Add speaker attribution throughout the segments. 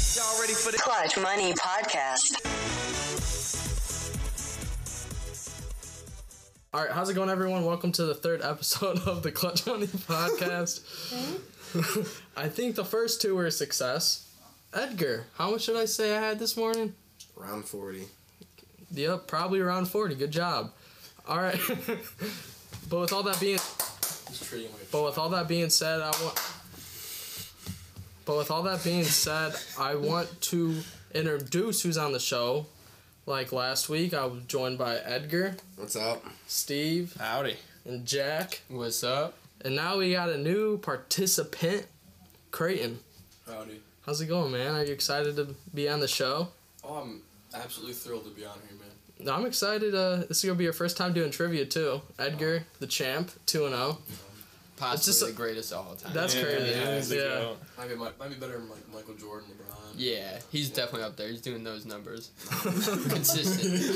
Speaker 1: for the
Speaker 2: Clutch Money Podcast.
Speaker 3: All right, how's it going, everyone? Welcome to the third episode of the Clutch Money Podcast. I think the first two were a success. Edgar, how much did I say I had this morning?
Speaker 4: Round 40.
Speaker 3: Yep, probably around 40. Good job. All right. but with all that being but with all that being said, I want But with all that being said, I want to introduce who's on the show. Like last week, I was joined by Edgar,
Speaker 4: What's up?
Speaker 3: Steve,
Speaker 5: Howdy.
Speaker 3: and Jack.
Speaker 5: What's up?
Speaker 3: And now we got a new participant, Creighton.
Speaker 5: Howdy.
Speaker 3: How's it going, man? Are you excited to be on the show?
Speaker 5: Oh, I'm absolutely thrilled to be on here, man.
Speaker 3: No, I'm excited. Uh, this is gonna be your first time doing trivia too. Edgar, the champ, two and zero.
Speaker 5: Possibly
Speaker 3: just a-
Speaker 5: the greatest of all time.
Speaker 3: That's crazy. Yeah, oh,
Speaker 5: might, be, might, might be better than like Michael Jordan, LeBron. Yeah, he's definitely up there. He's doing those numbers. Consistent.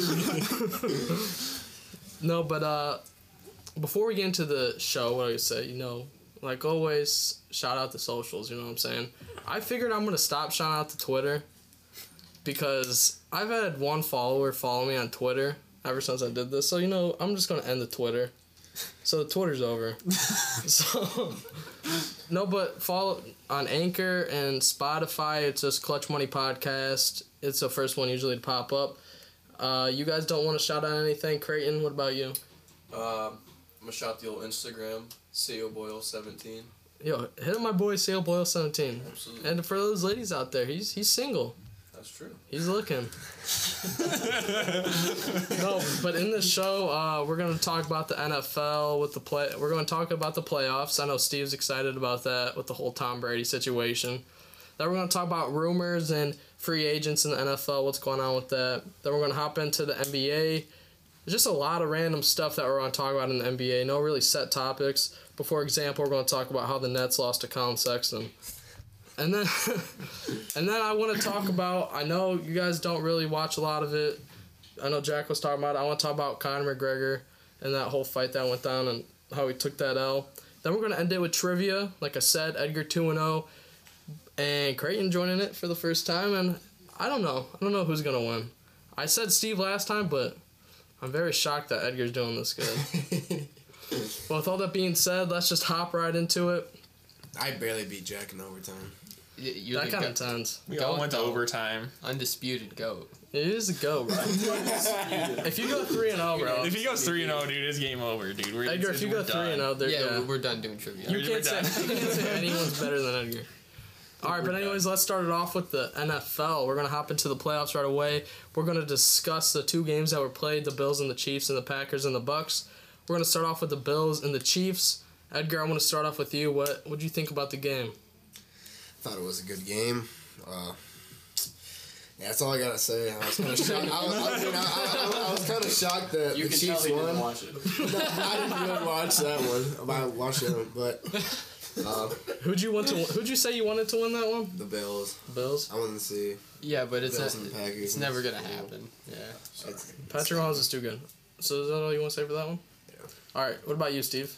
Speaker 3: No, but uh, before we get into the show, what I say, you know, like always, shout out the socials. You know what I'm saying? I figured I'm gonna stop shouting out to Twitter because I've had one follower follow me on Twitter ever since I did this. So you know, I'm just gonna end the Twitter. So the Twitter's over. so no, but follow on Anchor and Spotify. It's just Clutch Money Podcast. It's the first one usually to pop up. Uh, you guys don't want to shout out anything, Creighton? What about you?
Speaker 6: I'm gonna shout the old Instagram, CEO Boyle 17.
Speaker 3: Yo, hit up my boy Sale Boyle seventeen.
Speaker 6: Absolutely.
Speaker 3: And for those ladies out there, he's he's single.
Speaker 6: That's true.
Speaker 3: He's looking. no, but in this show, uh, we're gonna talk about the NFL with the play. We're gonna talk about the playoffs. I know Steve's excited about that with the whole Tom Brady situation. Then we're gonna talk about rumors and free agents in the NFL. What's going on with that? Then we're gonna hop into the NBA. There's just a lot of random stuff that we're gonna talk about in the NBA. No really set topics. But for example, we're gonna talk about how the Nets lost to Colin Sexton. And then, and then I want to talk about. I know you guys don't really watch a lot of it. I know Jack was talking about. It. I want to talk about Conor McGregor and that whole fight that went down and how he took that L. Then we're gonna end it with trivia. Like I said, Edgar two and zero, and Creighton joining it for the first time. And I don't know. I don't know who's gonna win. I said Steve last time, but I'm very shocked that Edgar's doing this good. well, with all that being said, let's just hop right into it.
Speaker 4: I barely beat Jack in overtime.
Speaker 5: Y- You're
Speaker 3: That
Speaker 5: the
Speaker 3: kind of
Speaker 5: goat.
Speaker 3: tends.
Speaker 7: We all
Speaker 5: Don't
Speaker 7: went to
Speaker 5: though.
Speaker 7: overtime.
Speaker 5: undisputed goat.
Speaker 3: It is a go, bro. if you go three and zero, bro.
Speaker 7: If he goes three and zero, dude, it's game over, dude. We're,
Speaker 3: Edgar, if
Speaker 7: it's-
Speaker 3: you
Speaker 7: we're
Speaker 3: go three
Speaker 7: done.
Speaker 3: and zero, there,
Speaker 5: Yeah,
Speaker 3: yeah,
Speaker 5: we're- we're done doing trivia.
Speaker 3: you
Speaker 7: we're
Speaker 3: can't say
Speaker 7: done.
Speaker 3: you can't say anyone's better than Edgar. All right, but anyways, let's start it off with the NFL. We're gonna hop into the playoffs right away. We're gonna discuss the two games that were played: the Bills and the Chiefs, and the Packers and the Bucks. We're gonna start off with the Bills and the Chiefs. Edgar, I want to start off with you. What would you think about the game?
Speaker 4: Thought it was a good game. Uh, yeah, that's all I gotta say. I was kind of shocked. I was, I mean, I, I, I was kind of shocked that the Chiefs won.
Speaker 6: watch it.
Speaker 4: No, I didn't really watch that one. I watched that one, but uh,
Speaker 3: Who'd you want to? Who'd you say you wanted to win that one?
Speaker 4: the Bills.
Speaker 3: Bills.
Speaker 4: I wanted to see.
Speaker 5: yeah, but it's
Speaker 4: Bills
Speaker 5: not,
Speaker 4: and Packers.
Speaker 5: it's never gonna happen. Yeah.
Speaker 4: It's-
Speaker 3: Patrick Mahomes is too good. So is that all you want to say for that one?
Speaker 4: Yeah.
Speaker 3: All right. What about you, Steve?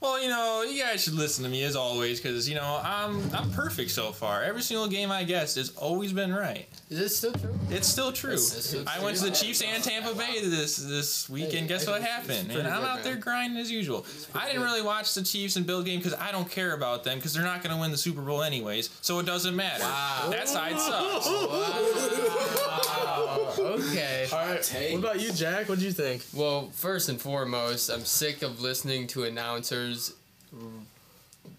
Speaker 7: Well, you know, you guys should listen to me as always, because you know I'm I'm perfect so far. Every single game I guess has always been right.
Speaker 5: Is it still true?
Speaker 7: It's still true.
Speaker 5: It's- it's-
Speaker 7: I went to the Chiefs and Tampa Bay this this weekend. Guess what happened? And I'm out there grinding as usual. I didn't really watch the Chiefs and Bill game because I don't care about them because they're not going to win the Super Bowl anyways, so it doesn't matter. That side sucks.
Speaker 5: Okay.
Speaker 3: All right. What about you, Jack? What do you think?
Speaker 5: Well, first and foremost, I'm sick of listening to announcers,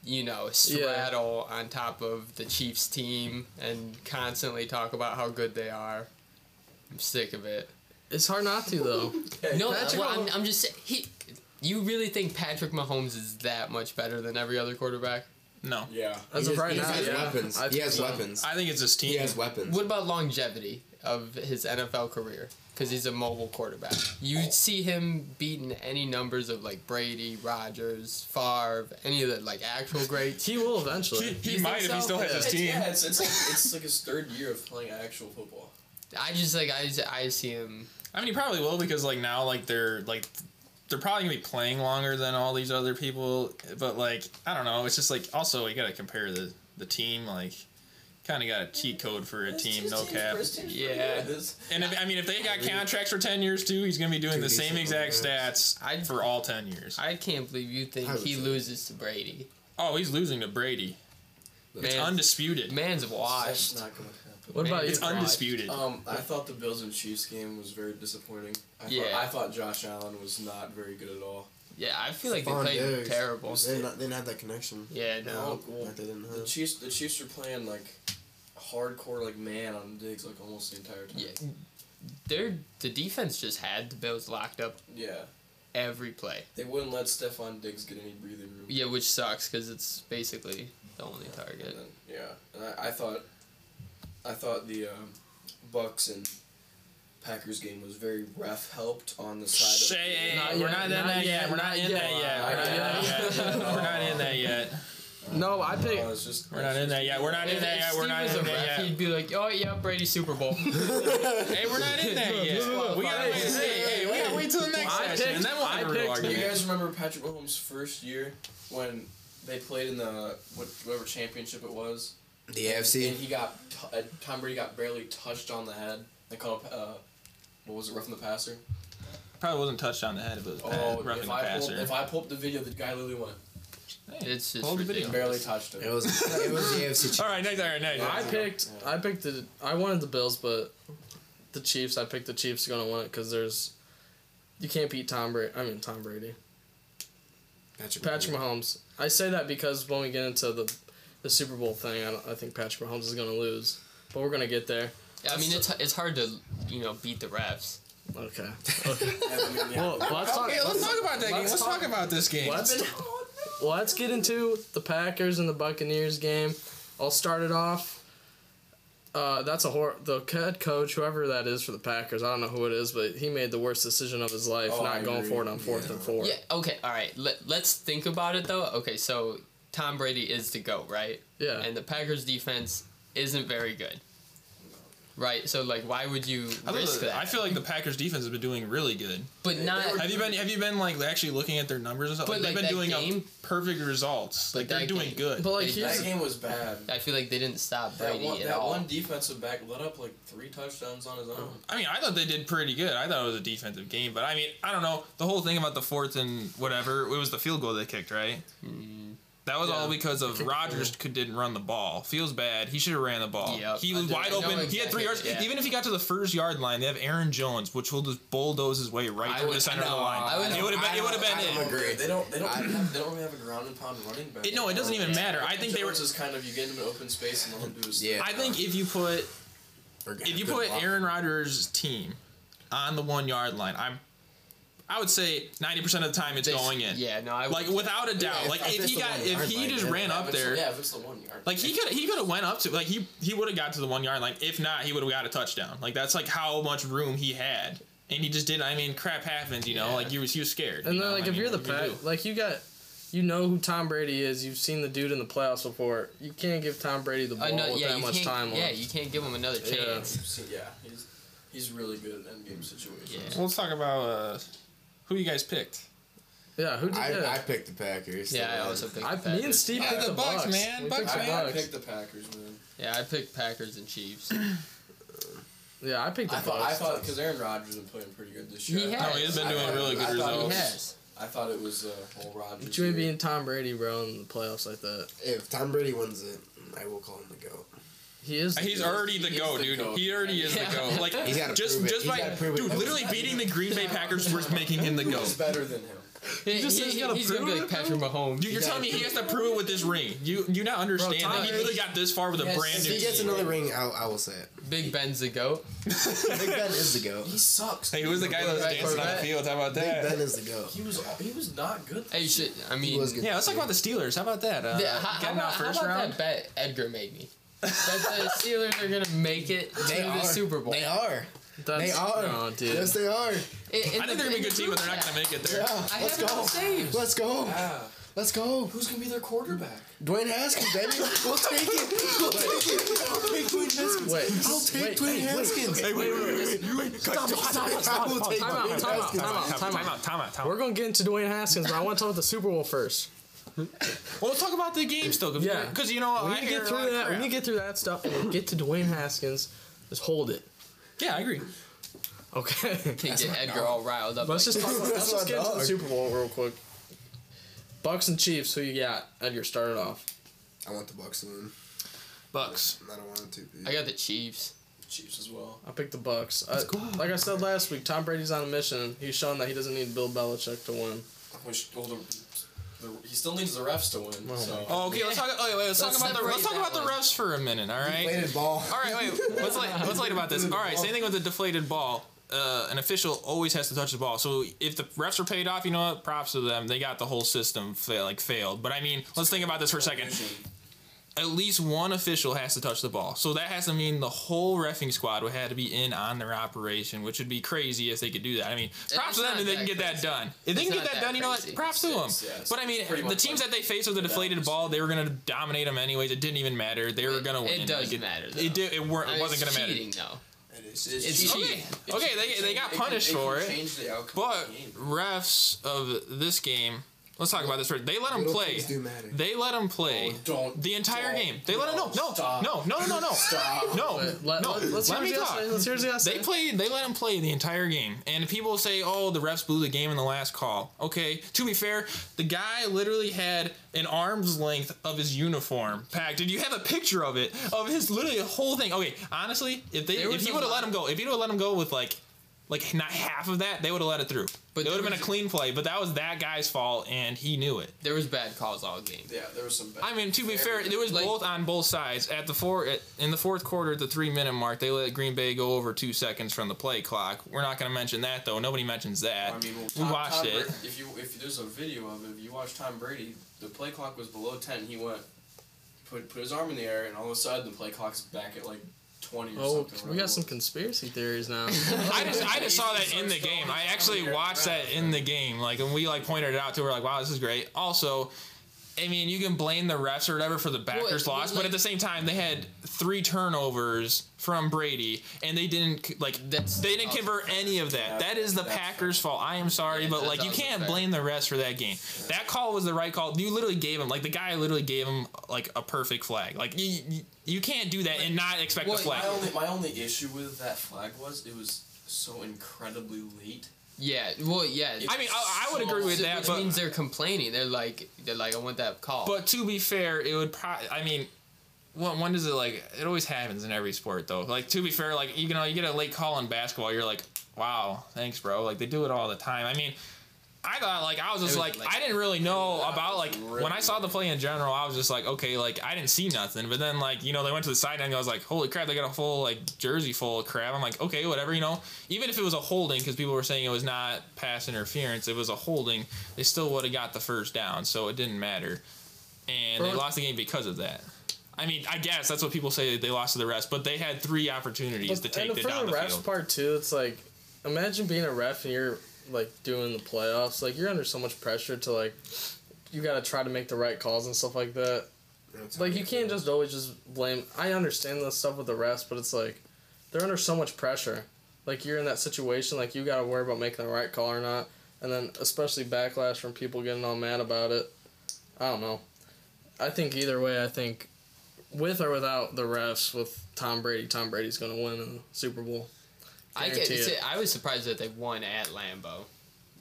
Speaker 5: you know, straddle on top of the Chiefs team and constantly talk about how good they are. I'm sick of it.
Speaker 3: It's hard not to though.
Speaker 5: No,
Speaker 3: Patrick
Speaker 5: well, I'm,
Speaker 3: Mahomes-
Speaker 5: I'm just saying. He, you really think Patrick Mahomes is that much better than every other quarterback?
Speaker 7: No,
Speaker 6: Yeah.
Speaker 3: As
Speaker 4: he
Speaker 3: of
Speaker 4: has-
Speaker 3: right
Speaker 4: he
Speaker 3: now,
Speaker 4: has
Speaker 3: yeah.
Speaker 4: weapons.
Speaker 3: I-
Speaker 4: he has weapons.
Speaker 7: I think it's this team.
Speaker 4: He has weapons.
Speaker 5: What about longevity of his NFL career? Because he's a mobile quarterback. You see him beating any numbers of like Brady, Rogers, Favre, any of the like actual greats.
Speaker 3: He will eventually.
Speaker 7: He
Speaker 5: You
Speaker 7: might
Speaker 5: think
Speaker 7: if he
Speaker 5: so?
Speaker 7: still has his
Speaker 6: It's,
Speaker 7: team.
Speaker 6: yeah, it's, it's, like, it's like his third year of playing actual football.
Speaker 5: I just like I just, I see him.
Speaker 7: I mean, he probably will because like now, like they're like they're probably gonna be playing longer than all these other people. But like, I don't know. It's just like also you gotta compare the the team. Like, kind of got a cheat code for a team, no cap.
Speaker 5: Yeah.
Speaker 7: And if, I mean, if they got contracts for ten years too, he's gonna be doing
Speaker 4: Two
Speaker 7: the same
Speaker 4: decent
Speaker 7: exact
Speaker 4: contracts.
Speaker 7: stats for all ten years.
Speaker 5: I can't believe you think
Speaker 4: I would
Speaker 5: he
Speaker 4: say-
Speaker 5: loses to Brady.
Speaker 7: Oh, he's losing to Brady. It's
Speaker 5: Man,
Speaker 7: undisputed.
Speaker 5: man's washed.
Speaker 8: That's not going to
Speaker 3: What about
Speaker 5: Man,
Speaker 3: you?
Speaker 7: It's undisputed.
Speaker 3: Oh,
Speaker 8: happen. Um, I thought the Bills and Chiefs game was very disappointing. I
Speaker 5: Yeah.
Speaker 8: Thought, I thought Josh Allen was not very good at all.
Speaker 5: Yeah, I feel like
Speaker 4: Stephon
Speaker 5: they played
Speaker 4: Diggs.
Speaker 5: terrible.
Speaker 4: They didn't, they didn't have that connection.
Speaker 5: Yeah,
Speaker 8: No,
Speaker 5: no.
Speaker 8: well,
Speaker 4: That they didn't
Speaker 3: Uh-huh.
Speaker 8: the
Speaker 4: have.
Speaker 8: Chiefs, the Chiefs were playing like hardcore, like man on Diggs, like almost the entire time.
Speaker 5: Yeah, their the defense just had the Bills locked up
Speaker 8: Yeah.
Speaker 5: every play.
Speaker 8: They wouldn't let Stefan Diggs get any breathing room.
Speaker 5: Yeah, which sucks because it's basically the only target.
Speaker 8: And then, yeah, and I, I thought, I thought the um, Bucks and Packers game was very ref helped on the side. of
Speaker 7: Shit.
Speaker 3: Not
Speaker 7: We're
Speaker 3: yet,
Speaker 7: not in
Speaker 3: not
Speaker 7: that
Speaker 3: yet,
Speaker 7: yet. We're not
Speaker 3: not yet.
Speaker 7: in that yet. We're not in that yet. We're not in that yet.
Speaker 3: No, I pick.
Speaker 8: Uh, it's just
Speaker 7: We're not in that yet. We're not in
Speaker 5: If-
Speaker 7: that
Speaker 5: if
Speaker 7: yet. We're
Speaker 5: Steve
Speaker 7: not
Speaker 5: was a
Speaker 7: in that
Speaker 5: ref,
Speaker 7: yet.
Speaker 5: He'd be like, "Oh yeah, Brady Super Bowl."
Speaker 7: Hey, we're not in that yet. We gotta wait. Hey, hey, we gotta wait till the next
Speaker 3: I
Speaker 7: session,
Speaker 3: picked-
Speaker 7: and then we'll have
Speaker 3: I
Speaker 7: a real
Speaker 3: picked-
Speaker 8: Do
Speaker 7: argument.
Speaker 8: you guys remember Patrick Mahomes' first year when they played in the what, whatever championship it was?
Speaker 4: The
Speaker 8: And
Speaker 4: AFC.
Speaker 8: he got t- uh, Tom Brady got barely touched on the head. They called it, uh, what was it, roughing the passer?
Speaker 7: Probably wasn't touched on the head, but
Speaker 8: Oh,
Speaker 7: oh, roughing
Speaker 8: if
Speaker 7: the
Speaker 8: I pulled,
Speaker 7: passer.
Speaker 8: if I pulled the video, the guy literally went
Speaker 5: It's just
Speaker 7: Hold the video.
Speaker 5: ridiculous.
Speaker 8: barely touched him.
Speaker 4: It was it was the AFC.
Speaker 7: All right, next. All right, next.
Speaker 3: I picked. I picked the. I wanted the Bills, but the Chiefs. I picked the Chiefs are gonna win it because there's. You can't beat Tom Brady. I mean Tom Brady.
Speaker 4: Patrick,
Speaker 3: Patrick Mahomes. I say that because when we get into the, the Super Bowl thing, I, don't, I think Patrick Mahomes is gonna lose, but we're gonna get there.
Speaker 5: I mean, it's it's hard to you know beat the refs.
Speaker 3: Okay.
Speaker 8: I mean, yeah.
Speaker 3: Well, let's talk.
Speaker 7: Okay, let's talk about that game.
Speaker 3: Let's
Speaker 7: Let's talk about this game.
Speaker 3: Let's, let's get into the Packers and the Buccaneers game. I'll start it off. Uh, that's a hor the head coach, whoever that is for the Packers. I don't know who it is, but he made the worst decision of his life,
Speaker 8: Oh,
Speaker 3: not
Speaker 8: I
Speaker 3: going
Speaker 8: agree.
Speaker 3: for it on fourth and four.
Speaker 5: Yeah. Okay. All right. Let Let's think about it though. Okay. So Tom Brady is the goat, right?
Speaker 3: Yeah.
Speaker 5: And the Packers defense isn't very good. Right. So like, why would you
Speaker 7: I, thought
Speaker 5: risk
Speaker 7: that-
Speaker 5: that?
Speaker 7: I feel like the Packers defense has been doing really good.
Speaker 5: but not.
Speaker 7: Have you been have you been like actually looking at their numbers and stuff?
Speaker 5: But,
Speaker 7: Like,
Speaker 5: like,
Speaker 7: they've been
Speaker 5: that
Speaker 7: doing
Speaker 5: game-
Speaker 7: a perfect results.
Speaker 5: But
Speaker 7: like they're
Speaker 5: that
Speaker 7: doing
Speaker 5: game-
Speaker 7: good.
Speaker 3: But like
Speaker 5: They-
Speaker 3: here's
Speaker 8: that game was bad.
Speaker 5: I feel like they didn't stop
Speaker 8: That
Speaker 5: Brady
Speaker 8: one,
Speaker 5: at
Speaker 8: that
Speaker 5: all. Mm.
Speaker 8: one defensive back let up like three touchdowns on his own.
Speaker 7: I mean, I thought they did pretty good. I thought it was a defensive game, but I mean, I don't know. The whole thing about the fourth and whatever, it was the field goal they kicked, right?
Speaker 5: Mm-hmm.
Speaker 7: That was all
Speaker 3: Yeah.
Speaker 7: because of Rodgers could, didn't run the ball. Feels bad. He should have ran the ball.
Speaker 5: Yep.
Speaker 7: he
Speaker 5: I
Speaker 7: was
Speaker 5: did-
Speaker 7: wide
Speaker 5: I know
Speaker 7: open. He had three
Speaker 5: exactly,
Speaker 7: yards.
Speaker 5: yeah.
Speaker 7: Even if he got to the first yard line, they have Aaron Jones, which will just bulldoze his way right
Speaker 5: I
Speaker 7: through
Speaker 5: would-
Speaker 7: the center of the
Speaker 5: no,
Speaker 7: line.
Speaker 5: I would-
Speaker 7: it would have been. It would have been.
Speaker 4: I
Speaker 7: it.
Speaker 4: don't agree.
Speaker 8: They don't. They don't. have, they don't really have a ground and pound running back.
Speaker 7: It- no, it doesn't even matter. I
Speaker 8: Aaron
Speaker 7: think they were-
Speaker 8: Jones is kind of you get him in open space and all him do is
Speaker 4: Yeah.
Speaker 7: I think if you put
Speaker 4: Or-
Speaker 7: if you
Speaker 4: good
Speaker 7: put
Speaker 4: block.
Speaker 7: Aaron Rodgers' team on the one yard line, I'm. I would say ninety percent of the time it's
Speaker 5: They-
Speaker 7: going in.
Speaker 5: Yeah. No. I would-
Speaker 7: like without a doubt.
Speaker 4: if-
Speaker 7: like
Speaker 4: if
Speaker 7: if
Speaker 4: it's
Speaker 7: he
Speaker 4: the
Speaker 7: got,
Speaker 4: one
Speaker 7: if
Speaker 4: yard
Speaker 7: he
Speaker 4: line,
Speaker 7: just
Speaker 4: yeah.
Speaker 7: ran
Speaker 8: Yeah,
Speaker 7: up
Speaker 8: if it's-
Speaker 7: there,
Speaker 8: Yeah, if it's the one yard.
Speaker 7: like he could, he could have went up to, like he he would have got to the one yard line. If not, he would have got a touchdown. Like that's like how much room he had, and he just didn't. I mean, crap happens, you know.
Speaker 5: Yeah.
Speaker 7: Like you was, he was scared.
Speaker 3: And
Speaker 7: you
Speaker 3: then,
Speaker 7: know?
Speaker 3: like,
Speaker 7: I
Speaker 3: if
Speaker 7: mean,
Speaker 3: you're the
Speaker 7: what do you
Speaker 3: Pack,
Speaker 7: do?
Speaker 3: like, you got, you know who Tom Brady is. You've seen the dude in the playoffs before. You can't give Tom Brady the ball
Speaker 5: I know.
Speaker 3: with
Speaker 5: Yeah.
Speaker 3: that
Speaker 5: You
Speaker 3: much
Speaker 5: can't.
Speaker 3: time
Speaker 5: yeah.
Speaker 3: left.
Speaker 5: You can't give him another
Speaker 3: Yeah.
Speaker 5: chance.
Speaker 8: So, yeah, he's he's really good at end game situations.
Speaker 5: Yeah.
Speaker 7: Well, let's talk about uh, who you guys picked.
Speaker 3: Yeah, who did
Speaker 4: I, I
Speaker 3: that?
Speaker 4: picked the Packers.
Speaker 5: Yeah. I
Speaker 4: Um,
Speaker 5: also picked.
Speaker 3: I,
Speaker 5: the
Speaker 3: me and
Speaker 5: Packers.
Speaker 3: Steve
Speaker 7: Yeah,
Speaker 3: picked
Speaker 7: the
Speaker 3: the
Speaker 7: Bucks,
Speaker 3: Bucks,
Speaker 7: man.
Speaker 3: We
Speaker 7: Bucks,
Speaker 3: picked the
Speaker 8: I, I
Speaker 3: Bucks.
Speaker 8: picked the Packers, man.
Speaker 5: Yeah. I picked Packers and Chiefs.
Speaker 3: Yeah, I picked the
Speaker 8: I thought I
Speaker 3: Bucks.
Speaker 8: thought because Aaron Rodgers has been playing pretty good this
Speaker 5: He
Speaker 8: year. I
Speaker 5: has.
Speaker 8: thought-
Speaker 7: No, Oh, he's been
Speaker 8: I
Speaker 7: doing
Speaker 8: thought-
Speaker 7: really good
Speaker 8: I thought it
Speaker 5: he
Speaker 7: results.
Speaker 8: was-
Speaker 5: has.
Speaker 8: I thought it was uh, whole Rodgers.
Speaker 3: But you ain't
Speaker 8: year.
Speaker 3: being Tom Brady, bro, in the playoffs like that.
Speaker 4: If Tom Brady wins it, I will call him the goat.
Speaker 3: He is.
Speaker 7: He's already the
Speaker 8: He is
Speaker 7: go,
Speaker 8: the
Speaker 7: dude.
Speaker 8: goat.
Speaker 7: He already is
Speaker 5: Yeah.
Speaker 7: the go. Like
Speaker 4: He's gotta
Speaker 7: just
Speaker 4: prove it.
Speaker 7: just
Speaker 4: He's
Speaker 7: by
Speaker 4: gotta prove it.
Speaker 7: dude, literally beating the Green Bay Packers was making him the go.
Speaker 8: He's better than him.
Speaker 5: He-
Speaker 3: just
Speaker 5: he-
Speaker 3: said he's gotta
Speaker 5: he's gonna be
Speaker 3: prove
Speaker 5: like
Speaker 3: it,
Speaker 5: Patrick Mahomes.
Speaker 7: Dude, you're telling me he has to prove it with this ring. You you not understand
Speaker 3: Tom
Speaker 7: that he
Speaker 3: Brady-
Speaker 7: literally got this far with a
Speaker 5: Yes.
Speaker 7: brand
Speaker 4: If
Speaker 7: new
Speaker 4: he gets
Speaker 7: team.
Speaker 4: another ring, I, I will say it.
Speaker 5: Big Ben's the goat.
Speaker 4: Big Ben is the goat.
Speaker 8: He sucks.
Speaker 7: Hey, who's the guy that was
Speaker 5: Right,
Speaker 7: dancing on the
Speaker 5: right.
Speaker 7: field? How about
Speaker 4: Big Ben
Speaker 7: that?
Speaker 4: is the goat.
Speaker 8: He was he was not good.
Speaker 5: Hey, shit. I mean,
Speaker 4: was good.
Speaker 7: Yeah, let's talk about the Steelers. How about that? Uh,
Speaker 5: Yeah, how,
Speaker 7: getting
Speaker 5: how
Speaker 7: out
Speaker 5: about,
Speaker 7: first
Speaker 5: how about
Speaker 7: round.
Speaker 5: that bet Edgar made me? That the Steelers are gonna make it to
Speaker 4: They
Speaker 5: the
Speaker 4: are.
Speaker 5: Super Bowl.
Speaker 4: They are.
Speaker 3: That's,
Speaker 4: they are.
Speaker 3: No, dude.
Speaker 4: Yes, they are.
Speaker 7: I think they're gonna be a good team, but they're not gonna make it there.
Speaker 4: Yeah.
Speaker 5: I
Speaker 4: Let's
Speaker 5: have no
Speaker 4: go.
Speaker 5: saves.
Speaker 4: Let's go.
Speaker 8: Yeah.
Speaker 4: Let's go.
Speaker 8: Who's gonna be their quarterback?
Speaker 4: Dwayne Haskins, baby. We'll take it. We'll take it. I'll take Dwayne Haskins.
Speaker 3: Wait.
Speaker 4: I'll take Dwayne Haskins.
Speaker 7: Hey, wait, wait, wait, wait. Stop, stop, stop,
Speaker 4: I will take
Speaker 3: Time out,
Speaker 4: Dwayne
Speaker 3: time out,
Speaker 4: Haskins.
Speaker 3: time out, time out.
Speaker 7: time out, time out.
Speaker 3: We're gonna get into Dwayne Haskins, but I want to talk about the Super Bowl first.
Speaker 7: Well, let's talk about the game still. Cause,
Speaker 3: Yeah.
Speaker 7: Because you know what?
Speaker 3: When
Speaker 7: I
Speaker 3: you
Speaker 7: hear
Speaker 3: get
Speaker 7: a
Speaker 3: through
Speaker 7: lot of
Speaker 3: that, when
Speaker 7: crap.
Speaker 3: you get through that stuff, and you get to Dwayne Haskins, just hold it.
Speaker 7: yeah, I agree.
Speaker 3: Okay.
Speaker 9: Can't get Edgar all riled up.
Speaker 3: Let's
Speaker 9: like
Speaker 3: just talk about, let's
Speaker 4: That's
Speaker 3: just get
Speaker 4: my
Speaker 3: into the
Speaker 4: dog.
Speaker 3: Super Bowl real quick. Bucks and Chiefs, who you got? Edgar started off.
Speaker 4: I want the Bucks to win.
Speaker 7: Bucks.
Speaker 4: I don't want it to be.
Speaker 9: I got the Chiefs.
Speaker 8: Chiefs as well.
Speaker 3: I picked the Bucks. I, Like I said last week, Tom Brady's on a mission. He's shown that he doesn't need Bill Belichick to win.
Speaker 8: Which well, the, the, he still needs the refs to win. so
Speaker 7: Oh, okay, let's talk. Wait, wait. Let's,
Speaker 9: Let's
Speaker 7: talk about the
Speaker 9: separate
Speaker 7: let's talk
Speaker 9: that
Speaker 7: about the
Speaker 9: one.
Speaker 7: refs for a minute. All right.
Speaker 4: Deflated ball.
Speaker 7: All right, wait. What's late? What's late about this? All right, same thing with the deflated ball. Uh, an official always has to touch the ball. So if the refs are paid off, you know what? Props to them. They got the whole system fail, like failed. But I mean, let's think about this for a second. At least one official has to touch the ball. So that has to mean the whole refing squad would have to be in on their operation, which would be crazy if they could do that. I mean,
Speaker 9: it's
Speaker 7: props to them
Speaker 9: not
Speaker 7: if they can
Speaker 9: that
Speaker 7: get that
Speaker 9: crazy.
Speaker 7: done. If they
Speaker 9: It's
Speaker 7: can get
Speaker 9: not
Speaker 7: that,
Speaker 9: that
Speaker 7: done, you know what?
Speaker 9: crazy.
Speaker 7: Props to them.
Speaker 8: It's- yeah, it's
Speaker 7: but I mean,
Speaker 8: pretty
Speaker 7: the
Speaker 8: much
Speaker 7: teams
Speaker 8: like
Speaker 7: that they faced with a deflated
Speaker 8: hours.
Speaker 9: ball,
Speaker 7: ball, they were gonna dominate them anyways. It didn't even matter. They were
Speaker 9: It-
Speaker 7: gonna
Speaker 9: it
Speaker 7: win.
Speaker 9: does
Speaker 7: Like,
Speaker 9: matter, though.
Speaker 7: It did. It weren't. It wasn't
Speaker 9: Uh, It's
Speaker 7: gonna
Speaker 9: cheating,
Speaker 7: matter.
Speaker 9: though.
Speaker 8: It is.
Speaker 9: It's cheating.
Speaker 7: Okay. Okay. They, they got punished for it.
Speaker 8: Change the outcome. of
Speaker 7: But
Speaker 8: the game.
Speaker 7: refs of this game. Let's talk about this. first. They let them
Speaker 4: Little
Speaker 7: play.
Speaker 4: things do matter.
Speaker 7: They let them play.
Speaker 8: Oh, don't-
Speaker 7: the entire
Speaker 8: don't.
Speaker 7: game. They let them. No. No.
Speaker 8: Stop.
Speaker 7: No. No. No. No.
Speaker 8: Stop.
Speaker 7: No.
Speaker 3: Let,
Speaker 7: No.
Speaker 3: let, us
Speaker 7: Let
Speaker 3: hear what
Speaker 7: me
Speaker 3: you
Speaker 7: talk.
Speaker 3: got to say. Let's hear what you got to
Speaker 7: They
Speaker 3: say.
Speaker 7: played. They let him play the entire game, and people say, "Oh, the refs blew the game in the last call." Okay. To be fair, the guy literally had an arm's length of his uniform packed. Did you have a picture of it? Of his literally the whole thing. Okay. Honestly, if they
Speaker 9: There
Speaker 7: if
Speaker 9: was
Speaker 7: he
Speaker 9: a
Speaker 7: would have
Speaker 9: lot-
Speaker 7: let him go, if he would have let him go with like. Like not half of that, they would have let it through. But
Speaker 9: But
Speaker 7: it would have
Speaker 9: there
Speaker 7: been a
Speaker 9: was-
Speaker 7: clean play. But that was that guy's fault, and he knew it.
Speaker 9: There was bad calls all game.
Speaker 8: Yeah, there was some. Bad
Speaker 7: I mean, to be fair, there was
Speaker 9: Like-
Speaker 7: both on both sides. At the four at, in the fourth quarter, at the three minute mark, they let Green Bay go over two seconds from the play clock. We're not going to mention that though. Nobody mentions that.
Speaker 8: I mean, well,
Speaker 7: we
Speaker 8: Tom-
Speaker 7: watched
Speaker 8: Tom
Speaker 7: it.
Speaker 8: Brady- if you if there's a video of it, if you watch Tom Brady, the play clock was below ten. He went, put put his arm in the air, and all of a sudden the play clock's back at like twenty or
Speaker 3: Oh,
Speaker 8: something.
Speaker 3: we got some
Speaker 8: whatever.
Speaker 3: conspiracy theories now.
Speaker 7: I just I just saw that in the game. I actually watched that in the game. Like and we like pointed it out to her like, wow, this is great. Also. I mean, you can blame the refs or whatever for the backers'
Speaker 9: Well,
Speaker 7: loss,
Speaker 9: like-
Speaker 7: but at the same time, they had three turnovers from Brady, and they didn't c- like
Speaker 9: That's
Speaker 7: They didn't
Speaker 9: awesome.
Speaker 7: convert any of that. That is the
Speaker 8: That's
Speaker 7: Packers' fault. I am sorry,
Speaker 9: Yeah,
Speaker 7: but
Speaker 9: that
Speaker 7: like you
Speaker 9: sounds
Speaker 7: can't
Speaker 9: fair.
Speaker 7: blame the refs for that game. That call was the right call. You literally gave him like the guy literally gave him like a perfect flag. Like you, you, you can't do that and not expect a
Speaker 9: Well,
Speaker 7: flag.
Speaker 8: My only my only issue with that flag was it was so incredibly late.
Speaker 9: Yeah. Well, yeah.
Speaker 7: I mean, I, I would agree with that,
Speaker 9: which
Speaker 7: but
Speaker 9: means they're complaining. They're like, they're like, I want that call.
Speaker 7: but to be fair, it would probably. I mean. When, when does it like? It always happens in every sport, though. Like to be fair, like you know, you get a late call in basketball, you're like, "Wow, thanks, bro." Like they do it all the time. I mean, I thought like I was just
Speaker 9: It was,
Speaker 7: like,
Speaker 9: like,
Speaker 7: I didn't really know
Speaker 8: that
Speaker 7: about
Speaker 8: was
Speaker 7: like
Speaker 8: really
Speaker 7: when I saw the play in general, I was just like, okay, like I didn't see nothing. But then like, you know, they went to the sideline and I was like, holy crap, they got a full like jersey full of crap. I'm like, okay, whatever, you know. Even if it was a holding, because people were saying it was not pass interference, it was a holding, they still would have got the first down, so it didn't matter. And they
Speaker 3: Well,
Speaker 7: lost the game because of that. I mean, I guess that's what people say they lost to the rest, but they had three opportunities to take
Speaker 3: and
Speaker 7: it
Speaker 3: for
Speaker 7: down
Speaker 3: the
Speaker 7: the,
Speaker 3: refs
Speaker 7: field.
Speaker 3: part too, it's like, imagine being a ref and you're like doing the playoffs. Like you're under so much pressure to like, you got to try to make the right calls and stuff like that. Like you can't just always just blame. I understand the stuff with the refs, but it's like they're under so much pressure. Like you're in that situation, like you got to worry about making the right call or not, and then especially backlash from people getting all mad about it. I don't know. I think either way, I think with or without the refs, with Tom Brady, Tom Brady's gonna win in the Super Bowl.
Speaker 9: I can,
Speaker 3: guarantee it.
Speaker 9: say, I was surprised that they won at Lambeau.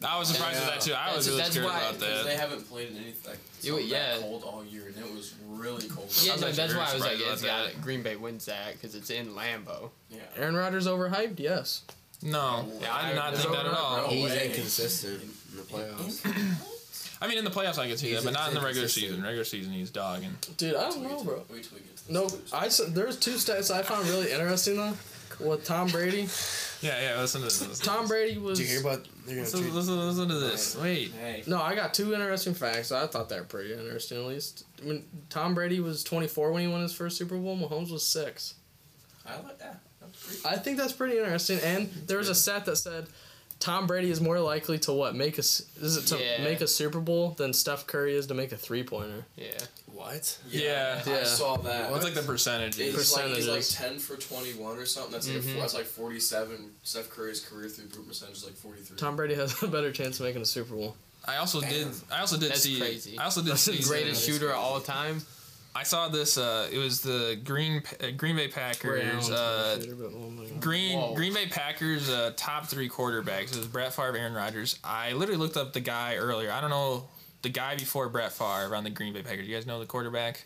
Speaker 7: I was surprised at that too. I
Speaker 9: That's-
Speaker 7: was really
Speaker 9: that's
Speaker 7: scared
Speaker 9: why-
Speaker 7: about that.
Speaker 8: Because they haven't played in anything like
Speaker 9: You-
Speaker 8: something
Speaker 9: yeah.
Speaker 8: that cold all year, and it was really cold.
Speaker 9: Yeah,
Speaker 7: was
Speaker 9: no,
Speaker 7: actually
Speaker 9: that's
Speaker 7: very
Speaker 9: why I was like,
Speaker 7: surprised
Speaker 9: it's
Speaker 7: about that.
Speaker 9: got Green Bay wins that because it's in Lambeau.
Speaker 8: yeah.
Speaker 3: Aaron Rodgers overhyped, yes.
Speaker 7: No,
Speaker 8: Yeah,
Speaker 7: I did not
Speaker 9: I-
Speaker 7: think that at all.
Speaker 8: no.
Speaker 4: He's
Speaker 8: way.
Speaker 4: inconsistent in the playoffs.
Speaker 7: I mean, in the playoffs, I can see that,
Speaker 4: He's
Speaker 7: but not in the regular
Speaker 4: inconsistent.
Speaker 7: season. Regular season, he's dogging.
Speaker 3: Dude, I don't
Speaker 8: Wait
Speaker 3: know,
Speaker 8: till,
Speaker 3: bro.
Speaker 8: wait till we get to the
Speaker 3: No,
Speaker 8: Steelers.
Speaker 3: I s- there's two stats I found really interesting though. With Tom Brady,
Speaker 7: Yeah, yeah. Listen to this. Listen,
Speaker 3: Tom Brady was.
Speaker 4: Do you hear about they're gonna
Speaker 7: listen,
Speaker 4: treat
Speaker 7: listen, listen to this. Wait.
Speaker 8: Hey.
Speaker 3: No, I got two interesting facts. I thought they were pretty interesting, at least. I mean, Tom Brady was 24 when he won his first Super Bowl. Mahomes was six.
Speaker 8: I like that. That's pretty-
Speaker 3: I think that's pretty interesting. And there was a stat that said Tom Brady is more likely to what make a s- is it to
Speaker 9: Yeah.
Speaker 3: make a Super Bowl than Steph Curry is to make a three pointer.
Speaker 9: Yeah.
Speaker 4: what?
Speaker 7: Yeah.
Speaker 3: Yeah.
Speaker 8: I saw that.
Speaker 7: What's like the
Speaker 8: He's
Speaker 7: percentages?
Speaker 8: like, he's like
Speaker 3: Percentages.
Speaker 8: 10 for 21 or something. That's, like, a
Speaker 3: Mm-hmm.
Speaker 8: four, that's like 47. Steph Curry's career three-point percentage is like 43.
Speaker 3: Tom Brady has a better chance of making a Super Bowl.
Speaker 7: I also did. I also did
Speaker 9: That's
Speaker 7: see.
Speaker 9: crazy.
Speaker 7: I also did see.
Speaker 9: Greatest
Speaker 7: the-
Speaker 9: shooter of all time.
Speaker 7: I saw this. Uh, it was the Green uh, Green Bay Packers. Uh,
Speaker 3: oh
Speaker 7: Green
Speaker 9: Whoa.
Speaker 7: Green Bay Packers uh, top three quarterbacks. It was Brett Favre, Aaron Rodgers. I literally looked up the guy earlier. I don't know the guy before Brett Favre on the Green Bay Packers. You guys know the quarterback.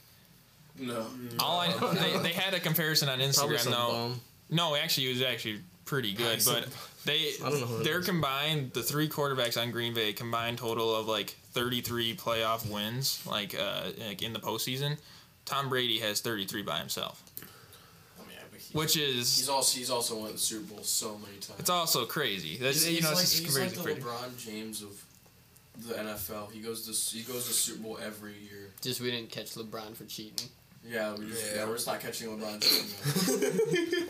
Speaker 8: No.
Speaker 7: All I they, they had a comparison on
Speaker 3: Probably
Speaker 7: Instagram
Speaker 3: some
Speaker 7: though.
Speaker 3: bum.
Speaker 7: No, actually, it was actually pretty good. But they
Speaker 3: I don't know who it
Speaker 7: their
Speaker 3: is.
Speaker 7: combined the three quarterbacks on Green Bay combined total of like 33 playoff wins, like uh like in the postseason. Tom Brady has 33 by himself,
Speaker 8: I mean, yeah, but he,
Speaker 7: which
Speaker 8: he's
Speaker 7: is
Speaker 8: also he's also won the Super Bowl so many times.
Speaker 7: it's also crazy. That's
Speaker 8: He's,
Speaker 7: you know
Speaker 8: like,
Speaker 7: it's just
Speaker 8: he's
Speaker 7: crazy.
Speaker 8: like the LeBron James of the NFL. He goes to he goes to Super Bowl every year.
Speaker 9: Just we didn't catch LeBron for cheating.
Speaker 8: Yeah, we just,
Speaker 4: Yeah.
Speaker 8: yeah. we're just not catching LeBron.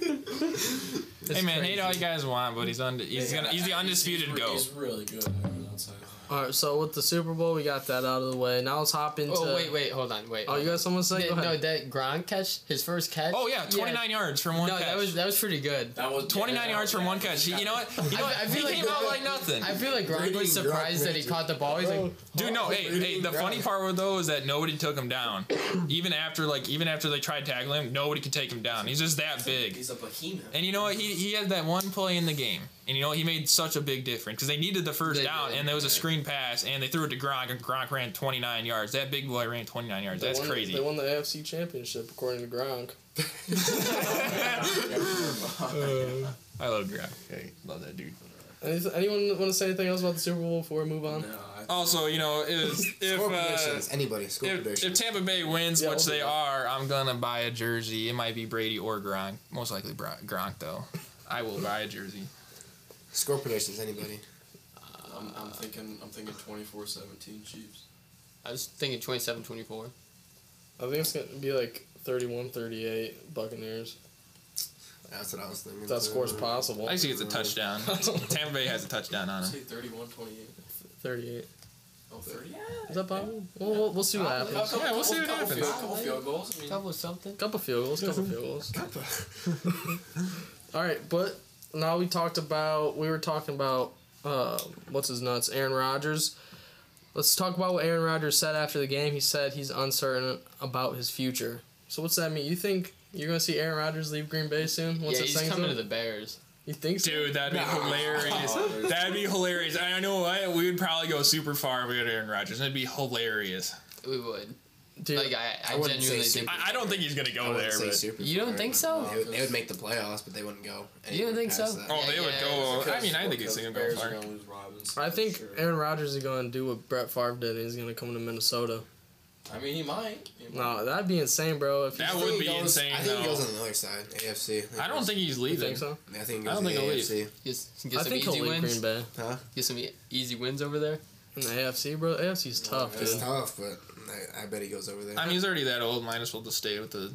Speaker 8: James.
Speaker 7: Hey man, hate all you guys want, but he's unde- he's gonna he's the undisputed
Speaker 8: he's,
Speaker 7: goat.
Speaker 8: He's really good. I mean, outside of that.
Speaker 3: All right, so with the Super Bowl, we got that out of the way. Now let's hop into.
Speaker 9: Oh wait, wait, hold on, wait.
Speaker 3: Oh, you got someone say? Go
Speaker 9: That- no,
Speaker 3: ahead.
Speaker 9: that Gronk catch, his first catch.
Speaker 7: Oh yeah, 29 yards from one
Speaker 9: No,
Speaker 7: catch.
Speaker 9: that was that was pretty good.
Speaker 8: That was
Speaker 7: 29
Speaker 8: yeah,
Speaker 7: yards from
Speaker 8: yeah.
Speaker 7: one catch. He- You know what? You know
Speaker 9: I-
Speaker 7: what?
Speaker 9: I feel
Speaker 7: he
Speaker 9: like
Speaker 7: came out
Speaker 9: Gronk-
Speaker 7: like nothing.
Speaker 9: I feel like Gronk
Speaker 4: Brady
Speaker 9: was
Speaker 4: Gronk
Speaker 9: surprised that he
Speaker 4: magic.
Speaker 9: caught the ball. He's like,
Speaker 7: Dude, no, hey, hey. The
Speaker 4: Gronk.
Speaker 7: funny part with though is that nobody took him down. even after like, even after they tried tackling him, nobody could take him down. He's just that big.
Speaker 8: He's a behemoth.
Speaker 7: And you know what? He he had that one play in the game, and you know what? He made such a big difference because they needed the first
Speaker 9: They
Speaker 7: down,
Speaker 9: did.
Speaker 7: and there was a screen pass, and they threw it to Gronk, and Gronk ran 29 yards. That big boy ran 29 yards.
Speaker 3: They
Speaker 7: That's
Speaker 3: won-
Speaker 7: crazy.
Speaker 3: They won the AFC Championship according to Gronk.
Speaker 7: I love Gronk. I love that dude.
Speaker 3: Any- Anyone want to say anything else about the Super Bowl before we move on?
Speaker 8: No, I,
Speaker 7: Also, you know, if if,
Speaker 4: Score
Speaker 7: uh,
Speaker 4: predictions. Anybody. Score
Speaker 7: if, if
Speaker 4: predictions.
Speaker 7: Tampa Bay wins,
Speaker 3: Yeah,
Speaker 7: which
Speaker 3: we'll do
Speaker 7: they
Speaker 3: that.
Speaker 7: are, I'm gonna buy a jersey. It might be Brady or Gronk. Most likely Bro- Gronk though. I will buy a jersey.
Speaker 4: Score predictions. Anybody.
Speaker 8: I'm, I'm thinking I'm thinking 24-17 Chiefs.
Speaker 9: I was thinking 27-24.
Speaker 3: I think it's going to be like 31-38 Buccaneers.
Speaker 4: That's what I was thinking.
Speaker 3: If that
Speaker 4: too.
Speaker 3: score's possible.
Speaker 7: I see it's a touchdown. Tampa Bay has a touchdown on
Speaker 8: Say
Speaker 7: him.
Speaker 8: 31-28.
Speaker 3: 38.
Speaker 8: Oh, 30?
Speaker 3: Is that possible? Well, we'll, we'll see what happens.
Speaker 8: Couple-
Speaker 7: Yeah, we'll see what
Speaker 8: couple
Speaker 7: happens.
Speaker 8: field- Couple field goals. I mean,
Speaker 9: Couple something.
Speaker 3: Couple field goals, couple field goals. All right, but now we talked about we were talking about uh, what's his nuts, Aaron Rodgers. Let's talk about what Aaron Rodgers said after the game. He said he's uncertain about his future. So what's that mean? You think you're gonna see Aaron Rodgers leave Green Bay soon? Once
Speaker 9: Yeah,
Speaker 3: this
Speaker 9: he's
Speaker 3: thing's
Speaker 9: coming to
Speaker 3: up?
Speaker 9: the Bears.
Speaker 3: You think so?
Speaker 7: Dude, that'd be hilarious. That'd be hilarious. I know what we would probably go super far if we had Aaron Rodgers. It'd be hilarious.
Speaker 9: We would.
Speaker 3: Dude,
Speaker 9: Like I, I,
Speaker 4: I wouldn't
Speaker 9: genuinely
Speaker 4: say
Speaker 9: think.
Speaker 7: I, I don't think he's gonna
Speaker 4: I
Speaker 7: go
Speaker 4: wouldn't
Speaker 7: there,
Speaker 4: say
Speaker 7: but
Speaker 4: super
Speaker 9: You don't
Speaker 4: far.
Speaker 9: think so?
Speaker 4: They would, they would make the playoffs, but they wouldn't go.
Speaker 9: You don't think
Speaker 4: anywhere past
Speaker 9: so?
Speaker 4: that.
Speaker 7: oh, they
Speaker 9: Yeah, yeah,
Speaker 7: would go. I mean, I think
Speaker 8: because
Speaker 7: he's gonna go
Speaker 8: Bears
Speaker 7: far.
Speaker 8: are gonna lose Robinson.
Speaker 3: I think
Speaker 8: sure.
Speaker 3: Aaron Rodgers is gonna do what Brett Favre did. He's gonna come to Minnesota.
Speaker 8: I mean, he might. He might.
Speaker 3: No, that'd be insane, bro. If you
Speaker 7: That
Speaker 4: I
Speaker 7: would
Speaker 4: think
Speaker 7: be
Speaker 4: he goes-
Speaker 7: insane,
Speaker 4: I think he
Speaker 7: though.
Speaker 4: goes on the other side, AFC.
Speaker 7: I don't think he's leaving.
Speaker 3: think so,
Speaker 4: I think he goes
Speaker 7: I don't
Speaker 4: to
Speaker 7: think he'll
Speaker 4: the AFC.
Speaker 9: Get, get
Speaker 3: I
Speaker 9: some
Speaker 3: think he'll
Speaker 9: easy
Speaker 3: leave
Speaker 9: wins.
Speaker 3: Green Bay
Speaker 4: Huh?
Speaker 9: Get some e- easy wins over there.
Speaker 3: in the AFC, bro. AFC's tough,
Speaker 4: It's
Speaker 3: dude.
Speaker 4: tough, but I, I bet he goes over there.
Speaker 7: I mean, he's already that old. Might as well just stay with the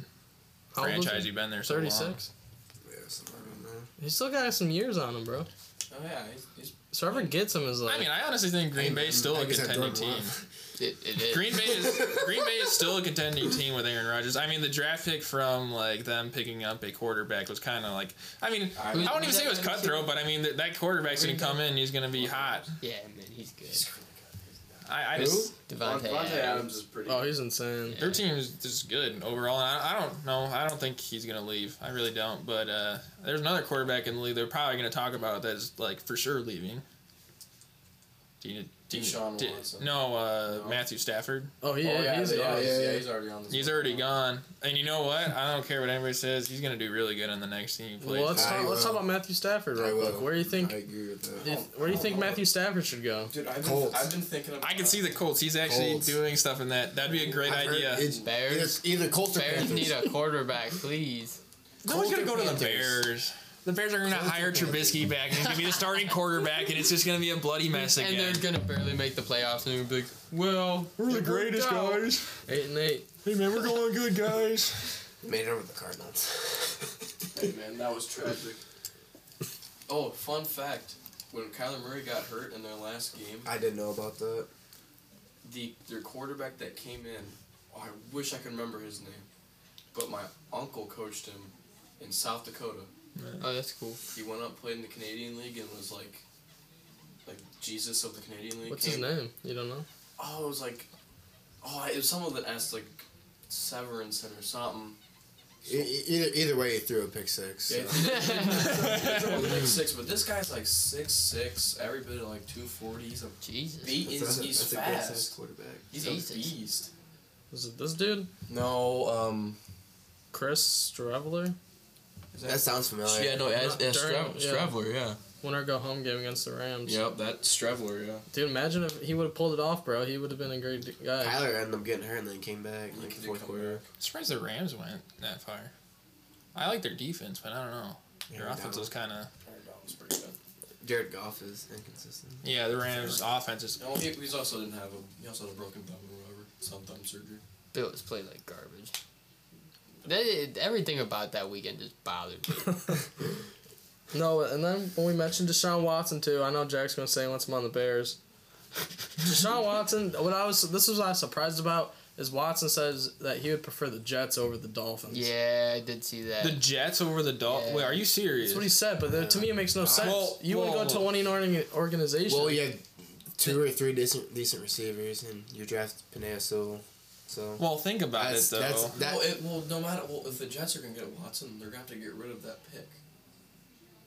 Speaker 3: How old is he?
Speaker 7: franchise. You've been there so long.
Speaker 3: 36.
Speaker 4: Yeah, somewhere around there.
Speaker 3: He's still got some years on him, bro.
Speaker 8: Oh yeah, he's, he's
Speaker 3: Whoever gets him is like.
Speaker 7: I mean, I honestly think Green Bay's still a
Speaker 4: Like I said,
Speaker 7: contending
Speaker 4: Jordan
Speaker 7: team.
Speaker 4: Love.
Speaker 9: It, it is.
Speaker 7: Green Bay is Green Bay is still a contending team with Aaron Rodgers. I mean, the draft pick from like them picking up a quarterback was kind of like, I mean, I,
Speaker 8: Who-
Speaker 7: wouldn't
Speaker 9: who's
Speaker 7: even say it
Speaker 9: that
Speaker 7: was
Speaker 9: number two?
Speaker 7: cutthroat, but I mean that, that quarterback's gonna come in, and he's gonna be hot.
Speaker 9: Yeah, man, he's good.
Speaker 7: I, I just
Speaker 9: Devontae.
Speaker 8: Devontae Adams
Speaker 9: Adams.
Speaker 8: is pretty.
Speaker 3: oh, he's insane.
Speaker 7: their team is just good overall. And I, I don't know. I don't think he's gonna leave. I really don't. But uh, there's another quarterback in the league they're probably gonna talk about that's like for sure leaving. Do you, do you,
Speaker 8: Deshaun
Speaker 7: do-
Speaker 8: Watson.
Speaker 7: no, uh,
Speaker 8: No.
Speaker 7: Matthew Stafford.
Speaker 3: Oh, he,
Speaker 8: Oh, yeah,
Speaker 3: he's
Speaker 8: yeah,
Speaker 3: gone.
Speaker 8: he's- yeah, he's already on this.
Speaker 7: He's
Speaker 8: one.
Speaker 7: already gone. And you know what? I don't care what anybody says. He's going to do really good on the next team he plays.
Speaker 3: Well, let's
Speaker 4: I
Speaker 3: talk, let's talk
Speaker 4: will.
Speaker 3: about Matthew Stafford
Speaker 4: I
Speaker 3: real
Speaker 4: will.
Speaker 3: quick. Where do you think?
Speaker 4: I agree with that.
Speaker 3: do you- where do you think Matthew Stafford should go?
Speaker 8: Dude, I've been,
Speaker 4: Colts.
Speaker 8: I've been thinking. About
Speaker 7: I can see the Colts. He's actually
Speaker 4: Colts.
Speaker 7: doing stuff in that. That'd be a great
Speaker 4: I've heard
Speaker 7: idea.
Speaker 4: it's
Speaker 9: Bears.
Speaker 4: Either, either Colts or
Speaker 9: Bears
Speaker 4: Panthers.
Speaker 9: need a quarterback, please.
Speaker 7: No one's going to go to the
Speaker 4: Panthers.
Speaker 7: Bears. The Bears are going to hire Trubisky back, and he's going to be the starting quarterback, and it's just going to be a bloody mess again.
Speaker 9: And they're gonna barely make the playoffs, and we'll be like, "Well,
Speaker 7: we're the
Speaker 9: it worked
Speaker 7: greatest
Speaker 9: out."
Speaker 7: guys.
Speaker 3: Eight and eight.
Speaker 7: Hey man, we're going good guys.
Speaker 4: Made it over the Cardinals.
Speaker 8: Hey, man, that was tragic. oh, fun fact: when Kyler Murray got hurt in their last game,
Speaker 4: I didn't know about that.
Speaker 8: the their quarterback that came in, oh, I wish I could remember his name, but my uncle coached him in South Dakota.
Speaker 9: Oh, that's cool.
Speaker 8: He went up, played in the Canadian League, and was like like Jesus of the Canadian League.
Speaker 3: What's
Speaker 8: came.
Speaker 3: his name? You don't know?
Speaker 8: Oh, it was like, oh, it was someone that asked like Severance or something.
Speaker 4: E- e- either either way, he threw a pick six.
Speaker 8: Yeah,
Speaker 4: So.
Speaker 8: like six, but this guy's like six six, every bit of like two forty. He's a
Speaker 9: Jesus.
Speaker 8: beat. He's, he's
Speaker 4: a good size
Speaker 8: fast.
Speaker 4: quarterback.
Speaker 8: He's
Speaker 9: Jesus.
Speaker 8: a beast.
Speaker 3: Is it this dude?
Speaker 8: No, um,
Speaker 3: Chris Streveler?
Speaker 4: That sounds familiar.
Speaker 1: Yeah, no, as, as
Speaker 3: Durham,
Speaker 1: Stre-
Speaker 3: yeah.
Speaker 1: Strevler, yeah.
Speaker 3: Won our go home game against the Rams.
Speaker 1: Yep, that's Strevler, yeah.
Speaker 3: Dude, imagine if he would have pulled it off, bro. He would have been a great guy.
Speaker 4: Kyler ended up getting hurt and then came back
Speaker 8: He
Speaker 4: like
Speaker 8: did
Speaker 4: fourth
Speaker 8: come
Speaker 4: quarter.
Speaker 7: I'm surprised the Rams went that far. I like their defense, but I don't know. Their
Speaker 4: Yeah,
Speaker 7: offense
Speaker 4: no.
Speaker 7: was kind of
Speaker 8: Aaron Donald's pretty good.
Speaker 4: Jared Goff is inconsistent.
Speaker 7: yeah. The Rams' offense is
Speaker 8: No, he, he's also didn't have a. He also had a broken thumb or whatever, some thumb surgery.
Speaker 9: Bills played like garbage. That, everything about that weekend just bothered me.
Speaker 3: No, and then when we mentioned Deshaun Watson too, I know Jack's gonna say he wants him on the Bears. Deshaun Watson, what I was this was what I was surprised about is Watson says that he would prefer the Jets over the Dolphins.
Speaker 9: yeah, I did see that.
Speaker 7: the Jets over the Dolphins.
Speaker 9: Yeah.
Speaker 7: Wait, are you serious?
Speaker 3: That's what he said, but that- to me it makes no sense.
Speaker 7: Well,
Speaker 3: you want to
Speaker 7: well-
Speaker 3: go to one in organization.
Speaker 4: Well, you had two or three decent decent receivers, and you draft Panea Sewell. So
Speaker 7: well, think about
Speaker 4: that's
Speaker 7: it though.
Speaker 4: that's that.
Speaker 8: well, it, well, no matter. Well, if the Jets are gonna get Watson, they're gonna have to get rid of that pick.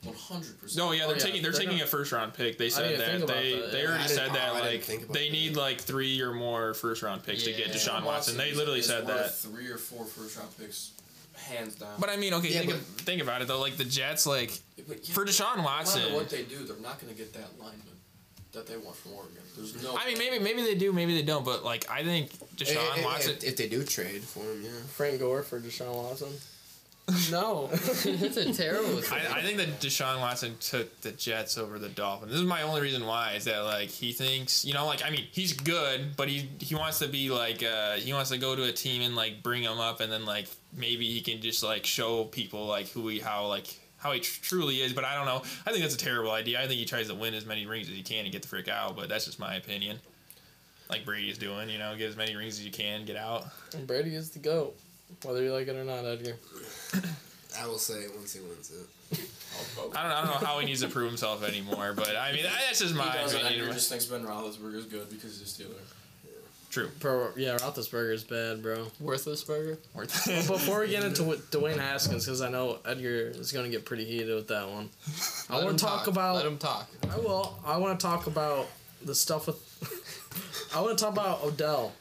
Speaker 8: One hundred percent.
Speaker 7: No, yeah, they're
Speaker 3: yeah,
Speaker 7: taking they're,
Speaker 3: they're
Speaker 7: taking
Speaker 3: not-
Speaker 7: a first round pick. They
Speaker 3: didn't
Speaker 7: said
Speaker 3: think
Speaker 7: that
Speaker 3: about
Speaker 7: they
Speaker 3: that,
Speaker 7: they
Speaker 3: yeah.
Speaker 7: already
Speaker 4: I
Speaker 7: said
Speaker 4: didn't-
Speaker 7: that
Speaker 4: I didn't
Speaker 7: like
Speaker 4: think about
Speaker 7: they
Speaker 4: that.
Speaker 7: need like three or more first round picks to get
Speaker 9: Yeah.
Speaker 7: Deshaun Watson. They literally
Speaker 8: is
Speaker 7: said
Speaker 8: worth
Speaker 7: that.
Speaker 8: Three or four first round picks, hands down.
Speaker 7: But I mean, okay,
Speaker 4: Yeah,
Speaker 7: think,
Speaker 4: but-
Speaker 7: ab- think about it though. Like the Jets, like
Speaker 8: But yeah,
Speaker 7: for Deshaun
Speaker 8: no matter
Speaker 7: Watson,
Speaker 8: what they do, they're not going to get that lineman that they want from Oregon. There's no.
Speaker 7: I mean, maybe maybe they do, maybe they don't. But like, I think
Speaker 4: Hey, hey,
Speaker 7: Deshaun
Speaker 4: hey,
Speaker 7: Watson.
Speaker 4: If, if they do trade for him, yeah.
Speaker 3: Frank Gore for Deshaun Watson.
Speaker 9: no, it's a terrible. thing.
Speaker 7: I, I think that Deshaun Watson took the Jets over the Dolphins. This is my only reason why is that like he thinks you know like I mean he's good, but he he wants to be like uh he wants to go to a team and like bring him up, and then like maybe he can just like show people like who he how like how he tr- truly is. But I don't know. I think that's a terrible idea. I think he tries to win as many rings as he can and get the frick out. But that's just my opinion. Like Brady's doing, you know, get as many rings as you can, get out.
Speaker 3: And Brady is the goat, whether you like it or not, Edgar.
Speaker 4: I will say it once he wins it.
Speaker 7: I don't, I don't know how he needs to prove himself anymore, but I mean that's just
Speaker 8: he
Speaker 7: my
Speaker 8: doesn't.
Speaker 7: opinion.
Speaker 8: Andrew just thinks Ben Roethlisberger is good because he's a Steeler.
Speaker 7: True.
Speaker 3: Bro, yeah, Roethlisberger's bad, bro.
Speaker 9: Worthless burger.
Speaker 3: Before we get into with Dwayne Haskins, because I know Edgar is going to get pretty heated with that one. I
Speaker 9: Let
Speaker 3: want
Speaker 9: him
Speaker 3: to talk, about.
Speaker 9: Let him talk.
Speaker 3: I will. I want to talk about the stuff with. I want to talk about Odell,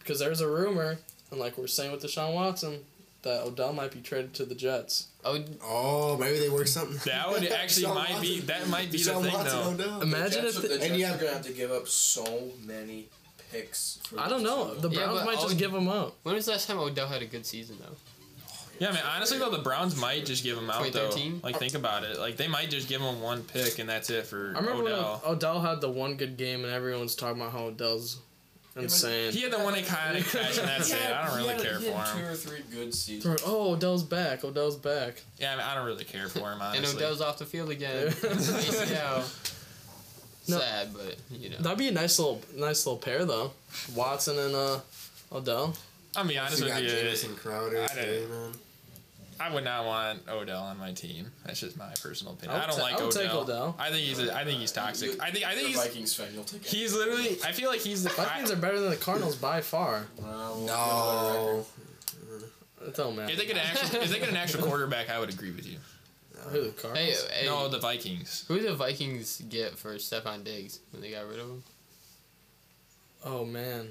Speaker 3: because there's a rumor, and like we're saying with Deshaun Watson, that Odell might be traded to the Jets.
Speaker 9: Oh,
Speaker 4: Oh, maybe they work something.
Speaker 7: That would actually
Speaker 4: Deshaun
Speaker 7: might be
Speaker 4: Watson.
Speaker 7: that might be
Speaker 4: Deshaun
Speaker 7: the thing
Speaker 4: Watson,
Speaker 7: though.
Speaker 4: Odell.
Speaker 3: Imagine
Speaker 8: Jets,
Speaker 3: if.
Speaker 8: the,
Speaker 3: The,
Speaker 8: Jets
Speaker 4: and you
Speaker 8: are
Speaker 4: have-
Speaker 8: going to have to give up so many picks. For
Speaker 3: I don't know. The
Speaker 9: Yeah,
Speaker 3: Browns
Speaker 9: but
Speaker 3: might just
Speaker 9: Od-
Speaker 3: give him up.
Speaker 9: when was the last time Odell had a good season though?
Speaker 7: Yeah, man. Honestly though, the Browns might just give him out though.
Speaker 9: 2013?
Speaker 7: Like think about it. Like they might just give him one pick and that's it for
Speaker 3: I remember
Speaker 7: Odell.
Speaker 3: when Odell had the one good game, and everyone's talking about how Odell's insane.
Speaker 7: He had the one iconic catch and that's it. I don't
Speaker 8: He
Speaker 7: really
Speaker 8: had-
Speaker 7: care
Speaker 8: he had
Speaker 7: for
Speaker 8: Two
Speaker 7: him.
Speaker 8: or three good seasons.
Speaker 3: They're like, oh, Odell's back. Odell's back.
Speaker 7: Yeah, I, mean, I don't really care for him honestly.
Speaker 9: And Odell's off the field again. ACL.
Speaker 3: No.
Speaker 9: Sad, but you know.
Speaker 3: That'd be a nice little, nice little pair though. Watson and uh, Odell.
Speaker 7: I'll be honest
Speaker 4: You
Speaker 7: with
Speaker 4: got
Speaker 7: you.
Speaker 4: Jamison Crowder.
Speaker 7: I
Speaker 4: too,
Speaker 7: did.
Speaker 4: man.
Speaker 7: I would not want Odell on my team. That's just my personal opinion.
Speaker 3: I
Speaker 7: I,
Speaker 3: would
Speaker 7: don't
Speaker 3: ta-
Speaker 7: like
Speaker 3: I would
Speaker 7: Odell.
Speaker 3: take Odell.
Speaker 7: I think he's a, I think he's toxic. I think I think
Speaker 8: You're
Speaker 7: he's
Speaker 8: a Vikings fan. You'll take
Speaker 7: he's literally I feel like he's the
Speaker 3: Vikings are better than the Cardinals by far.
Speaker 4: No.
Speaker 3: It don't matter.
Speaker 7: If they get an actual, if they get an actual quarterback, I would agree with you.
Speaker 3: Who the
Speaker 9: hey,
Speaker 3: Cardinals?
Speaker 5: uh,
Speaker 9: hey,
Speaker 7: No, the Vikings.
Speaker 9: who did the Vikings get for Stephon Diggs when they got rid of him?
Speaker 3: Oh man,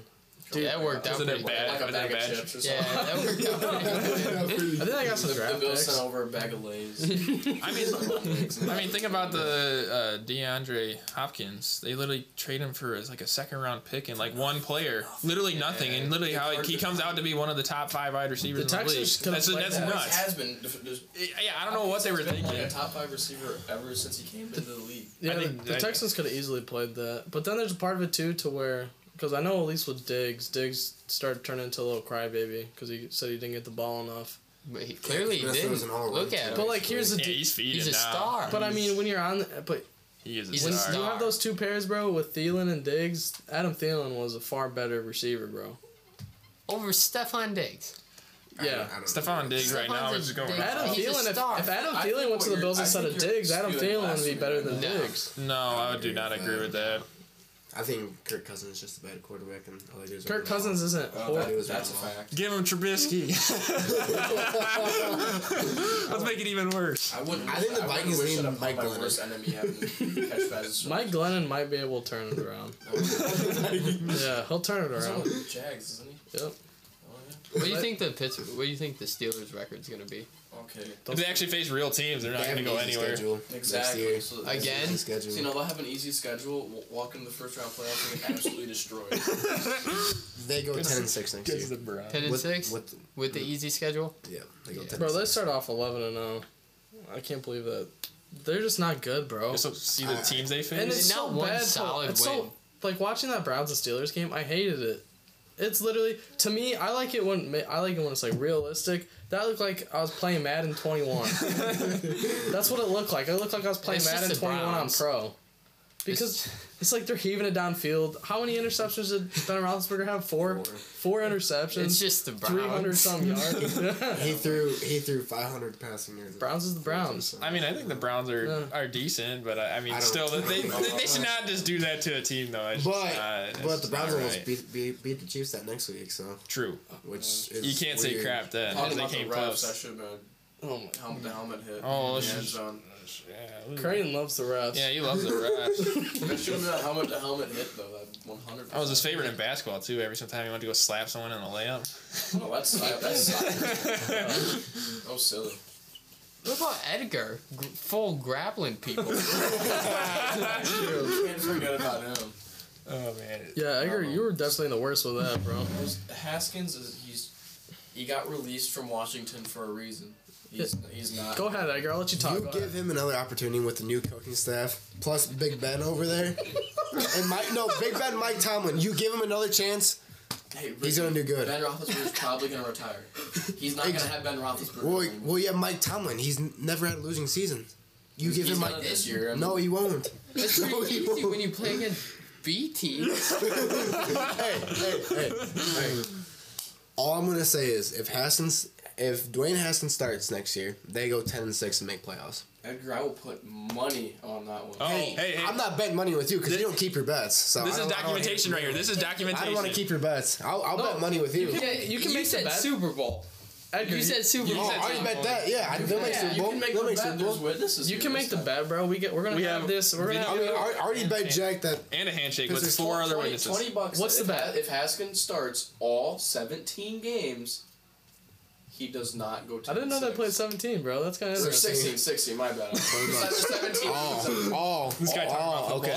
Speaker 9: Dude, that worked out
Speaker 7: Was it a
Speaker 9: pretty
Speaker 7: bad?
Speaker 9: well.
Speaker 8: Like a
Speaker 7: was it
Speaker 8: bag
Speaker 7: a
Speaker 8: of
Speaker 7: bad?
Speaker 8: chips or something.
Speaker 9: Yeah, that worked out.
Speaker 3: I think I got some
Speaker 8: The
Speaker 3: draft
Speaker 8: Bills
Speaker 3: picks.
Speaker 8: sent over a bag of Lay's.
Speaker 7: I mean, I mean, think about the uh, DeAndre Hopkins. They literally trade him for as like a second round pick and like one player, literally nothing, and literally how like, he comes out to be one of the top five wide receivers
Speaker 3: The
Speaker 7: in the league.
Speaker 3: Texans could've
Speaker 7: That's
Speaker 3: played
Speaker 7: that's
Speaker 3: that.
Speaker 7: nuts.
Speaker 8: has been. def- just-
Speaker 7: Yeah, I don't know what they were
Speaker 8: He's been
Speaker 7: thinking.
Speaker 8: like a top five receiver ever since he came into the league.
Speaker 3: Yeah,
Speaker 7: I think
Speaker 3: the, the
Speaker 7: they-
Speaker 3: Texans could have easily played that, but then there's a part of it too to where because I know at least with Diggs, Diggs started turning into a little crybaby because he said he didn't get the ball enough.
Speaker 9: But he clearly
Speaker 4: Yeah, 'cause Minnesota's
Speaker 9: didn't.
Speaker 4: an all-around
Speaker 9: Look
Speaker 4: team.
Speaker 9: at him.
Speaker 3: But like here's the
Speaker 7: Yeah,
Speaker 3: d-
Speaker 7: he's feeding
Speaker 9: he's a
Speaker 7: now.
Speaker 9: star.
Speaker 3: but I mean when you're on but
Speaker 7: He is a
Speaker 9: He's
Speaker 7: star.
Speaker 9: a
Speaker 3: when you
Speaker 9: star.
Speaker 3: have those two pairs, bro, with Thielen and Diggs, Adam Thielen was a far better receiver, bro.
Speaker 9: over Stephon Diggs.
Speaker 3: Yeah.
Speaker 4: I don't
Speaker 7: Stephon Diggs right now
Speaker 5: Stephon's
Speaker 7: is
Speaker 5: a
Speaker 7: going.
Speaker 5: Diggs.
Speaker 3: Adam
Speaker 5: He's a
Speaker 3: Thielen, if,
Speaker 5: star.
Speaker 3: if Adam
Speaker 8: I think
Speaker 3: Thielen went
Speaker 8: what
Speaker 3: to the
Speaker 8: you're-
Speaker 3: Bills
Speaker 8: I
Speaker 3: instead of
Speaker 8: think you're
Speaker 3: Diggs, Adam
Speaker 8: spewing
Speaker 3: Thielen would be
Speaker 8: blasphemy
Speaker 3: better
Speaker 8: right
Speaker 3: than
Speaker 8: now.
Speaker 3: Diggs.
Speaker 7: No, I do not
Speaker 4: with
Speaker 7: agree
Speaker 4: that.
Speaker 7: with that.
Speaker 4: I think Kirk Cousins is just a bad quarterback, and all he does.
Speaker 3: Kirk Cousins isn't.
Speaker 8: Oh,
Speaker 3: hor-
Speaker 4: He was
Speaker 8: That's a
Speaker 4: wrong.
Speaker 8: fact.
Speaker 7: Give him Trubisky. Let's make it even worse.
Speaker 8: I wouldn't.
Speaker 4: I think the
Speaker 8: wouldn't
Speaker 4: Vikings
Speaker 8: wish
Speaker 4: need
Speaker 8: that upon
Speaker 4: Mike
Speaker 8: my
Speaker 4: Glennon.
Speaker 8: worst enemy having to catch passes.
Speaker 3: Mike Glennon might be able to turn it around. yeah, he'll turn it
Speaker 8: He's on
Speaker 3: around.
Speaker 8: the Jags, isn't he?
Speaker 3: Yep.
Speaker 8: Oh, yeah.
Speaker 9: What do you think the Pittsburgh? What do you think the Steelers' record's gonna be?
Speaker 8: Okay.
Speaker 7: If they actually face real teams, they're not
Speaker 4: They have
Speaker 7: going to
Speaker 4: an
Speaker 7: go
Speaker 4: easy
Speaker 7: anywhere.
Speaker 4: schedule Next
Speaker 8: Exactly.
Speaker 4: year.
Speaker 8: So
Speaker 9: Again?
Speaker 4: Easy
Speaker 8: So,
Speaker 4: schedule.
Speaker 8: you know they'll have an easy schedule. w- Walk into the first round playoffs and get absolutely destroyed.
Speaker 4: they go ten and six next year.
Speaker 9: Ten and
Speaker 4: With-
Speaker 9: six
Speaker 4: with-
Speaker 9: with the easy schedule.
Speaker 4: yeah, they go ten.
Speaker 3: Bro,
Speaker 4: and
Speaker 3: they
Speaker 4: six.
Speaker 3: start off 11 and 0. I can't believe that. They're just not good, bro.
Speaker 7: So see the teams they face.
Speaker 3: And it's
Speaker 9: Not
Speaker 3: so
Speaker 9: one
Speaker 3: bad.
Speaker 9: solid
Speaker 3: to, it's
Speaker 9: win.
Speaker 3: so like watching that Browns and Steelers game. I hated it. It's literally to me. I like it when ma- I like it when it's like realistic. That looked like I was playing Madden 21. That's what it looked like. It looked like I was playing
Speaker 9: It's just
Speaker 3: Madden
Speaker 9: the
Speaker 3: 21 on
Speaker 9: Browns.
Speaker 3: Pro. Because it's, like they're heaving it downfield. How many interceptions did Ben Roethlisberger have? Four. Four interceptions.
Speaker 9: It's just the
Speaker 3: three hundred
Speaker 9: Browns.
Speaker 3: some yards. Yeah.
Speaker 4: He threw he threw five hundred passing yards.
Speaker 3: Browns is the Browns.
Speaker 7: I mean, I think the Browns are
Speaker 3: Yeah.
Speaker 7: are decent, but I, I mean,
Speaker 4: I don't-
Speaker 7: still, they, they, they should not just do that to a team though. It's
Speaker 4: But
Speaker 7: just not- it's
Speaker 4: but the Browns
Speaker 7: not
Speaker 4: almost
Speaker 7: right.
Speaker 4: beat, beat beat the Chiefs that next week, so
Speaker 7: True.
Speaker 4: which is
Speaker 7: You can't say
Speaker 4: weird.
Speaker 7: crap then.
Speaker 8: Talking
Speaker 7: They
Speaker 8: about the
Speaker 7: came
Speaker 8: refs, that
Speaker 7: close.
Speaker 8: should have been
Speaker 3: Oh my.
Speaker 8: a helmet, the helmet hit.
Speaker 7: Oh,
Speaker 8: in the
Speaker 7: it's
Speaker 8: end
Speaker 7: just-
Speaker 8: zone.
Speaker 7: Yeah, ooh.
Speaker 3: Crane loves the refs.
Speaker 7: yeah, you love the refs.
Speaker 8: That should have been a helmet to helmet hit though. That one hundred.
Speaker 7: That was his favorite in basketball too. Every single time he went to go slap someone in a layup.
Speaker 8: No, Oh, that's that's side. Oh, silly.
Speaker 9: What about Edgar? G- full grappling people.
Speaker 8: Can't forget about him.
Speaker 7: Oh man.
Speaker 3: Yeah, Edgar, you were definitely the worst with that, bro.
Speaker 8: Haskins is he's he got released from Washington for a reason. He's he's not.
Speaker 3: Go ahead, Edgar. I'll let you talk.
Speaker 4: You
Speaker 3: Go ahead.
Speaker 4: give him another opportunity with the new coaching staff, plus Big Ben over there, and Mike. No, Big Ben, Mike Tomlin. You give him another chance,
Speaker 8: Hey,
Speaker 4: he's gonna do good.
Speaker 8: Ben Roethlisberger's probably gonna retire. He's not gonna have Ben Roethlisberger.
Speaker 4: Well,
Speaker 8: anymore.
Speaker 4: well, yeah, Mike Tomlin. He's n- never had a losing season. You give
Speaker 8: He's
Speaker 4: him
Speaker 8: not
Speaker 4: Mike
Speaker 8: this year. I
Speaker 4: No, he won't.
Speaker 9: It's pretty
Speaker 4: No, he
Speaker 9: easy
Speaker 4: won't.
Speaker 9: when you play against B teams.
Speaker 4: hey, hey, hey, hey. All I'm gonna say is if Haskins, if Dwayne Haskins starts next year, they go ten and six and make playoffs.
Speaker 8: Edgar, I will put money on that one.
Speaker 7: Oh, hey, hey.
Speaker 4: I'm not betting money with you because you don't keep your bets. So
Speaker 7: this
Speaker 4: I
Speaker 7: is
Speaker 4: don't- I don't-
Speaker 7: documentation right here. This is documentation.
Speaker 4: I don't want to keep your bets. I'll, I'll bet money with you.
Speaker 3: you can make the
Speaker 9: said
Speaker 3: bet.
Speaker 9: Super Bowl.
Speaker 3: Edgar,
Speaker 9: You said Super Bowl.
Speaker 4: oh, I already bet that. Yeah, I, they'll make
Speaker 9: Yeah,
Speaker 4: Super
Speaker 8: you
Speaker 4: Bowl.
Speaker 8: can make
Speaker 4: They'll
Speaker 8: the
Speaker 4: make
Speaker 8: bet.
Speaker 4: Super Bowl.
Speaker 8: There's witnesses.
Speaker 3: You
Speaker 8: here
Speaker 3: can
Speaker 8: this
Speaker 3: make the
Speaker 8: time.
Speaker 3: bet, bro. We get. We're gonna
Speaker 7: We
Speaker 3: have,
Speaker 7: have
Speaker 3: this. We're gonna.
Speaker 4: I
Speaker 3: Have,
Speaker 4: mean, I I already bet Jack that
Speaker 7: and a handshake
Speaker 4: Because there's
Speaker 7: with four other
Speaker 8: 20
Speaker 7: witnesses.
Speaker 8: 20 bucks.
Speaker 3: What's the
Speaker 8: if
Speaker 3: bet?
Speaker 8: Ha- If Haskins starts all 17 games, he does not go. 10
Speaker 3: I didn't know they played seventeen, bro. That's kind of
Speaker 8: Or
Speaker 3: interesting.
Speaker 8: 16, 16, my bad.
Speaker 4: bucks.
Speaker 8: 17.
Speaker 4: Oh, oh, this
Speaker 7: guy talking
Speaker 4: oh,
Speaker 7: about
Speaker 4: okay.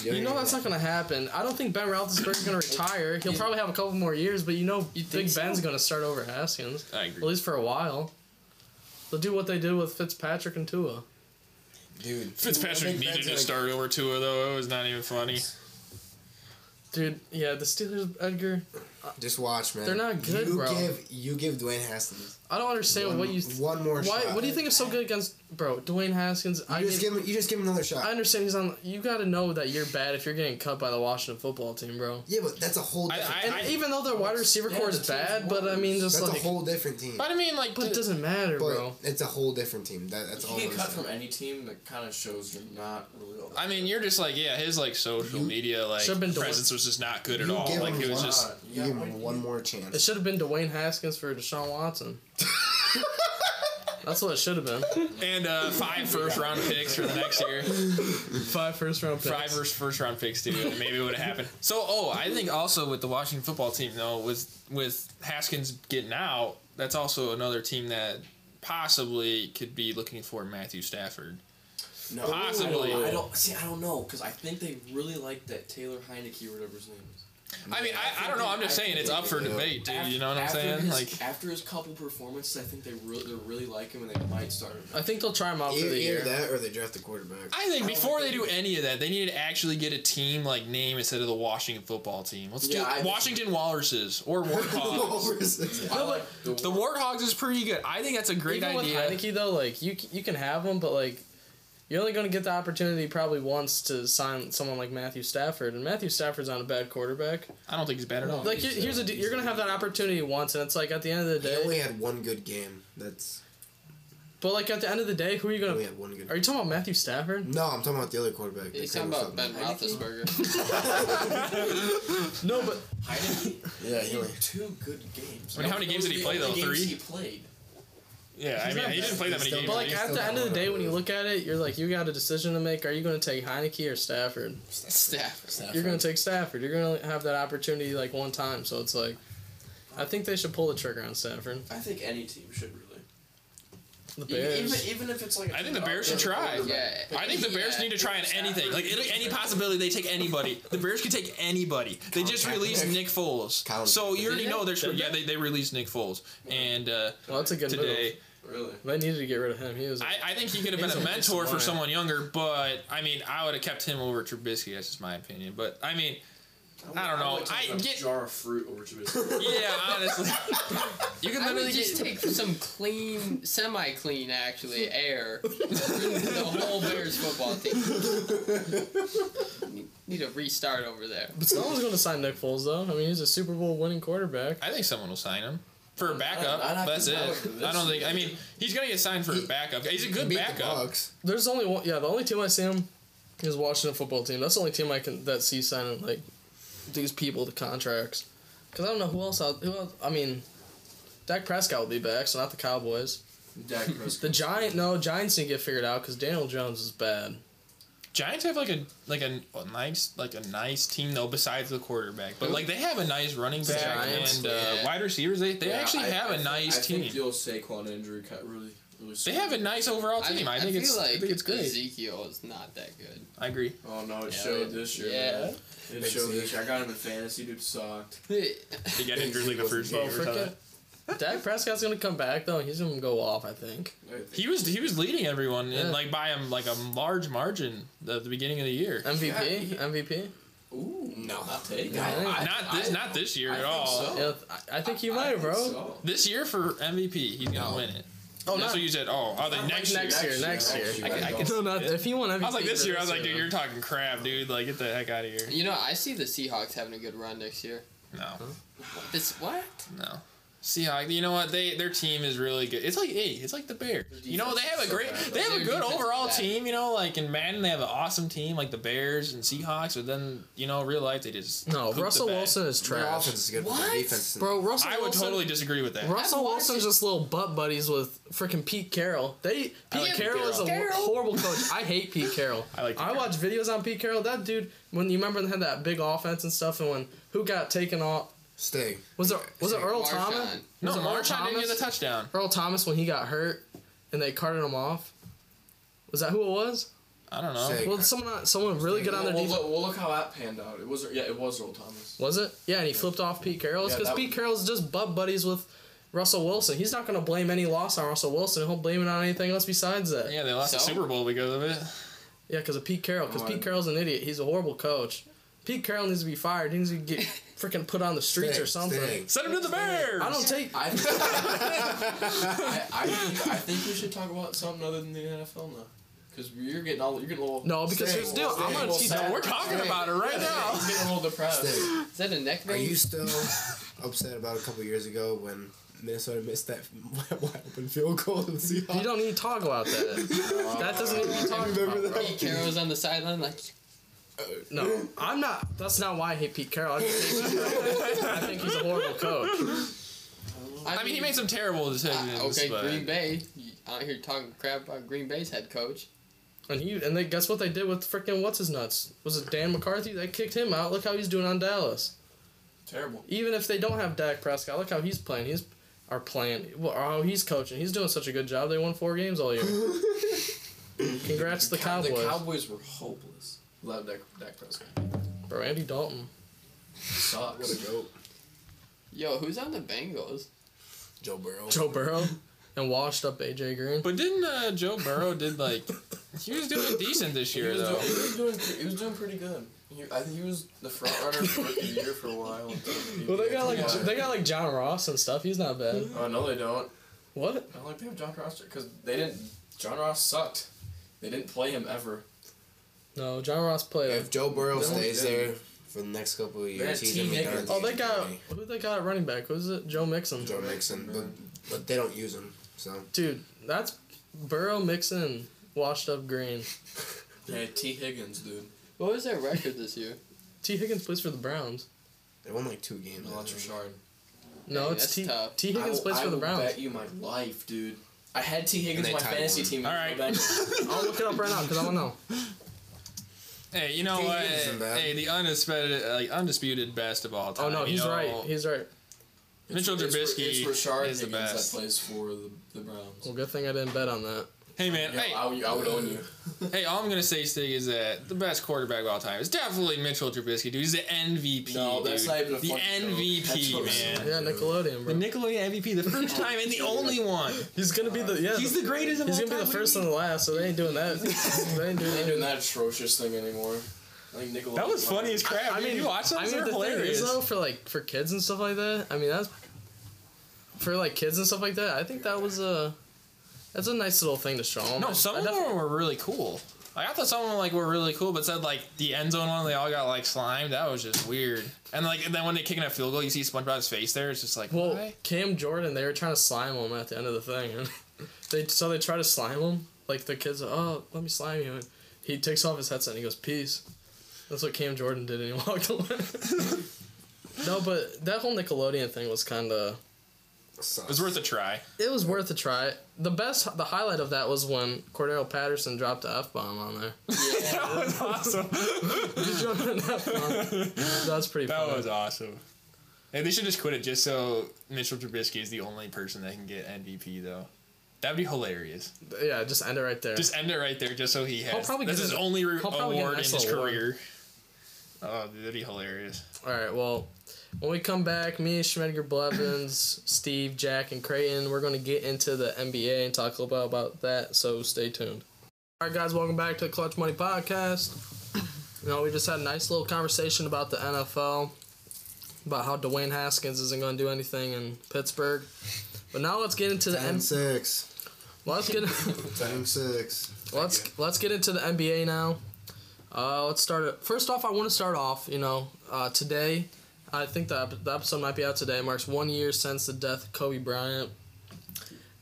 Speaker 3: You know that's not gonna happen. I don't think Ben Roethlisberger's gonna retire. He'll probably have a couple more years, but you know Big
Speaker 9: so?
Speaker 3: Ben's gonna start over Haskins
Speaker 7: I
Speaker 3: at
Speaker 7: agree.
Speaker 3: least for a while. They'll do what they did with Fitzpatrick and Tua.
Speaker 4: dude.
Speaker 7: Fitzpatrick
Speaker 4: Big Ben's
Speaker 7: needed to
Speaker 4: like-
Speaker 7: start over Tua though. It was not even funny.
Speaker 3: Dude, yeah, the Steelers, Edgar.
Speaker 4: Just watch, man.
Speaker 3: They're not good,
Speaker 4: you
Speaker 3: bro.
Speaker 4: Give, you give Dwayne Haskins
Speaker 3: I don't understand
Speaker 4: one,
Speaker 3: what you.
Speaker 4: one more
Speaker 3: why?
Speaker 4: shot.
Speaker 3: What do you think is so good against bro Dwayne Haskins? I
Speaker 4: You just
Speaker 3: give-
Speaker 4: give him. You just give him another shot.
Speaker 3: I understand he's on. You got to know that you're bad if you're getting cut by the Washington football team, bro.
Speaker 4: yeah, but that's a whole.
Speaker 7: I,
Speaker 4: Different,
Speaker 7: I,
Speaker 3: And
Speaker 7: I,
Speaker 3: even though their wide receiver
Speaker 8: yeah,
Speaker 3: core
Speaker 8: the
Speaker 3: is
Speaker 8: team's
Speaker 3: bad, but I mean, just
Speaker 4: that's
Speaker 3: like,
Speaker 4: a whole different team.
Speaker 7: but I mean, like,
Speaker 3: but it doesn't matter,
Speaker 4: But
Speaker 3: bro.
Speaker 4: it's a whole different team. That, that's all.
Speaker 8: You get
Speaker 4: I'm
Speaker 8: cut
Speaker 4: saying.
Speaker 8: from any team that kind of shows you're not really. all that
Speaker 7: I mean, you're just like, yeah, his like social media like
Speaker 3: Should've been
Speaker 7: presence was just not good at
Speaker 4: You
Speaker 3: Oh,
Speaker 7: all.
Speaker 4: give
Speaker 7: Like
Speaker 4: him
Speaker 7: it was
Speaker 4: one.
Speaker 7: just.
Speaker 8: good.
Speaker 4: You
Speaker 8: You
Speaker 4: give
Speaker 8: got
Speaker 4: him
Speaker 8: one-
Speaker 4: one more
Speaker 3: It
Speaker 4: chance.
Speaker 3: should have been Dwayne Haskins for Deshaun Watson. That's what it should have been.
Speaker 7: And uh, five first round picks for the next year.
Speaker 3: Five first round picks.
Speaker 7: Five first first round picks too. Maybe it would have happened. So, oh, I think also with the Washington football team though, with with Haskins getting out, that's also another team that possibly could be looking for Matthew Stafford.
Speaker 8: no,
Speaker 7: Possibly.
Speaker 8: I don't, I don't see. I don't know because I think they really like that Taylor Heineke or whatever his name is.
Speaker 7: I mean, I, I don't know. I'm just saying it's up for debate, dude. You know what I'm
Speaker 8: After
Speaker 7: saying?
Speaker 8: his-
Speaker 7: Like,
Speaker 8: after his couple performances, I think they really they really like him and they might start him.
Speaker 3: I think they'll try him out for
Speaker 4: Either,
Speaker 3: the
Speaker 4: either
Speaker 3: year.
Speaker 4: that or they draft a quarterback.
Speaker 7: I think before they do any of that, they need to actually get a team like name instead of the Washington football team. Let's
Speaker 8: Yeah, I-
Speaker 7: do Washington Walruses or Warthogs.
Speaker 8: I like the,
Speaker 7: the Warthogs is pretty good. I think that's a great
Speaker 3: Even with
Speaker 7: idea.
Speaker 3: Heineke though, like you c- you can have him, but like You're only going to get the opportunity probably once to sign someone like Matthew Stafford, and Matthew Stafford's not a bad quarterback.
Speaker 7: I don't think he's bad at all.
Speaker 3: Like here- here's a, d- you're going to have that opportunity once, and it's like at the end of the
Speaker 4: He only
Speaker 3: day.
Speaker 4: had one good game. That's
Speaker 3: But like at the end of the day, who are you
Speaker 4: he
Speaker 3: going
Speaker 4: only
Speaker 3: to?
Speaker 4: had one good.
Speaker 3: Are you talking about Matthew Stafford?
Speaker 4: no, I'm talking about the other quarterback.
Speaker 9: He's talking
Speaker 4: that Kramer
Speaker 9: about Ben
Speaker 4: something.
Speaker 9: Roethlisberger.
Speaker 3: No, but
Speaker 4: Yeah, he
Speaker 8: He
Speaker 4: only.
Speaker 8: had two good games.
Speaker 7: I mean, how many games did he play, though?
Speaker 8: How many games
Speaker 7: Three?
Speaker 8: He played.
Speaker 7: yeah, I
Speaker 3: He's
Speaker 7: mean,
Speaker 3: not
Speaker 7: he didn't
Speaker 3: bad.
Speaker 7: play that many
Speaker 4: He's
Speaker 7: games.
Speaker 3: But
Speaker 4: still-
Speaker 7: at
Speaker 3: like
Speaker 7: least.
Speaker 3: at the end of the day, when you look at it, you're like, you got a decision to make. Are you going to take Heineke or Stafford?
Speaker 9: Stafford.
Speaker 3: You're going to take Stafford. You're going to have that opportunity like one time. So it's like, I think they should pull the trigger on Stafford.
Speaker 8: I think any team should really.
Speaker 3: The
Speaker 8: E-, Even, even,
Speaker 3: Bears.
Speaker 8: even if it's like. a
Speaker 7: I think the
Speaker 8: top
Speaker 7: Bears should
Speaker 8: tier
Speaker 7: try.
Speaker 8: quarterback.
Speaker 9: Yeah.
Speaker 7: I think the Bears
Speaker 9: Yeah.
Speaker 7: need to try on anything. Like any- any possibility, they take anybody. The Bears could take anybody. They just released Nick Foles,
Speaker 4: Colin
Speaker 7: so
Speaker 4: Kaepernick.
Speaker 7: you already
Speaker 9: Did they?
Speaker 7: know they're screwed. Yeah, they, they released Nick Foles, and uh,
Speaker 3: Well, that's a good
Speaker 7: today
Speaker 8: Really.
Speaker 3: move. They needed to get rid of him. He was.
Speaker 7: I, I think he could have
Speaker 3: He's
Speaker 7: been a
Speaker 3: a
Speaker 7: mentor for
Speaker 3: decent
Speaker 7: someone younger. But I mean, I would have kept him over Trubisky. That's just my opinion. But I mean, I don't know.
Speaker 8: would take
Speaker 7: I
Speaker 8: a
Speaker 7: get-
Speaker 8: jar of fruit over to his.
Speaker 7: yeah, honestly, you can
Speaker 9: I
Speaker 7: literally
Speaker 9: would just
Speaker 7: get.
Speaker 9: take some clean, semi-clean actually air. the whole Bears football team. Need a restart over there.
Speaker 3: but someone's going to sign Nick Foles though. I mean, he's a Super Bowl winning quarterback.
Speaker 7: I think someone will sign him. For a backup,
Speaker 8: I'd have to
Speaker 7: that's it.
Speaker 8: go with this
Speaker 7: I don't think. I mean, he's gonna get signed for a backup. He's a good
Speaker 4: Beat the
Speaker 7: backup.
Speaker 4: Bucks.
Speaker 3: There's only one. Yeah, the only team I see him is Washington football team. That's the only team I can that see signing like these people to contracts. Because I don't know who else. Out, who else? I mean, Dak Prescott will be back, so not the Cowboys.
Speaker 8: Dak Prescott.
Speaker 3: The Giant. No, Giants didn't get figured out because Daniel Jones is bad.
Speaker 7: Giants have like a like a, a nice like a nice team though besides the quarterback, but like they have a nice running back
Speaker 3: Giants?
Speaker 7: and uh,
Speaker 9: Yeah.
Speaker 7: wide receivers. They, they
Speaker 8: Yeah,
Speaker 7: actually
Speaker 8: I-
Speaker 7: have
Speaker 8: I
Speaker 7: a
Speaker 8: think-
Speaker 7: nice
Speaker 8: I
Speaker 7: team.
Speaker 8: think the old Saquon injury cut really, really.
Speaker 7: they have a nice overall team. I, think
Speaker 9: feel
Speaker 7: it's
Speaker 9: like
Speaker 7: I think it's great.
Speaker 9: Ezekiel is not that good.
Speaker 7: I agree.
Speaker 8: Oh no! It
Speaker 9: Yeah.
Speaker 8: showed this year.
Speaker 9: Yeah.
Speaker 8: man. It showed this year. I got him in fantasy. Dude sucked.
Speaker 7: He got injured like the first
Speaker 3: Well,
Speaker 7: game or something.
Speaker 3: forget. Dak Prescott's gonna come back though. and He's gonna go off. I think.
Speaker 7: He was he was leading everyone
Speaker 3: Yeah.
Speaker 7: and like by a, like a large margin at the beginning of the year.
Speaker 3: MVP. MVP.
Speaker 8: Ooh. No. I'll take
Speaker 3: I
Speaker 8: it.
Speaker 3: think-
Speaker 7: not this not this year
Speaker 8: I
Speaker 7: at
Speaker 8: think
Speaker 7: all.
Speaker 8: so.
Speaker 3: yeah, I, I think he might, bro.
Speaker 7: This year for MVP, he's gonna win it. Oh, that's
Speaker 3: not-
Speaker 7: what you said. Oh, oh, the next year.
Speaker 3: next year. Next year.
Speaker 8: Next year.
Speaker 7: I can-
Speaker 3: No, not if he won MVP.
Speaker 7: I was like this
Speaker 3: for
Speaker 7: year. I was like,
Speaker 3: year,
Speaker 7: dude, you're talking crap, dude. Like, get the heck out of here.
Speaker 9: You know, I see the Seahawks having a good run next year.
Speaker 7: No.
Speaker 9: This what?
Speaker 7: No. Seahawks, you know what? They their team is really good. It's like hey, it's like the Bears. You know they have a great, they have a
Speaker 9: Their
Speaker 7: good
Speaker 9: defense is
Speaker 7: overall
Speaker 9: bad.
Speaker 7: team. You know, like in Madden they have an awesome team, like the Bears and Seahawks. But then you know, real life they just
Speaker 3: No,
Speaker 7: poop the
Speaker 3: Russell
Speaker 7: bed.
Speaker 3: Wilson is
Speaker 4: Their
Speaker 3: trash.
Speaker 4: offense is good. but
Speaker 9: What?
Speaker 4: Their defense. is-
Speaker 3: Bro, Russell
Speaker 7: I would
Speaker 3: Wilson,
Speaker 7: totally disagree with that.
Speaker 3: Russell
Speaker 9: I've watched
Speaker 3: Wilson's
Speaker 9: it.
Speaker 3: just little butt buddies with freaking Pete Carroll. They Pete
Speaker 7: like Pete
Speaker 3: Carroll, is a
Speaker 9: Carroll.
Speaker 3: horrible coach. I hate Pete Carroll.
Speaker 7: I like Pete
Speaker 3: I
Speaker 7: Carroll.
Speaker 3: watch videos on Pete Carroll. That dude, when you remember they had that big offense and stuff, and when who got taken off
Speaker 4: Stay.
Speaker 3: was it was it Earl
Speaker 9: Marshawn.
Speaker 3: Thomas?
Speaker 7: No,
Speaker 3: Was it Earl
Speaker 7: Marshawn didn't
Speaker 3: Thomas?
Speaker 7: get the touchdown.
Speaker 3: Earl Thomas when he got hurt, and they carted him off. Was that who it was?
Speaker 7: I don't know.
Speaker 4: Sick.
Speaker 3: Well, someone someone really good on their
Speaker 8: well,
Speaker 3: defense.
Speaker 8: Look, well, look how that panned out. It was yeah, it was Earl Thomas.
Speaker 3: Was it? Yeah, and he flipped off Pete Carroll. It's
Speaker 8: Yeah,
Speaker 3: because
Speaker 8: that-
Speaker 3: Pete Carroll's just butt buddies with Russell Wilson. He's not going to blame any loss on Russell Wilson. He'll blame it on anything else besides that.
Speaker 7: Yeah, they lost the
Speaker 9: So?
Speaker 7: Super Bowl because of it.
Speaker 3: Yeah, because of Pete Carroll. Because
Speaker 8: Oh, I-
Speaker 3: Pete Carroll's an idiot. He's a horrible coach. Pete Carroll needs to be fired. He needs to get freaking put on the streets
Speaker 4: Stay.
Speaker 3: or something.
Speaker 4: Stay.
Speaker 7: Send him to the Bears.
Speaker 3: I don't take.
Speaker 8: I think, I, I, think, I think we should talk about something other than the NFL now, because you're getting all you're getting a little.
Speaker 3: No, because
Speaker 4: Stay.
Speaker 3: here's the deal. I'm
Speaker 4: Stay.
Speaker 3: going to teach.
Speaker 7: No, we're talking
Speaker 4: Hey.
Speaker 7: about it right now.
Speaker 8: I'm getting a little depressed.
Speaker 4: Stay.
Speaker 9: Is that a neck
Speaker 4: Are
Speaker 9: vein?
Speaker 4: you still upset about a couple years ago when Minnesota missed that wide open field goal to the Seahawks?
Speaker 3: You don't need to talk about that. that doesn't even need to talk about.
Speaker 4: remember
Speaker 9: Pete
Speaker 4: that?
Speaker 9: Carroll's on the sideline like
Speaker 3: No, I'm not. That's not why I hate Pete Carroll. I just hate Pete Carroll. I think he's a horrible coach.
Speaker 7: I mean, he made some terrible decisions.
Speaker 8: Ah,
Speaker 9: uh, okay,
Speaker 7: but
Speaker 9: Green Bay. You out here talking crap about Green Bay's head coach.
Speaker 3: And he and they guess what they did with freaking what's his nuts? Was it Dan McCarthy? They kicked him out. Look how he's doing on Dallas.
Speaker 8: Terrible.
Speaker 3: Even if they don't have Dak Prescott, look how he's playing. He's are playing. Well, how he's coaching. He's doing such a good job. They won four games all year. Congrats to the
Speaker 8: Cow-
Speaker 3: Cowboys,
Speaker 8: The Cowboys were hopeless. Love Dak, Dak Prescott.
Speaker 3: bro. Andy Dalton.
Speaker 4: What a
Speaker 8: Sucks.
Speaker 4: goat.
Speaker 9: Yo, who's on the Bengals?
Speaker 4: Joe Burrow.
Speaker 3: Joe Burrow, and washed up AJ Green.
Speaker 7: But didn't uh, Joe Burrow did like he was doing decent this
Speaker 8: He
Speaker 7: year
Speaker 8: was,
Speaker 7: though.
Speaker 8: doing, he, was doing, pre- he was doing pretty good. He, I think he was the front runner for rookie of the year for a while.
Speaker 3: Well, they got like
Speaker 8: Yeah.
Speaker 3: they got like John Ross and stuff. He's not bad.
Speaker 8: Oh no, they don't.
Speaker 3: What?
Speaker 8: I don't like they have John Ross because they didn't. John Ross sucked. They didn't play him ever.
Speaker 3: No, John Ross played.
Speaker 4: If Joe Burrow
Speaker 8: No,
Speaker 4: stays
Speaker 8: they
Speaker 4: there for the next couple of years,
Speaker 8: had
Speaker 4: he's gonna be
Speaker 8: team
Speaker 4: done.
Speaker 8: makers.
Speaker 4: at
Speaker 3: Oh,
Speaker 4: the
Speaker 3: they
Speaker 4: age of
Speaker 3: got
Speaker 4: 30.
Speaker 3: who they got at running back? Who's it? Joe Mixon.
Speaker 4: Joe Mixon, but, but they don't use him. So
Speaker 3: Dude, that's Burrow Mixon washed up green.
Speaker 8: They had T. Higgins, dude.
Speaker 9: What was their record this year?
Speaker 3: T Higgins plays for the Browns.
Speaker 4: they won like two games. I
Speaker 8: Not
Speaker 4: think.
Speaker 8: Richard.
Speaker 3: No,
Speaker 9: Hey,
Speaker 3: it's
Speaker 9: that's
Speaker 3: T.
Speaker 9: tough.
Speaker 3: T Higgins plays for the Browns.
Speaker 8: bet you my life, dude. I had T. Higgins
Speaker 4: they
Speaker 8: on my
Speaker 4: tied
Speaker 8: fantasy
Speaker 4: one.
Speaker 8: team.
Speaker 7: All right.
Speaker 3: I'll look it up right now because I want to know.
Speaker 7: Hey, you know
Speaker 4: He
Speaker 7: what?
Speaker 4: isn't bad.
Speaker 7: Hey, the undisputed, like, undisputed best of all time.
Speaker 3: Oh no,
Speaker 7: you
Speaker 3: he's
Speaker 7: know?
Speaker 3: right. He's right.
Speaker 7: Mitchell
Speaker 8: It's, it's,
Speaker 7: Trubisky
Speaker 8: Rashard
Speaker 7: is the
Speaker 8: Higgins
Speaker 7: best.
Speaker 8: that plays for the, the Browns.
Speaker 3: Well, good thing I didn't bet on that.
Speaker 7: Hey man,
Speaker 8: Yo,
Speaker 7: hey,
Speaker 8: I, would- I would own you.
Speaker 7: hey, all I'm gonna say, Stig, is that the best quarterback of all time is definitely Mitchell Trubisky, dude. He's the MVP.
Speaker 8: No, that's
Speaker 7: dude.
Speaker 8: not even a
Speaker 7: the
Speaker 8: fucking joke. That's
Speaker 7: MVP,
Speaker 8: what-
Speaker 7: man.
Speaker 3: Yeah, Nickelodeon,
Speaker 7: The
Speaker 3: bro.
Speaker 7: Nickelodeon MVP, the first time and the only one.
Speaker 3: He's gonna be the yeah.
Speaker 7: He's the greatest of
Speaker 3: He's
Speaker 7: all
Speaker 3: gonna be
Speaker 7: time.
Speaker 3: the first and the last, so they ain't doing that. they ain't doing
Speaker 8: They ain't doing
Speaker 3: that.
Speaker 8: that atrocious thing anymore. I think Nickelodeon.
Speaker 7: That was funny as crap.
Speaker 3: I mean,
Speaker 7: you watch
Speaker 3: I mean,
Speaker 7: they're
Speaker 3: the thing
Speaker 7: hilarious.
Speaker 3: is though, for like for kids and stuff like that. I mean, that's for like kids and stuff like that. I think that was a that's a nice little thing to show 'em.
Speaker 7: no, some
Speaker 3: I
Speaker 7: of
Speaker 3: def-
Speaker 7: them were really cool. Like, I thought some of them like were really cool, but said like the end zone one, they all got like slimed. That was just weird. And like, and then when they kicking a field goal, you see SpongeBob's face there. It's just like,
Speaker 3: Well,
Speaker 7: why?
Speaker 3: Cam Jordan, they were trying to slime him at the end of the thing. And they so they try to slime him. Like the kids, oh, let me slime you. And he takes off his headset and he goes, peace. That's what Cam Jordan did, and he walked away. no, but that whole Nickelodeon thing was kind of.
Speaker 4: Sucks.
Speaker 7: It was worth a try.
Speaker 3: It was worth a try. The best, the highlight of that was when Cordero Patterson dropped the f bomb on there.
Speaker 7: that was awesome.
Speaker 3: He dropped an F-bomb. That was pretty.
Speaker 7: That
Speaker 3: funny.
Speaker 7: was awesome. And they should just quit it just so Mitchell Trubisky is the only person that can get MVP though. That'd be hilarious.
Speaker 3: Yeah, just end it right there.
Speaker 7: Just end it right there, just so he has.
Speaker 3: He'll probably
Speaker 7: that's
Speaker 3: get
Speaker 7: his
Speaker 3: an-
Speaker 7: only re-
Speaker 3: he'll probably get an
Speaker 7: award in his
Speaker 3: excellent award.
Speaker 7: career. Oh, dude, that'd be hilarious.
Speaker 3: All right. Well, when we come back, me, Schmedger, Blevins, Steve, Jack, and Creighton, we're going to get into the NBA and talk a little bit about that. So stay tuned. All right, guys. Welcome back to the Clutch Money Podcast. You know, we just had a nice little conversation about the NFL, about how Dwayne Haskins isn't going to do anything in Pittsburgh. But now let's get into the
Speaker 4: Ten
Speaker 3: M-
Speaker 4: six.
Speaker 3: let's get
Speaker 4: Ten six.
Speaker 3: let's let's get into the NBA now. Uh, let's start it. First off, I want to start off. You know, uh, today, I think the, ep- the episode might be out today. Marks one year since the death of Kobe Bryant.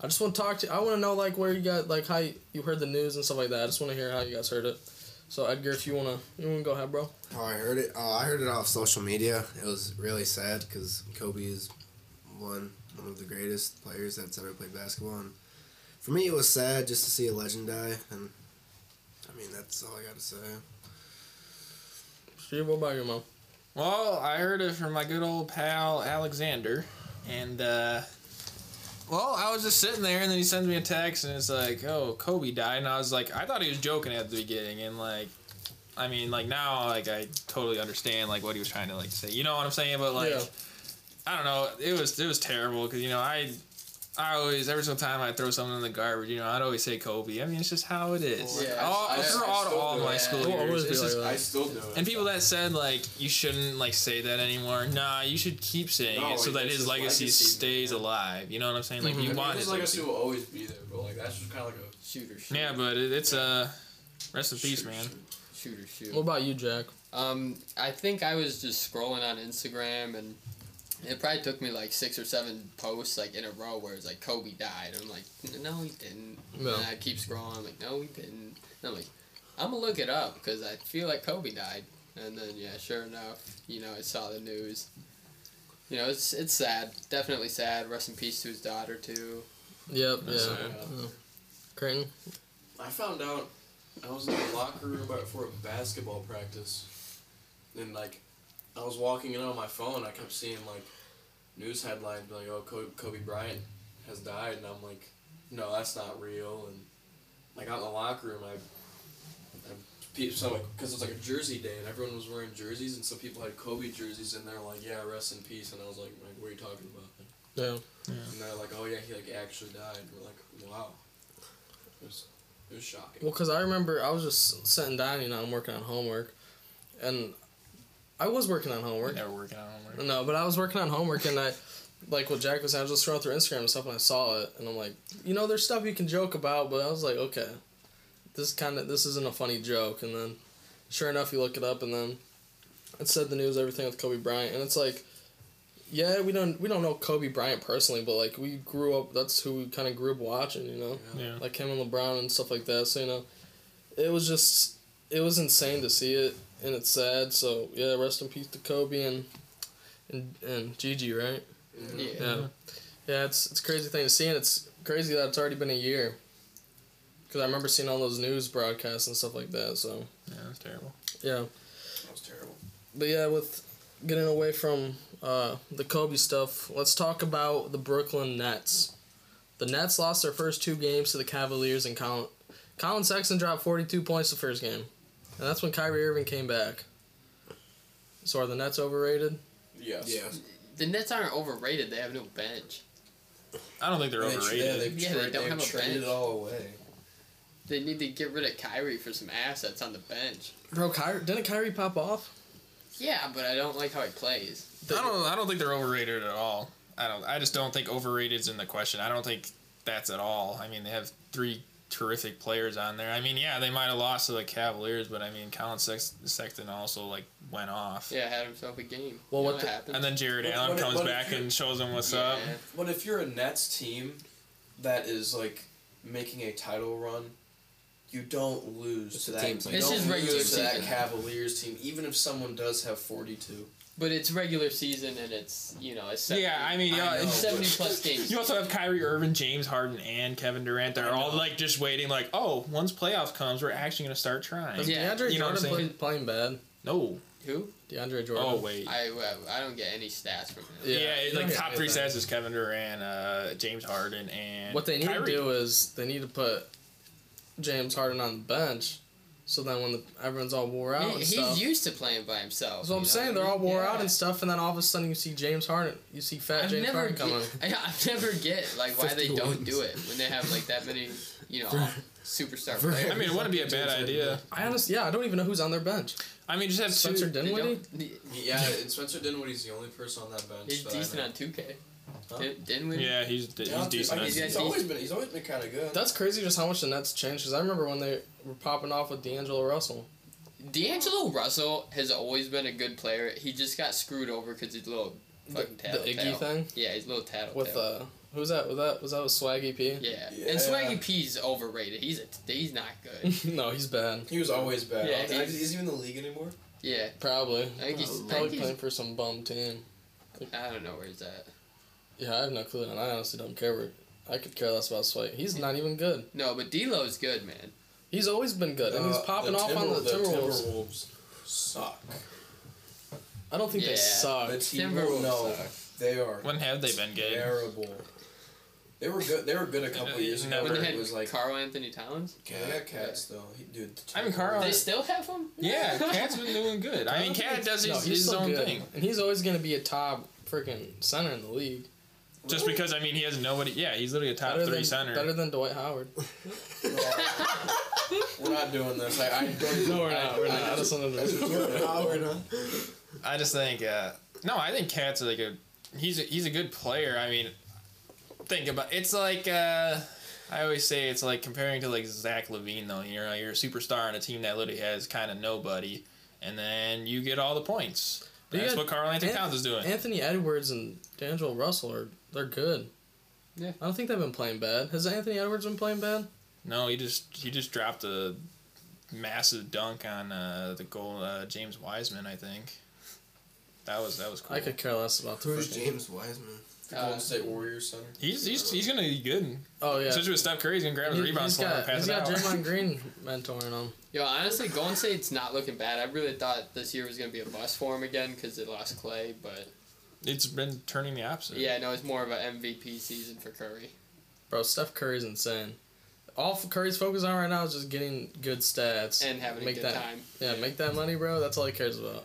Speaker 3: I just want to talk to. I want to know like where you got like how you, you heard the news and stuff like that. I just want to hear how you guys heard it. So Edgar, if you wanna, you wanna go ahead, bro.
Speaker 4: Oh, I heard it. Uh, I heard it off social media. It was really sad because Kobe is one one of the greatest players that's ever played basketball. And for me, it was sad just to see a legend die. And I mean, that's all I got to say.
Speaker 3: Steve, what about your mom?
Speaker 7: Well, I heard it from my good old pal Alexander, and uh, well, I was just sitting there, and then he sends me a text, and it's like, "Oh, Kobe died," and I was like, I thought he was joking at the beginning, and like, I mean, like now, like I totally understand like what he was trying to like say, you know what I'm saying? But like,
Speaker 3: Yeah.
Speaker 7: I don't know, it was it was terrible because you know I. I always, every single time I throw something in the garbage, you know, I'd always say Kobe. I mean, it's just how it is.
Speaker 8: Yeah, I-
Speaker 7: all,
Speaker 8: I- I
Speaker 7: throughout
Speaker 8: still
Speaker 7: all
Speaker 8: do
Speaker 7: my
Speaker 8: that.
Speaker 7: school
Speaker 3: Well,
Speaker 7: years,
Speaker 3: always
Speaker 7: it's
Speaker 3: be
Speaker 7: just-
Speaker 3: like that.
Speaker 8: I still do it.
Speaker 7: and people that said like you shouldn't like say that anymore. Nah, you should keep saying
Speaker 8: No,
Speaker 7: it so that
Speaker 8: it's
Speaker 7: his
Speaker 8: his
Speaker 7: legacy,
Speaker 8: legacy,
Speaker 7: stays
Speaker 8: man.
Speaker 7: alive. You know what I'm saying? Like
Speaker 8: I
Speaker 7: you
Speaker 8: mean,
Speaker 7: want
Speaker 8: his
Speaker 7: his
Speaker 8: legacy
Speaker 7: legacy.
Speaker 8: will always be there, but like that's just kind of like a
Speaker 9: Shooter, shoot.
Speaker 7: Yeah, but it, it's uh, rest in peace, man.
Speaker 9: Shooter, shoot.
Speaker 3: What about you, Jack?
Speaker 9: Um, I think I was just scrolling on Instagram and it probably took me like six or seven posts like in a row where it's like Kobe died. I'm like, no, he didn't.
Speaker 3: No.
Speaker 9: And I keep scrolling. I'm like, no, he didn't. And I'm like, I'm gonna look it up because I feel like Kobe died. And then yeah, sure enough, you know, I saw the news. You know, it's it's sad. Definitely sad. Rest in peace to his daughter too.
Speaker 3: Yep. Yeah.
Speaker 8: sad.
Speaker 3: yeah. Creighton.
Speaker 8: I found out I was in the locker room right before a basketball practice, and like I was walking in on my phone, I kept seeing like news headlines be like, "Oh, Ko- Kobe Bryant has died," and I'm like, "No, that's not real." And like out in the locker room, I, I peeped some because it was like a jersey day, and everyone was wearing jerseys, and some people had Kobe jerseys, and they're like, "Yeah, rest in peace," and I was like, "Like, what are you talking about?"
Speaker 3: Yeah.
Speaker 8: And they're like, "Oh yeah, he like actually died." And we're like, "Wow." It was, it was shocking.
Speaker 3: Well, because I remember I was just sitting down, you know, I'm working on homework, and I was working on homework.
Speaker 7: Never working on homework.
Speaker 3: No, but I was working on homework and I, like what Jack was saying, I was just scrolling through Instagram and stuff and I saw it and I'm like, you know, there's stuff you can joke about, but I was like, okay, this kind of this isn't a funny joke, and then sure enough, you look it up, and then it said the news everything with Kobe Bryant, and it's like, yeah, we don't we don't know Kobe Bryant personally, but like we grew up, that's who we kind of grew up watching, you know,
Speaker 7: Yeah.
Speaker 3: like him and LeBron and stuff like that. So you know, it was just it was insane to see it, and it's sad. So yeah, rest in peace to Kobe and and and Gigi, right?
Speaker 9: Yeah.
Speaker 3: Yeah, yeah. It's it's a crazy thing to see, and it's crazy that it's already been a year. Because I remember seeing all those news broadcasts and stuff like that. So
Speaker 7: Yeah, that's terrible.
Speaker 3: yeah,
Speaker 8: That was terrible.
Speaker 3: but yeah, with getting away from uh, the Kobe stuff, let's talk about the Brooklyn Nets. The Nets lost their first two games to the Cavaliers, and Colin, Colin Sexton dropped forty two points the first game, and that's when Kyrie Irving came back. So are the Nets overrated?
Speaker 8: Yes.
Speaker 4: Yeah.
Speaker 5: The Nets aren't overrated. They have no bench.
Speaker 7: I don't think they're
Speaker 4: They- Yeah,
Speaker 7: overrated.
Speaker 4: they've,
Speaker 5: Yeah,
Speaker 4: tra-
Speaker 5: they don't
Speaker 4: they've
Speaker 5: have a
Speaker 4: traded
Speaker 5: bench.
Speaker 4: it all away.
Speaker 5: They need to get rid of Kyrie for some assets on the bench.
Speaker 3: Bro, Kyrie didn't Kyrie pop off?
Speaker 5: Yeah, but I don't like how he plays.
Speaker 7: I don't. I don't think they're overrated at all. I don't. I just don't think overrated's in the question. I don't think that's at all. I mean, they have three terrific players on there. I mean, yeah, they might have lost to the Cavaliers, but I mean, Colin Sex- Sexton also like went off.
Speaker 5: Yeah, had himself a game.
Speaker 3: Well,
Speaker 5: You know
Speaker 3: what the-
Speaker 5: happened?
Speaker 7: And then Jared
Speaker 8: What-
Speaker 7: Allen
Speaker 8: what-
Speaker 7: comes
Speaker 8: what if
Speaker 7: back
Speaker 8: you-
Speaker 7: and shows them what's
Speaker 5: yeah.
Speaker 7: up.
Speaker 8: But if you're a Nets team that is like making a title run, you don't lose
Speaker 4: It's
Speaker 8: to
Speaker 4: a
Speaker 8: that.
Speaker 4: team
Speaker 8: you
Speaker 4: It's
Speaker 8: don't
Speaker 5: just regular
Speaker 8: lose to that
Speaker 5: season.
Speaker 8: Cavaliers team, even if someone does have forty-two.
Speaker 5: But it's regular season and it's you know it's 70,
Speaker 7: Yeah, I mean, yeah,
Speaker 5: it's
Speaker 7: it's-
Speaker 5: seventy plus games.
Speaker 7: You also have Kyrie Irving, James Harden, and Kevin Durant. They're all like just waiting, like, oh, once playoffs comes, we're actually gonna start trying.
Speaker 3: Is
Speaker 5: Yeah.
Speaker 3: DeAndre
Speaker 7: You know what I'm
Speaker 3: Jordan play,
Speaker 7: saying?
Speaker 3: playing bad?
Speaker 7: No.
Speaker 5: Who?
Speaker 3: DeAndre Jordan.
Speaker 7: Oh wait.
Speaker 5: I well, I don't get any stats from him.
Speaker 7: yeah, it's like
Speaker 3: Yeah.
Speaker 7: top three
Speaker 3: Yeah.
Speaker 7: stats is Kevin Durant, uh, James Harden, and
Speaker 3: What they need
Speaker 7: Kyrie.
Speaker 3: to do is they need to put James Harden on the bench, so then when the, everyone's all wore out
Speaker 5: He,
Speaker 3: and
Speaker 5: he's
Speaker 3: stuff.
Speaker 5: used to playing by himself.
Speaker 3: that's what
Speaker 5: you
Speaker 3: I'm
Speaker 5: know
Speaker 3: saying.
Speaker 5: what I
Speaker 3: They're all
Speaker 5: mean?
Speaker 3: wore
Speaker 5: Yeah.
Speaker 3: out and stuff, and then all of a sudden you see James Harden, you see Fat
Speaker 5: I've
Speaker 3: James
Speaker 5: never
Speaker 3: Harden
Speaker 5: get,
Speaker 3: coming.
Speaker 5: I, I've never get like why they
Speaker 4: 50
Speaker 5: don't
Speaker 4: wins.
Speaker 5: do it when they have like that many you know superstar
Speaker 4: for-
Speaker 5: players.
Speaker 7: I mean, it wouldn't be a bad idea.
Speaker 3: I honestly, yeah, I don't even know who's on their bench.
Speaker 7: I mean, just have
Speaker 3: Spencer
Speaker 7: two.
Speaker 5: They
Speaker 3: Dinwiddie.
Speaker 5: don't- he-
Speaker 8: Yeah, and Spencer Dinwiddie's the only person on that bench.
Speaker 5: He's
Speaker 8: that I
Speaker 5: decent
Speaker 8: know.
Speaker 5: on two K.
Speaker 8: Huh?
Speaker 5: Didn't we?
Speaker 7: Yeah, he's he's
Speaker 8: Yeah,
Speaker 7: decent.
Speaker 8: I mean,
Speaker 5: He's
Speaker 8: he's
Speaker 5: got
Speaker 8: always
Speaker 5: decent-
Speaker 8: been he's always been kind of good.
Speaker 3: That's crazy just how much the Nets changed. Because I remember when they were popping off with D'Angelo Russell.
Speaker 5: D'Angelo Russell has always been a good player. He just got screwed over because he's a little fucking
Speaker 3: The Iggy
Speaker 5: tattletale.
Speaker 3: thing?
Speaker 5: Yeah, he's a little tattletale.
Speaker 3: With uh, who's that? Was that was that with Swaggy P?
Speaker 5: yeah.
Speaker 8: Yeah.
Speaker 5: and Swaggy P's overrated. He's a he's not good.
Speaker 3: no, he's bad.
Speaker 8: he was always bad.
Speaker 5: Yeah,
Speaker 8: I don't think-
Speaker 5: he's-
Speaker 8: is he in the league anymore?
Speaker 5: yeah,
Speaker 3: Probably.
Speaker 5: I think he's I think
Speaker 3: Probably
Speaker 5: he's-
Speaker 3: playing for some bum team.
Speaker 5: I don't know where he's at.
Speaker 3: Yeah, I have no clue, and I honestly don't care. Where, I could care less about Sway. He's not even good.
Speaker 5: No, but D'Lo's good, man.
Speaker 3: He's always been good, and he's
Speaker 8: Uh,
Speaker 3: popping
Speaker 8: the
Speaker 3: off on the
Speaker 8: Timber-
Speaker 3: Timberwolves.
Speaker 8: Timberwolves suck.
Speaker 3: I don't think
Speaker 5: Yeah.
Speaker 3: they suck.
Speaker 8: The
Speaker 5: Timberwolves
Speaker 8: Timberwolves no,
Speaker 5: suck.
Speaker 8: they are
Speaker 7: When have they been good?
Speaker 8: terrible. They were good. They were good a couple of years ago.
Speaker 7: Never.
Speaker 5: When
Speaker 8: but
Speaker 5: they
Speaker 8: It
Speaker 5: had
Speaker 8: was like
Speaker 5: Carl Anthony Towns,
Speaker 8: they got cats though. He, dude, the
Speaker 7: I mean, Carl-
Speaker 5: they
Speaker 8: Timberwolves-
Speaker 5: still have him.
Speaker 7: Yeah, Cat's been doing good. I mean, Cat does
Speaker 3: No,
Speaker 7: his,
Speaker 3: he's
Speaker 7: his
Speaker 3: still
Speaker 7: own
Speaker 3: good.
Speaker 7: thing.
Speaker 3: and he's always gonna be a top freaking center in the league.
Speaker 7: Just because I mean, he has nobody. Yeah, he's literally a top
Speaker 3: Better
Speaker 7: three
Speaker 3: than
Speaker 7: center.
Speaker 3: better than Dwight Howard.
Speaker 8: We're not doing this. I, I don't.
Speaker 3: No, we're not. We're not. I just wanted to-
Speaker 7: I just think uh, no, I think Cat's like a he's a, he's a good player. I mean, think about it's like uh, I always say it's like comparing to like Zach Levine though. You know, you're a superstar on a team that literally has kind of nobody, and then you get all the points.
Speaker 3: But you
Speaker 7: That's
Speaker 3: got
Speaker 7: what Carl Anthony
Speaker 3: An-
Speaker 7: Towns is doing.
Speaker 3: Anthony Edwards and D'Angelo Russell are they're good.
Speaker 5: Yeah.
Speaker 3: I don't think they've been playing bad. Has Anthony Edwards been playing bad?
Speaker 7: No, he just he just dropped a massive dunk on uh, the goal uh, James Wiseman. I think that was that was cool.
Speaker 3: I could care less about the
Speaker 4: Who's
Speaker 3: freaking-
Speaker 4: James Wiseman?
Speaker 8: The Golden State Warriors center.
Speaker 7: He's, he's, he's gonna be good.
Speaker 3: Oh yeah.
Speaker 7: Especially with Steph Curry, he's gonna grab his
Speaker 3: He-
Speaker 7: rebound
Speaker 3: he's
Speaker 7: slam and
Speaker 3: got,
Speaker 7: pass
Speaker 3: he's
Speaker 7: it
Speaker 3: got
Speaker 7: out.
Speaker 3: Draymond Green mentoring him.
Speaker 5: Yo, honestly, Golden State's not looking bad. I really thought this year was gonna be a bust for him again because they lost Clay, but
Speaker 7: It's been turning the opposite.
Speaker 5: yeah, no, it's more of an MVP season for Curry.
Speaker 3: Bro, Steph Curry's insane. All f- Curry's focused on right now is just getting good stats
Speaker 5: And having a
Speaker 3: make
Speaker 5: good
Speaker 3: that,
Speaker 5: time.
Speaker 3: Yeah, make that money, bro. That's all he cares about.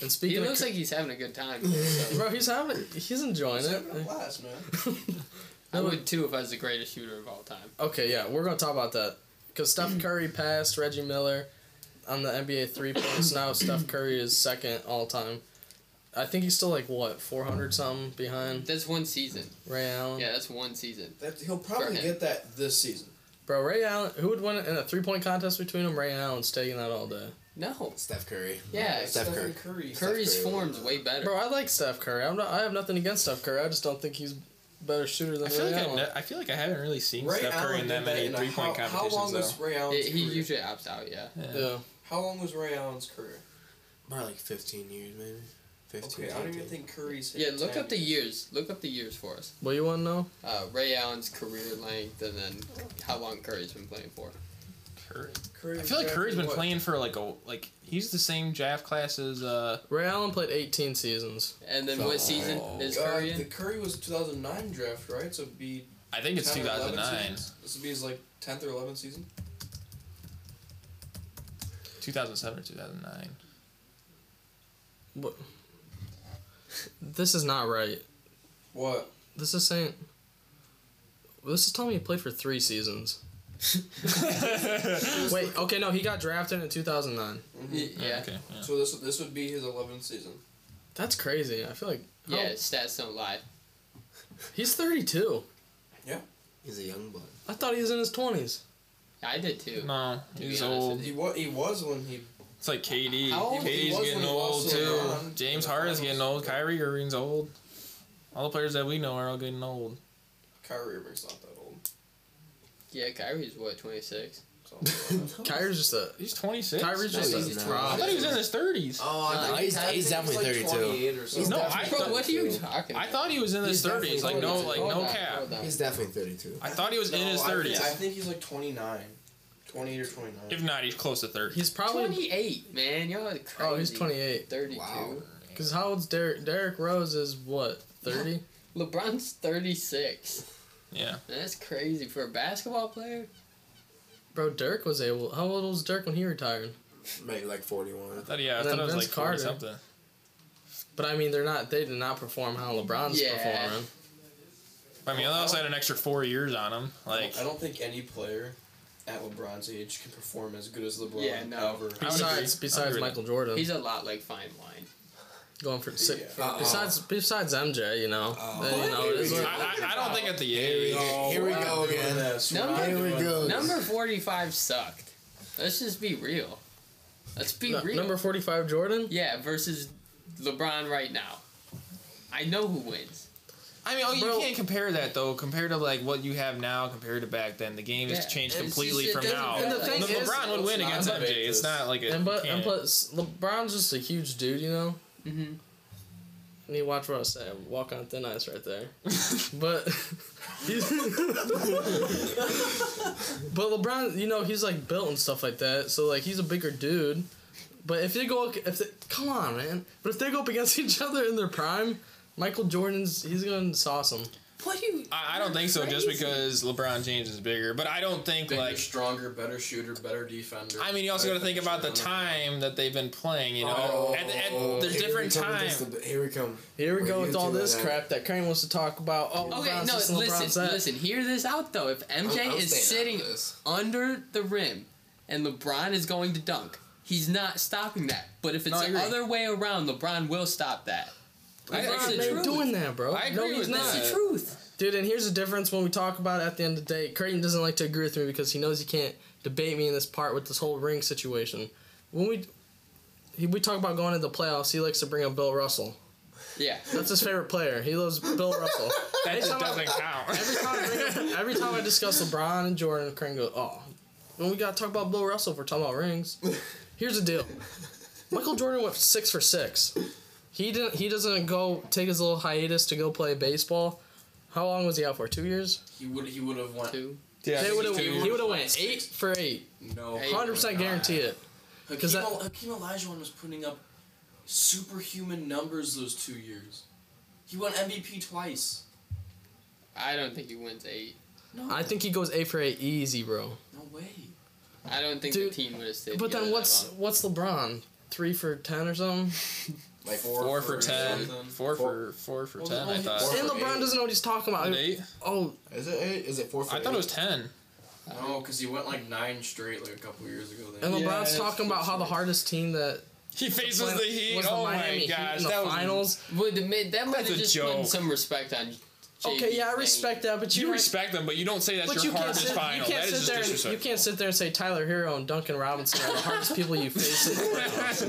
Speaker 3: And
Speaker 5: He
Speaker 3: speaking of,
Speaker 5: looks
Speaker 3: Cur-
Speaker 5: like he's having a good time. so.
Speaker 3: bro, he's having, he's enjoying it.
Speaker 8: Having a blast, man.
Speaker 5: I would too if I was the greatest shooter of all time.
Speaker 3: Okay, yeah, we're gonna talk about that because Steph Curry passed Reggie Miller on the NBA three points. now Steph Curry is second all time. I think he's still like what four hundred something behind
Speaker 5: That's one season.
Speaker 3: Ray Allen.
Speaker 5: Yeah, that's one season.
Speaker 8: That, he'll probably
Speaker 5: him.
Speaker 8: get that this season.
Speaker 3: Bro, Ray Allen, who would win in a three point contest between them? Ray Allen's taking that all day.
Speaker 5: No.
Speaker 4: Steph Curry.
Speaker 5: Yeah,
Speaker 4: Steph Curry.
Speaker 8: Curry.
Speaker 5: Curry's
Speaker 4: Curry.
Speaker 5: form's way better.
Speaker 3: Bro, I like Steph Curry. I'm not, I have nothing against Steph Curry. I just don't think he's a better shooter than
Speaker 7: I feel
Speaker 3: Ray
Speaker 7: like I,
Speaker 3: Allen.
Speaker 7: ne- I feel like I haven't really seen
Speaker 8: Ray
Speaker 7: Steph Curry
Speaker 8: Allen
Speaker 7: in
Speaker 8: did
Speaker 7: that many
Speaker 8: in a-
Speaker 7: three point
Speaker 8: how,
Speaker 7: competitions
Speaker 8: How long
Speaker 7: though.
Speaker 8: was Ray Allen's
Speaker 5: It- he
Speaker 8: career?
Speaker 5: usually opts out, yeah.
Speaker 3: yeah.
Speaker 8: How long was Ray Allen's career?
Speaker 4: Probably like 15 years, maybe. 15,
Speaker 8: Okay, I don't
Speaker 4: 18.
Speaker 8: even think Curry's.
Speaker 5: Yeah,
Speaker 8: hit
Speaker 5: look
Speaker 8: 10
Speaker 5: up the years. Look up the years for us.
Speaker 3: What you want to know?
Speaker 5: Uh, Ray Allen's career length and then how long Curry's been playing for.
Speaker 7: Curry.
Speaker 8: Curry
Speaker 7: I
Speaker 8: was
Speaker 7: feel like
Speaker 8: drafted
Speaker 7: Curry's been
Speaker 8: what?
Speaker 7: playing for like a like he's the same draft class as uh
Speaker 3: Ray Allen played 18 seasons.
Speaker 5: And then what season is
Speaker 8: Uh,
Speaker 5: Curry
Speaker 8: the
Speaker 5: in?
Speaker 8: Curry was 2009 draft, right? So it'd be
Speaker 7: I think it's
Speaker 8: 10 or 11
Speaker 7: 2009,
Speaker 8: seasons. This would be his like 10th or 11th season.
Speaker 7: 2007 or 2009.
Speaker 3: What? This is not right.
Speaker 8: What?
Speaker 3: This is saying. This is telling me he played for three seasons. Wait, okay, no, he got drafted in 2009.
Speaker 8: Mm-hmm.
Speaker 5: Y- Yeah.
Speaker 7: Okay. yeah.
Speaker 8: So this this would be his 11th season.
Speaker 3: That's crazy. I feel like. how-
Speaker 5: Yeah, stats don't lie.
Speaker 3: He's 32.
Speaker 4: He's a young buck.
Speaker 3: I thought he was in his 20s.
Speaker 5: I did too.
Speaker 7: No,
Speaker 5: be
Speaker 7: he's
Speaker 5: honest with
Speaker 7: old.
Speaker 5: you.
Speaker 8: He was he was when he
Speaker 7: It's like KD.
Speaker 5: How old he
Speaker 7: KD's
Speaker 5: was
Speaker 7: getting
Speaker 8: when he
Speaker 7: old
Speaker 8: lost to
Speaker 7: too.
Speaker 8: LeBron
Speaker 7: James
Speaker 8: in the
Speaker 7: Harden's getting
Speaker 8: finals.
Speaker 7: old. Kyrie Irving's old. All the players that we know are all getting old.
Speaker 8: Kyrie Irving's not that old.
Speaker 5: Yeah, Kyrie's what, 26?
Speaker 8: So
Speaker 3: Kyrie's just a.
Speaker 7: He's 26.
Speaker 3: Kyrie's just
Speaker 4: No,
Speaker 3: a.
Speaker 4: he's not.
Speaker 3: fraud.
Speaker 7: I thought he was in his 30s.
Speaker 4: Oh, I
Speaker 5: No,
Speaker 4: thought he's,
Speaker 5: he's-
Speaker 4: he's definitely 32.
Speaker 8: He's
Speaker 4: definitely
Speaker 7: no, I
Speaker 5: Bro,
Speaker 7: thought,
Speaker 5: what are you talking
Speaker 7: I
Speaker 5: about?
Speaker 7: thought he was in his
Speaker 4: He's
Speaker 7: 30s. Like
Speaker 4: definitely
Speaker 7: no,
Speaker 4: old.
Speaker 7: like
Speaker 5: Hold
Speaker 7: no
Speaker 5: on,
Speaker 7: cap.
Speaker 5: hold on.
Speaker 4: He's definitely 32.
Speaker 7: I thought he was in his
Speaker 8: I think, I
Speaker 7: 30s.
Speaker 8: think he's like 29, 28 or 29.
Speaker 7: If not, he's close to 30.
Speaker 3: He's probably.
Speaker 5: 28, man. Y'all are crazy.
Speaker 3: Oh, he's 28.
Speaker 5: 32.
Speaker 4: Wow.
Speaker 3: Because how old's Derek? Derek Rose is what? 30?
Speaker 5: LeBron's 36.
Speaker 7: Yeah.
Speaker 5: That's crazy for a basketball player.
Speaker 3: Bro, Dirk was able. How old was Dirk when he retired?
Speaker 4: Maybe like
Speaker 7: I
Speaker 4: 41.
Speaker 7: thought, yeah, I
Speaker 3: And then
Speaker 7: thought it was
Speaker 3: Vince
Speaker 7: like 40
Speaker 3: Carter.
Speaker 7: something.
Speaker 3: But I mean, they're not. They did not perform how LeBron's
Speaker 5: Yeah.
Speaker 3: performing.
Speaker 7: I mean, I also had an extra four years on him. Like,
Speaker 8: I don't think any player at LeBron's age can perform as good as LeBron
Speaker 5: Yeah, no.
Speaker 8: ever.
Speaker 7: I would agree.
Speaker 3: Besides,
Speaker 7: I would
Speaker 3: besides
Speaker 7: agree with
Speaker 3: Michael Jordan
Speaker 5: He's a lot like fine wine.
Speaker 3: going for six.
Speaker 8: Yeah.
Speaker 3: Besides, besides MJ, you know, Uh, you know, it is
Speaker 7: that.
Speaker 3: what-
Speaker 7: I, I, I don't think at the age.
Speaker 4: Here we go again.
Speaker 5: Number-
Speaker 4: Here we
Speaker 3: Oh,
Speaker 4: go.
Speaker 5: Number 45 sucked. Let's just be real. Let's be
Speaker 3: No,
Speaker 5: real.
Speaker 3: number forty-five, Jordan.
Speaker 5: yeah, versus LeBron right now. I know who wins.
Speaker 7: I mean, oh, you
Speaker 3: Bro.
Speaker 7: can't compare that though. Compared to like what you have now, compared to back then, the game has
Speaker 5: Yeah,
Speaker 7: changed
Speaker 5: it's
Speaker 7: completely
Speaker 5: just- it
Speaker 7: from
Speaker 5: doesn't
Speaker 7: now.
Speaker 5: matter.
Speaker 3: And the thing
Speaker 7: Le-
Speaker 3: is-
Speaker 7: LeBron would win
Speaker 8: Let's
Speaker 7: against
Speaker 8: not
Speaker 7: MJ.
Speaker 8: debate
Speaker 7: It's
Speaker 8: this.
Speaker 7: not like a.
Speaker 3: And but
Speaker 7: you
Speaker 3: and
Speaker 7: can't.
Speaker 3: plus, LeBron's just a huge dude, you know.
Speaker 7: Mm-hmm.
Speaker 5: Mhm.
Speaker 3: And you watch what I say. I walk on thin ice right there. but he's but LeBron, you know, he's like built and stuff like that. So like he's a bigger dude. But if they go, if they, come on, man. But if they go up against each other in their prime, Michael Jordan's he's gonna sauce them.
Speaker 5: What do you.
Speaker 7: I, I don't think so. Just
Speaker 5: Crazy.
Speaker 7: because LeBron James is bigger, but I don't think
Speaker 8: Bigger,
Speaker 7: like.
Speaker 8: stronger, better shooter, better defender.
Speaker 7: I mean, you also got
Speaker 8: better
Speaker 7: to think about the
Speaker 8: finisher.
Speaker 7: time that they've been playing. You know,
Speaker 4: Oh.
Speaker 7: at, the- at there's
Speaker 4: Here we
Speaker 7: different
Speaker 4: come with
Speaker 7: time.
Speaker 4: this deb- Here we come.
Speaker 3: Here we
Speaker 4: Well,
Speaker 3: go
Speaker 4: you
Speaker 3: with all
Speaker 4: two are
Speaker 3: this
Speaker 4: that.
Speaker 3: crap that Crane wants to talk about. Oh,
Speaker 5: Okay,
Speaker 3: LeBron's
Speaker 5: no,
Speaker 3: this and
Speaker 5: listen,
Speaker 3: LeBron's that.
Speaker 5: listen. Hear this out though. If MJ
Speaker 4: I'm staying
Speaker 5: is sitting
Speaker 4: out of this.
Speaker 5: under the rim and LeBron is going to dunk, he's not stopping that. But if it's
Speaker 7: No, I
Speaker 5: the
Speaker 7: agree.
Speaker 5: other way around, LeBron will stop that.
Speaker 7: I-
Speaker 5: That's
Speaker 7: I-
Speaker 5: the
Speaker 3: They ain't
Speaker 5: truth.
Speaker 3: doing that, bro.
Speaker 7: I
Speaker 3: no,
Speaker 7: agree
Speaker 3: he's
Speaker 7: with
Speaker 3: not.
Speaker 7: that.
Speaker 5: That's the truth.
Speaker 3: Dude, and here's the difference when we talk about it at the end of the day. Creighton doesn't like to agree with me because he knows he can't debate me in this part with this whole ring situation. When we he, we talk about going to the playoffs, he likes to bring up Bill Russell.
Speaker 5: Yeah.
Speaker 3: That's his favorite player. He loves Bill Russell.
Speaker 7: That just
Speaker 3: Anytime I-
Speaker 7: doesn't count.
Speaker 3: Every time, I bring up- every time I discuss LeBron and Jordan, Crane goes, "Oh, when we gotta talk about Bill Russell, if we're talking about rings." Here's the deal: Michael Jordan went six for six. He didn't. He doesn't go take his little hiatus to go play baseball. How long was he out for? Two years.
Speaker 8: He would he would have won.
Speaker 5: Two.
Speaker 7: Yeah.
Speaker 3: They would have.
Speaker 8: he
Speaker 3: He would have
Speaker 8: would've
Speaker 3: went
Speaker 8: won
Speaker 3: eight
Speaker 8: six.
Speaker 3: for eight.
Speaker 8: No,
Speaker 5: Hey,
Speaker 3: Hundred percent guarantee it.
Speaker 8: Hakeem,
Speaker 3: 'cause that-
Speaker 8: El- Hakeem Olajuwon was putting up superhuman numbers those two years. He won MVP twice.
Speaker 5: I don't think he wins eight.
Speaker 8: No,
Speaker 3: I think he goes eight for eight easy, bro.
Speaker 8: no way.
Speaker 5: I don't think
Speaker 3: Dude,
Speaker 5: the team would have stayed.
Speaker 3: But
Speaker 5: together
Speaker 3: then
Speaker 5: that
Speaker 3: what's
Speaker 5: long.
Speaker 3: what's LeBron? Three for ten or something.
Speaker 4: Like
Speaker 7: Four for ten.
Speaker 8: something.
Speaker 7: Four for Uh, four for
Speaker 8: Well,
Speaker 7: ten. I
Speaker 8: only-
Speaker 7: thought.
Speaker 8: Four
Speaker 3: And
Speaker 8: for
Speaker 3: LeBron
Speaker 8: eight.
Speaker 3: doesn't know what he's talking about.
Speaker 7: Eight?
Speaker 3: Oh,
Speaker 4: Is it eight? Is it four for
Speaker 7: I thought
Speaker 4: eight?
Speaker 7: it was ten.
Speaker 8: No, because he went like nine straight like a couple years ago. Then.
Speaker 3: and
Speaker 5: Yeah,
Speaker 3: LeBron's
Speaker 5: it's-
Speaker 3: talking about how the hardest team that
Speaker 7: He faces
Speaker 3: Plan-
Speaker 7: the Heat.
Speaker 3: was the
Speaker 7: oh
Speaker 3: Miami
Speaker 7: my
Speaker 3: Heat
Speaker 7: gosh,
Speaker 3: in the
Speaker 7: that was
Speaker 3: finals.
Speaker 5: Would the, that might
Speaker 7: That's
Speaker 5: have
Speaker 7: a
Speaker 5: just
Speaker 7: joke.
Speaker 5: put some respect on
Speaker 3: Okay, yeah, I respect that, but you,
Speaker 7: You
Speaker 3: re-
Speaker 7: respect them, but you don't say that's
Speaker 3: But you
Speaker 7: your
Speaker 3: can't,
Speaker 7: hardest
Speaker 3: sit,
Speaker 7: final.
Speaker 3: you can't
Speaker 7: that
Speaker 3: sit
Speaker 7: is just
Speaker 3: there. And, you
Speaker 7: disrespectful.
Speaker 3: can't sit there and say Tyler Hero and Duncan Robinson are the hardest people you face. in the playoffs.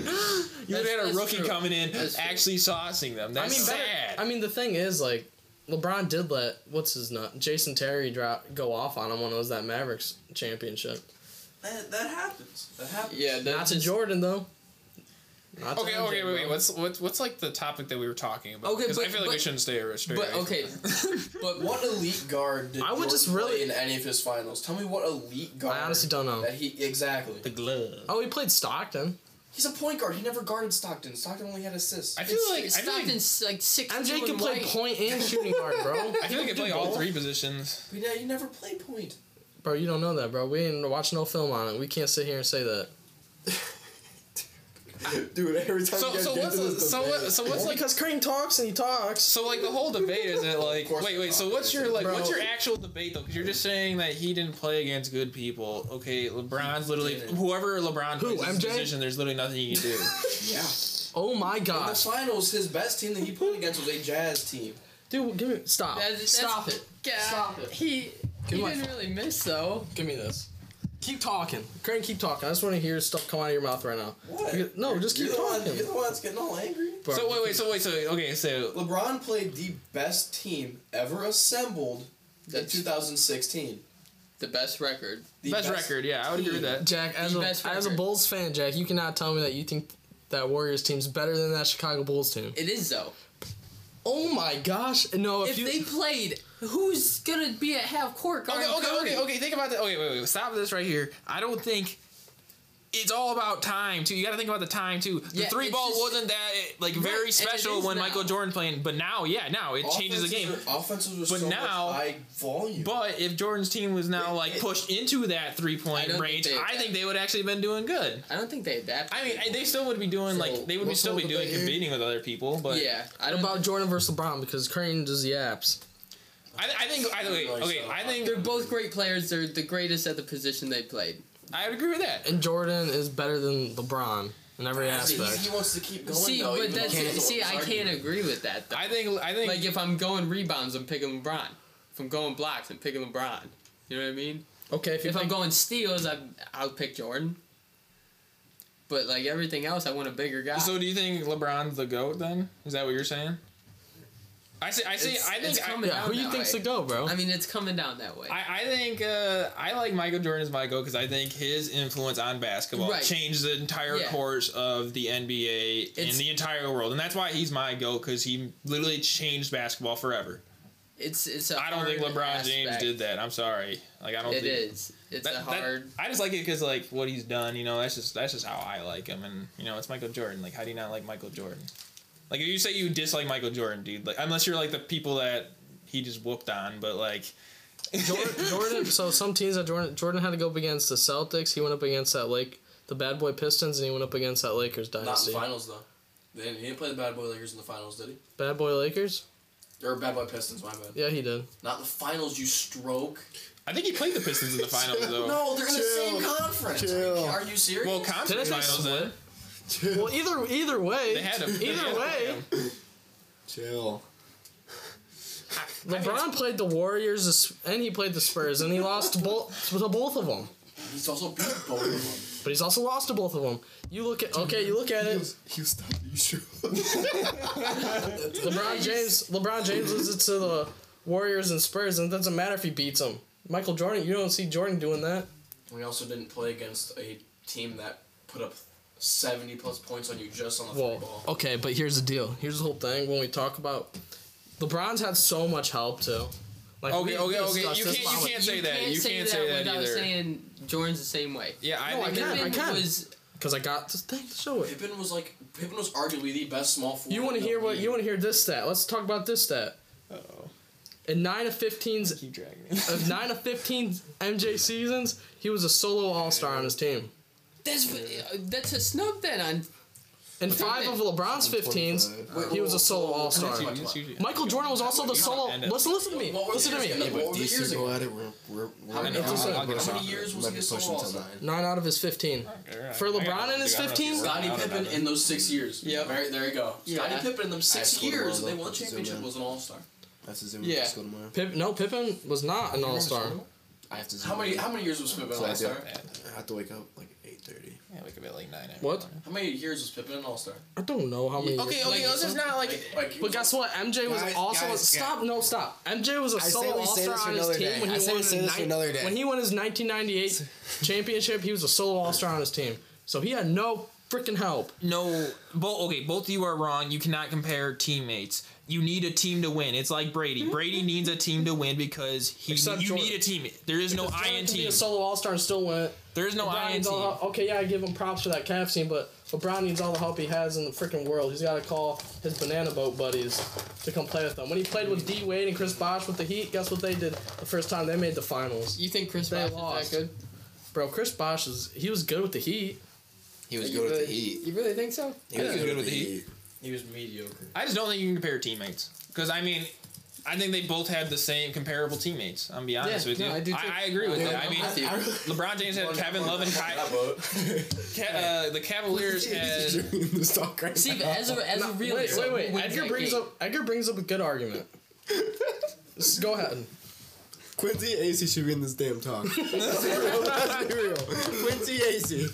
Speaker 7: You
Speaker 5: That's-
Speaker 7: had a
Speaker 5: that's
Speaker 7: rookie
Speaker 5: true.
Speaker 7: coming in,
Speaker 5: That's true.
Speaker 7: actually saucing them.
Speaker 3: I
Speaker 7: That's
Speaker 3: mean, better-
Speaker 7: sad.
Speaker 3: I mean, the thing is, like, LeBron did let what's his nut Jason Terry drop go off on him when it was that Mavericks championship.
Speaker 8: That, that happens. That happens.
Speaker 5: Yeah, that's
Speaker 3: Not to
Speaker 5: just-
Speaker 3: Jordan though. Not to
Speaker 7: okay,
Speaker 3: him,
Speaker 7: okay, wait, wait.
Speaker 3: bro.
Speaker 7: What's what's what's like the topic that we were talking about?
Speaker 5: Okay,
Speaker 7: Because I
Speaker 5: but-
Speaker 7: feel like we
Speaker 5: but-
Speaker 7: shouldn't stay a straight.
Speaker 5: But
Speaker 7: away.
Speaker 5: okay,
Speaker 8: But what elite guard did
Speaker 3: I would
Speaker 8: Jordan
Speaker 3: just
Speaker 8: play
Speaker 3: really-
Speaker 8: in any of his finals? Tell me what elite guard.
Speaker 3: I honestly don't know.
Speaker 8: That he exactly.
Speaker 7: glove.
Speaker 3: Oh, he played Stockton.
Speaker 8: He's a point guard. He never guarded Stockton. Stockton only had assists.
Speaker 7: I feel like I feel like,
Speaker 5: Stockton's like six.
Speaker 3: MJ can play point and shooting guard, bro.
Speaker 7: I feel like I play all three positions.
Speaker 8: But yeah, you never play point.
Speaker 3: Bro, you don't know that, bro. We ain't watch no film on it. We can't sit here and say that.
Speaker 8: Dude, every time
Speaker 7: So so what's the- so what so what's like
Speaker 3: because Crane talks and he talks.
Speaker 7: so like the whole debate is it like
Speaker 8: course
Speaker 7: wait
Speaker 8: I'm
Speaker 7: wait so
Speaker 8: not.
Speaker 7: what's your like
Speaker 3: Bro.
Speaker 7: what's your actual debate though because you're just saying that he didn't play against good people okay LeBron's literally
Speaker 8: didn't.
Speaker 7: whoever LeBron
Speaker 3: Who,
Speaker 7: plays his
Speaker 3: MJ?
Speaker 7: position there's literally nothing you can do
Speaker 8: yeah.
Speaker 3: Oh my
Speaker 8: In the
Speaker 3: gosh,
Speaker 8: finals, his best team that he played against was a Jazz team.
Speaker 3: dude, give me stop, stop it,
Speaker 5: Stop it. He. He
Speaker 3: my
Speaker 5: didn't really miss though.
Speaker 3: give me this. Keep talking, Crane. Keep talking. I just want to hear stuff come out of your mouth right now.
Speaker 8: What?
Speaker 3: You- no, just keep
Speaker 8: you're the
Speaker 3: talking.
Speaker 8: One, you're the one that's getting all angry.
Speaker 3: Bro,
Speaker 7: so wait wait so wait so okay so
Speaker 8: LeBron played the best team ever assembled in
Speaker 5: That's-
Speaker 8: 2016.
Speaker 5: The best record.
Speaker 8: The
Speaker 7: best, record yeah I would agree with
Speaker 8: team.
Speaker 7: that
Speaker 3: Jack, as
Speaker 5: The
Speaker 3: a,
Speaker 5: best
Speaker 3: as a
Speaker 5: record.
Speaker 3: Bulls fan, Jack, you cannot tell me that you think that Warriors team's better than that Chicago Bulls team.
Speaker 5: It is though.
Speaker 3: Oh my gosh, no, if,
Speaker 5: If
Speaker 3: you
Speaker 5: they played, who's gonna be at half court
Speaker 7: Okay,
Speaker 5: guarding
Speaker 7: okay,
Speaker 5: Curry?
Speaker 7: okay, okay. Think about that. Okay, wait, wait. Stop this right here. I don't think it's all about time too. You got to think about the time too. The
Speaker 5: Yeah,
Speaker 7: three
Speaker 5: it's
Speaker 7: ball
Speaker 5: just-
Speaker 7: wasn't that eh, like
Speaker 5: Right,
Speaker 7: very
Speaker 5: and it
Speaker 7: special
Speaker 5: is
Speaker 7: when
Speaker 5: now.
Speaker 7: Michael Jordan playing, but now, yeah, now it changes the game.
Speaker 8: Offenses are- Offenses were
Speaker 7: But
Speaker 8: so
Speaker 7: now-
Speaker 8: much high volume.
Speaker 7: But if Jordan's team was now like
Speaker 8: it-
Speaker 7: pushed into that three
Speaker 5: I
Speaker 7: point
Speaker 5: don't
Speaker 7: range,
Speaker 5: think they-
Speaker 7: I think they would actually been doing good.
Speaker 5: I don't think they adapted.
Speaker 7: I mean, eh, they still would be doing like they would be
Speaker 4: what's
Speaker 7: still
Speaker 4: all
Speaker 7: be
Speaker 4: the
Speaker 7: doing
Speaker 4: debate?
Speaker 7: competing with other people, but
Speaker 5: yeah, I don't.
Speaker 3: about Jordan versus LeBron because Crane does the apps.
Speaker 7: I, I think I wait, okay, I think
Speaker 5: They're both great players. They're the greatest at the position they played.
Speaker 7: I would agree with that.
Speaker 3: And Jordan is better than LeBron in every
Speaker 8: See, he,
Speaker 3: aspect.
Speaker 8: he wants to keep going.
Speaker 5: see,
Speaker 8: though,
Speaker 5: but
Speaker 8: even though
Speaker 5: that's
Speaker 8: he's the one
Speaker 5: see,
Speaker 8: that's
Speaker 5: I
Speaker 8: arguing.
Speaker 5: can't agree with that. Though.
Speaker 7: I think I think
Speaker 5: like if I'm going rebounds, I'm picking LeBron. If I'm going blocks, I'm picking LeBron. You know what I mean?
Speaker 3: Okay, if you
Speaker 5: If I'm
Speaker 3: think,
Speaker 5: going steals, I I'll pick Jordan. But like everything else, I want a bigger guy.
Speaker 7: So do you think LeBron's the goat? Then is that what you're saying? I say I say
Speaker 5: It's-
Speaker 7: I
Speaker 5: it's
Speaker 7: think I,
Speaker 5: coming
Speaker 3: yeah, who
Speaker 5: down
Speaker 3: you
Speaker 5: that
Speaker 3: think's
Speaker 5: way.
Speaker 3: the go, bro?
Speaker 5: I mean, it's coming down that way.
Speaker 7: I, I think uh, I like Michael Jordan as my goat because I think his influence on basketball
Speaker 5: Right.
Speaker 7: changed the entire
Speaker 5: Yeah.
Speaker 7: course of the NBA in
Speaker 5: It's-
Speaker 7: the entire world, and that's why he's my goat because he literally changed basketball forever.
Speaker 5: it's it's a
Speaker 7: I don't think
Speaker 5: hard
Speaker 7: LeBron James
Speaker 5: aspect.
Speaker 7: did that. I'm sorry, like I don't.
Speaker 5: It
Speaker 7: think,
Speaker 5: is. It's
Speaker 7: That,
Speaker 5: a
Speaker 7: that-
Speaker 5: hard.
Speaker 7: I just like it because like what he's done, you know. That's just that's just how I like him, and you know, it's Michael Jordan. Like, how do you not like Michael Jordan? Like, if you say you dislike Michael Jordan, dude, like unless you're like the people that he just whooped on, but like,
Speaker 3: Jordan, Jordan. So some teams that Jordan Jordan had to go up against the Celtics. He went up against that Lake, the Bad Boy Pistons, and he went up against that Lakers
Speaker 8: Not in
Speaker 3: dynasty.
Speaker 8: finals though. They didn't, he didn't play the Bad Boy Lakers in the finals, did he?
Speaker 3: Bad Boy Lakers.
Speaker 8: Or Bad Boy Pistons, my bad.
Speaker 3: Yeah, he did.
Speaker 8: Not the finals, you stroke.
Speaker 7: I think he played the Pistons in the finals though.
Speaker 8: No, they're in the same
Speaker 4: Chill.
Speaker 8: conference.
Speaker 4: Chill.
Speaker 8: Are you serious?
Speaker 7: Well, conference
Speaker 3: Didn't they
Speaker 7: finals. Then.
Speaker 3: Well, either either way,
Speaker 7: They had him. They had
Speaker 3: either
Speaker 7: him.
Speaker 3: way,
Speaker 4: Chill.
Speaker 3: LeBron played the Warriors the S- and he played the Spurs, and he lost to both to both of them.
Speaker 8: he's also beat both of them.
Speaker 3: But he's also lost to both of them. You look at okay, you look at it.
Speaker 4: You stop. You sure?
Speaker 3: LeBron James. LeBron James loses to the Warriors and Spurs, and it doesn't matter if he beats them. Michael Jordan, you don't see Jordan doing that.
Speaker 8: We also didn't play against a team that put up 70 plus points on you just on the free
Speaker 3: Well,
Speaker 8: ball.
Speaker 3: okay, but here's the deal. Here's the whole thing. When we talk about LeBron's had so much help too. Like
Speaker 7: Okay,
Speaker 3: we-
Speaker 7: okay,
Speaker 3: we
Speaker 7: okay,
Speaker 3: discussed
Speaker 7: you
Speaker 3: this
Speaker 7: can't- you
Speaker 3: probably-
Speaker 7: can't- say that. You can't say that
Speaker 5: without
Speaker 7: either.
Speaker 5: saying Jordan's the same way.
Speaker 7: Yeah, I
Speaker 3: No, I
Speaker 7: think.
Speaker 3: can't.
Speaker 5: Pippen
Speaker 3: can.
Speaker 5: was
Speaker 3: Cause I got this thing to show it.
Speaker 8: Pippen was like Pippen was arguably the best small forward.
Speaker 3: You want to
Speaker 8: in the
Speaker 3: hear what?
Speaker 8: league.
Speaker 3: You want to hear this stat? Let's talk about this stat.
Speaker 7: Uh-oh.
Speaker 3: In nine of 15's
Speaker 7: Keep dragging me.
Speaker 3: of nine of 15's MJ seasons, he was a solo All Star on his team.
Speaker 5: That's uh, that's a snub then on
Speaker 3: In five of LeBron's 15s, he was a solo All Star. Michael Jordan was also the solo.
Speaker 7: end it.
Speaker 3: Listen, listen to me.
Speaker 8: What were
Speaker 3: Listen to
Speaker 8: the years
Speaker 3: me.
Speaker 8: ago? What were the
Speaker 4: These
Speaker 8: years
Speaker 4: two go
Speaker 8: ago?
Speaker 4: at it. We're we're. we're
Speaker 8: How many-
Speaker 4: we're-
Speaker 3: how many-
Speaker 4: we're
Speaker 3: how many
Speaker 4: gonna-
Speaker 8: years
Speaker 4: we
Speaker 8: was
Speaker 4: might
Speaker 8: he
Speaker 4: be
Speaker 8: a
Speaker 4: pushing
Speaker 8: solo
Speaker 4: till
Speaker 8: all-star?
Speaker 4: nine.
Speaker 3: Nine out of his 15. For LeBron in his 15s?
Speaker 8: Scottie Pippen in those six years.
Speaker 5: Yep.
Speaker 8: Right, there you go. Scottie
Speaker 5: Yeah.
Speaker 8: Pippen in them six
Speaker 4: I screwed
Speaker 8: years,
Speaker 4: one
Speaker 8: and they
Speaker 4: up
Speaker 8: won a
Speaker 4: with Zoom
Speaker 8: championship.
Speaker 4: in.
Speaker 8: Was an All Star.
Speaker 1: I have to zoom
Speaker 5: Yeah.
Speaker 1: yeah. school tomorrow.
Speaker 3: Pip, no, Pippen was not an All Star.
Speaker 1: I have to zoom
Speaker 8: How many how many years was Pippen
Speaker 1: So I
Speaker 8: All
Speaker 1: do.
Speaker 8: Star?
Speaker 1: I have to wake up like eight thirty.
Speaker 7: Yeah, we could be at like nine. every
Speaker 3: What?
Speaker 7: morning.
Speaker 8: How many years was Pippen an All Star?
Speaker 3: I don't know how many.
Speaker 7: Okay,
Speaker 3: years-
Speaker 7: okay, this is not like.
Speaker 8: Like, like
Speaker 3: But guess what? MJ was
Speaker 4: Guys-
Speaker 3: also
Speaker 4: guys,
Speaker 3: stop. No, stop. MJ was a
Speaker 4: say
Speaker 3: solo
Speaker 4: we
Speaker 3: All
Speaker 4: say
Speaker 3: Star
Speaker 4: this for
Speaker 3: on his
Speaker 4: another
Speaker 3: team
Speaker 4: day.
Speaker 3: when he
Speaker 4: I say we
Speaker 3: won
Speaker 4: say
Speaker 3: his
Speaker 4: this for another day.
Speaker 3: when he won his 1998 championship. He was a solo All Star on his team, so he had no freaking help.
Speaker 7: No, both okay. Both of you are wrong. You cannot compare teammates. You need a team to win. It's like Brady. Brady needs a team to win because he.
Speaker 3: Except
Speaker 7: you
Speaker 3: Jordan.
Speaker 7: need a team. There is no I in
Speaker 3: Jordan can be
Speaker 7: team.
Speaker 3: a solo All Star and still win it.
Speaker 7: There is no I in
Speaker 3: LeBron needs
Speaker 7: team.
Speaker 3: all the- uh, okay, yeah, I give him props for that calf scene, but LeBron needs all the help he has in the freaking world. He's got to call his banana boat buddies to come play with them. When he played with D Wade and Chris Bosh with the Heat, guess what they did the first time they made the finals?
Speaker 5: You think Chris
Speaker 3: They
Speaker 5: Bosh
Speaker 3: lost.
Speaker 5: is that good?
Speaker 3: Bro, Chris Bosh is he was good with the Heat.
Speaker 1: He was
Speaker 5: You
Speaker 1: good
Speaker 5: really,
Speaker 1: with the heat.
Speaker 5: You really think so?
Speaker 1: He was
Speaker 7: Yeah.
Speaker 1: good with the
Speaker 7: Heat.
Speaker 1: heat.
Speaker 8: he was mediocre.
Speaker 7: I just don't think you can compare teammates because I mean, I think they both had the same comparable teammates. I'm gonna be honest
Speaker 5: Yeah,
Speaker 7: with you.
Speaker 5: no, I do too.
Speaker 7: I, agree with
Speaker 5: Yeah,
Speaker 7: that. I
Speaker 5: I'm
Speaker 7: mean,
Speaker 5: with you.
Speaker 7: LeBron James had Kevin Love and Ky- Ca- uh, the Cavaliers had.
Speaker 4: this talk right
Speaker 5: See, but as a as a
Speaker 3: Wait,
Speaker 5: realist,
Speaker 3: wait, wait.
Speaker 5: who wins
Speaker 3: Edgar
Speaker 5: that
Speaker 3: brings
Speaker 5: game?
Speaker 3: up Edgar brings up a good argument. Just Go ahead.
Speaker 4: Quincy AC should be in this damn talk. Let's be real. Let's be real. Quincy AC.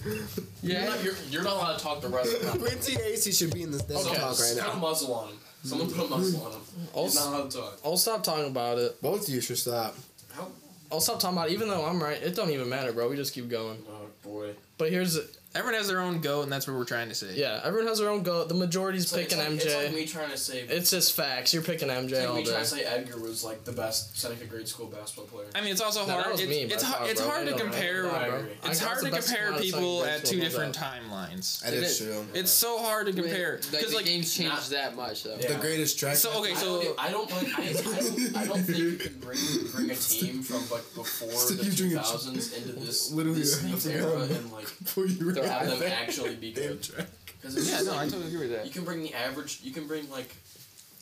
Speaker 8: You're not, you're, you're not allowed to talk the rest of the time.
Speaker 4: Quincy AC should be in this damn talk right
Speaker 8: Put a
Speaker 4: now.
Speaker 8: muzzle on him. Someone put a muzzle on him. He's
Speaker 3: Also-
Speaker 8: not allowed to talk.
Speaker 3: I'll stop talking about it.
Speaker 4: Both of you should stop.
Speaker 8: How?
Speaker 3: I'll stop talking about it. Even though I'm right, it don't even matter, bro. We just keep going.
Speaker 8: Oh boy.
Speaker 3: But here's
Speaker 7: Everyone has their own goat, and that's what we're trying to say.
Speaker 3: yeah, everyone has their own go. The majority's
Speaker 8: It's like-
Speaker 3: picking MJ.
Speaker 8: it's like, It's like me trying to say. It's
Speaker 3: It's just facts. You're picking MJ
Speaker 8: like
Speaker 3: all
Speaker 8: me trying
Speaker 3: day.
Speaker 8: to say Edgar was like the best second grade school basketball player.
Speaker 7: I mean, it's also
Speaker 3: No, that
Speaker 7: hard.
Speaker 3: was
Speaker 7: it's
Speaker 3: me by
Speaker 7: it's,
Speaker 3: far,
Speaker 7: hard, it's
Speaker 3: bro.
Speaker 7: hard to
Speaker 3: I don't know.
Speaker 7: compare.
Speaker 8: I
Speaker 3: bro.
Speaker 8: agree.
Speaker 7: It's
Speaker 3: I-
Speaker 7: hard
Speaker 3: that's
Speaker 7: to
Speaker 3: the best
Speaker 7: compare
Speaker 3: amount of
Speaker 7: people
Speaker 3: second grade
Speaker 7: at two
Speaker 3: school
Speaker 7: different
Speaker 3: I've
Speaker 7: timelines.
Speaker 4: That
Speaker 5: It
Speaker 4: is
Speaker 5: is.
Speaker 4: true.
Speaker 7: It's so hard to compare
Speaker 5: Like,
Speaker 7: because
Speaker 5: the
Speaker 7: like,
Speaker 5: game's changed
Speaker 8: not-
Speaker 5: that much though.
Speaker 4: The
Speaker 8: Yeah.
Speaker 4: greatest track.
Speaker 7: so okay
Speaker 8: I don't-
Speaker 7: so
Speaker 8: I don't like. I, I, don't, I don't think you can bring bring a team from like before the
Speaker 4: you doing
Speaker 8: two
Speaker 4: it.
Speaker 8: thousands into this
Speaker 4: Literally,
Speaker 8: this
Speaker 4: I
Speaker 8: league's
Speaker 4: forgot
Speaker 8: era
Speaker 4: about
Speaker 8: and like
Speaker 4: Before you were
Speaker 8: have
Speaker 4: out
Speaker 8: them
Speaker 4: there.
Speaker 8: actually be
Speaker 4: Damn
Speaker 8: good.
Speaker 4: track.
Speaker 8: Because it's
Speaker 5: Yeah,
Speaker 8: just
Speaker 5: no, I
Speaker 8: like,
Speaker 5: totally agree with that.
Speaker 8: you can bring the average. You can bring like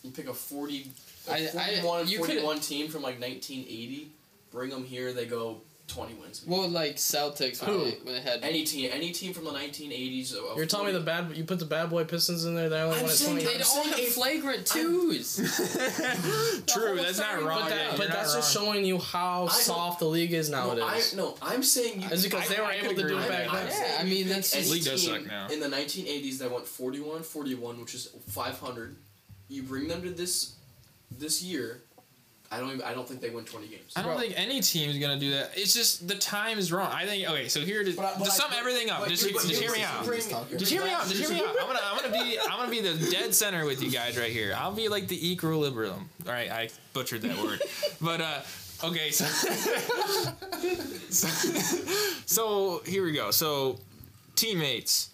Speaker 8: you pick a forty, a
Speaker 5: I- I-
Speaker 8: 41,
Speaker 5: you could-
Speaker 8: 41 team from like nineteen eighty. Bring them here, they go twenty wins.
Speaker 5: Well, like Celtics when,
Speaker 3: Who?
Speaker 5: they, when they had
Speaker 8: Any team, any team from the nineteen eighties.
Speaker 3: You're telling me the bad you put the bad boy Pistons in there. They only
Speaker 8: I'm
Speaker 3: won at
Speaker 8: saying
Speaker 3: 20.
Speaker 5: They
Speaker 8: I'm
Speaker 5: don't have
Speaker 8: saying-
Speaker 5: flagrant twos.
Speaker 7: true. That's not
Speaker 5: time,
Speaker 7: wrong.
Speaker 3: But,
Speaker 7: yeah,
Speaker 3: that, but
Speaker 7: you're not
Speaker 3: that's just
Speaker 7: wrong.
Speaker 3: showing you how
Speaker 8: don't-
Speaker 3: soft the league is
Speaker 8: No, I,
Speaker 3: nowadays.
Speaker 8: no, I'm saying you.
Speaker 3: Is it because they
Speaker 7: I-
Speaker 3: were
Speaker 7: I
Speaker 3: able
Speaker 7: could
Speaker 3: to do
Speaker 7: agree
Speaker 3: it
Speaker 7: with
Speaker 3: back
Speaker 7: that.
Speaker 3: then?
Speaker 5: Yeah, I mean, that's-
Speaker 8: any
Speaker 7: League does
Speaker 8: team
Speaker 7: suck now.
Speaker 8: In the 1980s, that went 41, 41, which is 500. You bring them to this this year. I don't. Even, I don't think they win 20 games.
Speaker 7: I don't
Speaker 3: Bro.
Speaker 7: think any team is gonna do that. It's just the time is wrong. I think okay. So here, to,
Speaker 8: But I- but
Speaker 7: to
Speaker 8: I-
Speaker 7: sum
Speaker 8: but-
Speaker 7: everything up,
Speaker 8: but
Speaker 7: just,
Speaker 8: you- but
Speaker 7: just
Speaker 8: you
Speaker 7: hear me
Speaker 8: bring-
Speaker 7: out.
Speaker 8: you bring-
Speaker 4: Just
Speaker 7: Just hear me out. Just hear me out. I'm gonna, I'm gonna be, I'm gonna be the dead center with you guys right here. I'll be like the equilibrium. All right, I butchered that word, but uh, okay. So, so here we go. So teammates.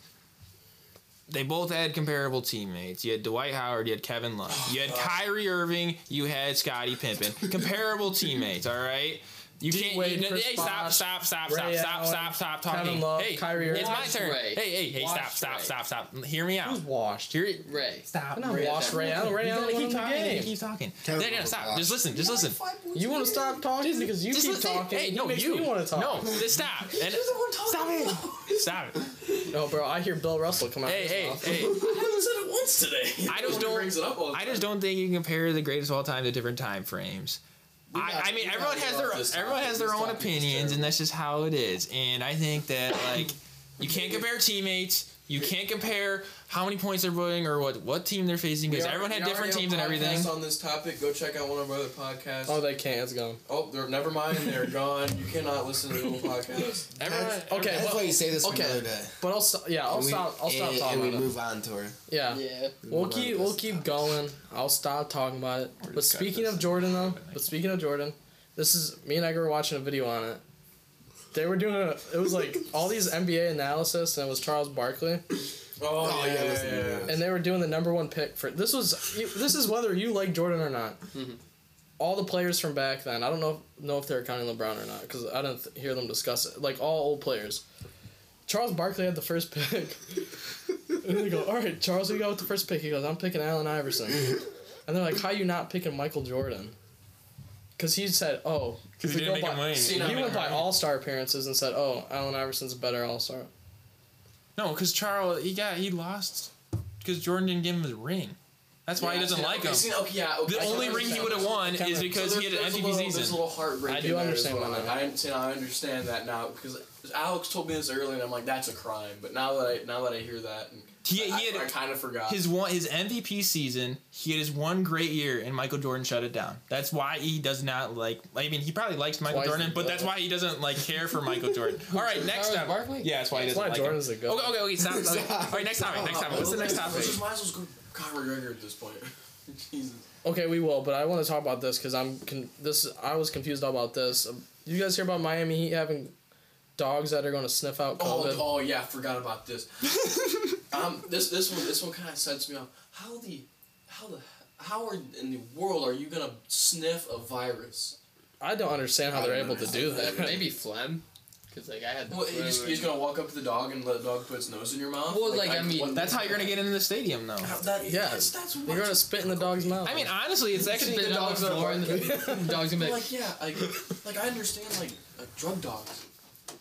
Speaker 7: They both had comparable teammates. You had Dwight Howard, you had Kevin Love, you had Kyrie Irving, you had Scottie Pippen. Comparable teammates, all right. You can't.
Speaker 3: Wade,
Speaker 7: you,
Speaker 3: Chris
Speaker 7: hey, stop!
Speaker 3: Bosh,
Speaker 7: Stop! Stop!
Speaker 3: Ray
Speaker 7: Stop! Stop!
Speaker 3: Allen,
Speaker 7: Stop! Stop talking.
Speaker 3: Kevin Love,
Speaker 7: hey,
Speaker 3: Kyrie
Speaker 7: it's my
Speaker 3: Irving.
Speaker 7: turn.
Speaker 5: Ray.
Speaker 7: Hey, hey, hey! Stop!
Speaker 5: Watch
Speaker 7: Stop!
Speaker 5: Ray.
Speaker 7: Stop! Stop! Hear me out.
Speaker 3: washed.
Speaker 7: Hear
Speaker 5: Ray.
Speaker 7: Stop.
Speaker 3: I'm not washed Ray Allen. Ray Allen won
Speaker 7: keep
Speaker 3: the
Speaker 7: talking. You
Speaker 3: game.
Speaker 7: keep talking. No,
Speaker 4: Kevin
Speaker 7: no,
Speaker 4: was
Speaker 7: stop.
Speaker 4: washed.
Speaker 7: Just listen. Just listen.
Speaker 3: You want to stop talking because you
Speaker 7: Just
Speaker 3: keep
Speaker 7: listen.
Speaker 3: talking.
Speaker 7: Hey, no,
Speaker 3: makes
Speaker 7: you.
Speaker 3: me want to talk.
Speaker 7: No, just stop. And stop it. Stop it.
Speaker 3: No, bro, I hear Bill Russell come out.
Speaker 7: Hey,
Speaker 3: of his
Speaker 7: hey,
Speaker 3: mouth.
Speaker 7: hey.
Speaker 8: I haven't said it once today.
Speaker 7: I just don't.
Speaker 8: brings it up all the
Speaker 7: I
Speaker 8: time.
Speaker 7: just don't think you can compare the greatest of all time to different time frames. I,
Speaker 8: gotta-
Speaker 7: I mean,
Speaker 8: we
Speaker 7: everyone
Speaker 8: gotta
Speaker 7: has
Speaker 8: love
Speaker 7: their
Speaker 8: this
Speaker 7: everyone
Speaker 8: topic.
Speaker 7: has their
Speaker 8: This
Speaker 7: own
Speaker 8: topic is
Speaker 7: opinions,
Speaker 8: terrible.
Speaker 7: and that's just how it is. And I think that like you can't compare teammates. You can't compare how many points they're putting or what what team they're facing because
Speaker 8: We are-
Speaker 7: everyone had
Speaker 8: we
Speaker 7: different
Speaker 8: already
Speaker 7: teams and
Speaker 8: have podcasts
Speaker 7: everything.
Speaker 8: On this topic, go check out one of our other podcasts.
Speaker 3: Oh,
Speaker 8: Oh,
Speaker 3: they can't. It's gone.
Speaker 8: they're never mind. They're gone. You cannot listen to the whole podcast.
Speaker 7: Everyone,
Speaker 3: Okay,
Speaker 4: That's
Speaker 3: well-
Speaker 4: why you say this for
Speaker 3: okay.
Speaker 4: another day.
Speaker 3: But I'll stop. Yeah, I'll
Speaker 4: And we-
Speaker 3: stop. I'll stop
Speaker 4: and-
Speaker 3: talking
Speaker 4: And we
Speaker 3: about it.
Speaker 4: move on to her.
Speaker 3: Yeah.
Speaker 5: Yeah.
Speaker 3: We'll
Speaker 4: Move on
Speaker 3: keep
Speaker 4: to
Speaker 3: we'll
Speaker 4: this
Speaker 3: keep
Speaker 4: topic.
Speaker 3: going. I'll stop talking about it.
Speaker 7: We're
Speaker 3: But
Speaker 7: just cut
Speaker 3: speaking
Speaker 7: this.
Speaker 3: of Jordan though, but speaking of Jordan, this is me and Edgar were watching a video on it. They were doing a it was like all these NBA analysis and it was Charles Barkley
Speaker 8: Oh, yeah, yeah,
Speaker 4: listen to
Speaker 8: yeah,
Speaker 4: that.
Speaker 3: and they were doing the number one pick for this was you- this is whether you like Jordan or not.
Speaker 7: Mm-hmm.
Speaker 3: All the players from back then, I don't know know if they're counting LeBron or not because I didn't th- hear them discuss it. Like all old players, Charles Barkley had the first pick, and they go, "All right, Charles, we go with the first pick." He goes, "I'm picking Allen Iverson," and they're like, "How you not picking Michael Jordan?" Because he said, "Oh,
Speaker 7: because
Speaker 3: we
Speaker 7: you
Speaker 3: go
Speaker 7: didn't make
Speaker 3: by-
Speaker 7: him win.
Speaker 8: See,
Speaker 7: You
Speaker 8: now
Speaker 7: didn't
Speaker 3: He
Speaker 7: make
Speaker 3: went
Speaker 7: him
Speaker 3: by
Speaker 7: win.
Speaker 3: all star appearances and said, "Oh, Allen Iverson's a better all star."
Speaker 7: No, because Charles he got he lost because Jordan didn't give him his ring. That's why he
Speaker 8: Yeah,
Speaker 7: doesn't
Speaker 8: see,
Speaker 7: like
Speaker 8: okay,
Speaker 7: him.
Speaker 8: see, okay, yeah, okay,
Speaker 7: The
Speaker 8: I
Speaker 7: only
Speaker 8: totally
Speaker 7: ring he
Speaker 8: understand.
Speaker 7: would have won
Speaker 3: Kinda.
Speaker 7: is because
Speaker 8: So
Speaker 7: he had
Speaker 8: there's-
Speaker 7: an
Speaker 8: there's a
Speaker 7: MVP
Speaker 8: little- There's a
Speaker 7: season.
Speaker 8: little heartbreak.
Speaker 3: I do
Speaker 8: in there as
Speaker 3: understand
Speaker 8: well.
Speaker 3: why not.
Speaker 8: I, see, I understand that now because Alex told me this earlier, and I'm like, that's a crime. But now that I now that I hear that, and
Speaker 7: He-
Speaker 8: I,
Speaker 7: he had-
Speaker 8: I, kind of forgot.
Speaker 7: His one, his MVP season, he had his one great year, and Michael Jordan shut it down. That's why he does not like. I mean, he probably likes Michael
Speaker 3: Twice
Speaker 7: Jordan,
Speaker 3: the
Speaker 7: but that's
Speaker 3: goat.
Speaker 7: why he doesn't like care for Michael Jordan. All right, next
Speaker 5: Charles
Speaker 7: up.
Speaker 5: Barkley?
Speaker 7: Yeah, that's why he
Speaker 3: That's
Speaker 7: doesn't
Speaker 3: why
Speaker 7: like
Speaker 3: Jordan's
Speaker 7: him.
Speaker 3: a goat.
Speaker 7: Okay, okay, okay. Stop. okay. All right, next topic. Next topic. What's the next
Speaker 8: We
Speaker 7: topic?
Speaker 8: just might as well go Conor McGregor at this point. Jesus.
Speaker 3: Okay, we will, but I want to talk about this because I'm con- this. I was confused about this. Um, You guys hear about Miami Heat having dogs that are going to sniff out
Speaker 8: Oh,
Speaker 3: COVID?
Speaker 8: oh yeah, I forgot about this. um, this this one this one kind of sets me off. How the how the how are in the world are you gonna sniff a virus?
Speaker 3: I don't understand how they're able to do that.
Speaker 5: Maybe phlegm, because like I had. The
Speaker 8: Well, you
Speaker 5: flu
Speaker 8: just, you're
Speaker 5: and-
Speaker 8: just gonna walk up to the dog and let the dog put its nose in your mouth.
Speaker 5: Well, like, I mean,
Speaker 8: what-
Speaker 7: That's how you're gonna get into the stadium, though.
Speaker 8: That,
Speaker 3: Yeah.
Speaker 8: that's, that's
Speaker 3: You're going to
Speaker 8: what-
Speaker 3: spit in the dog's mouth.
Speaker 7: I mean, honestly, it's actually
Speaker 5: the, dog's
Speaker 7: that are
Speaker 5: floor and the, the dog's gonna be like,
Speaker 8: like yeah, like like I understand like, like drug dogs,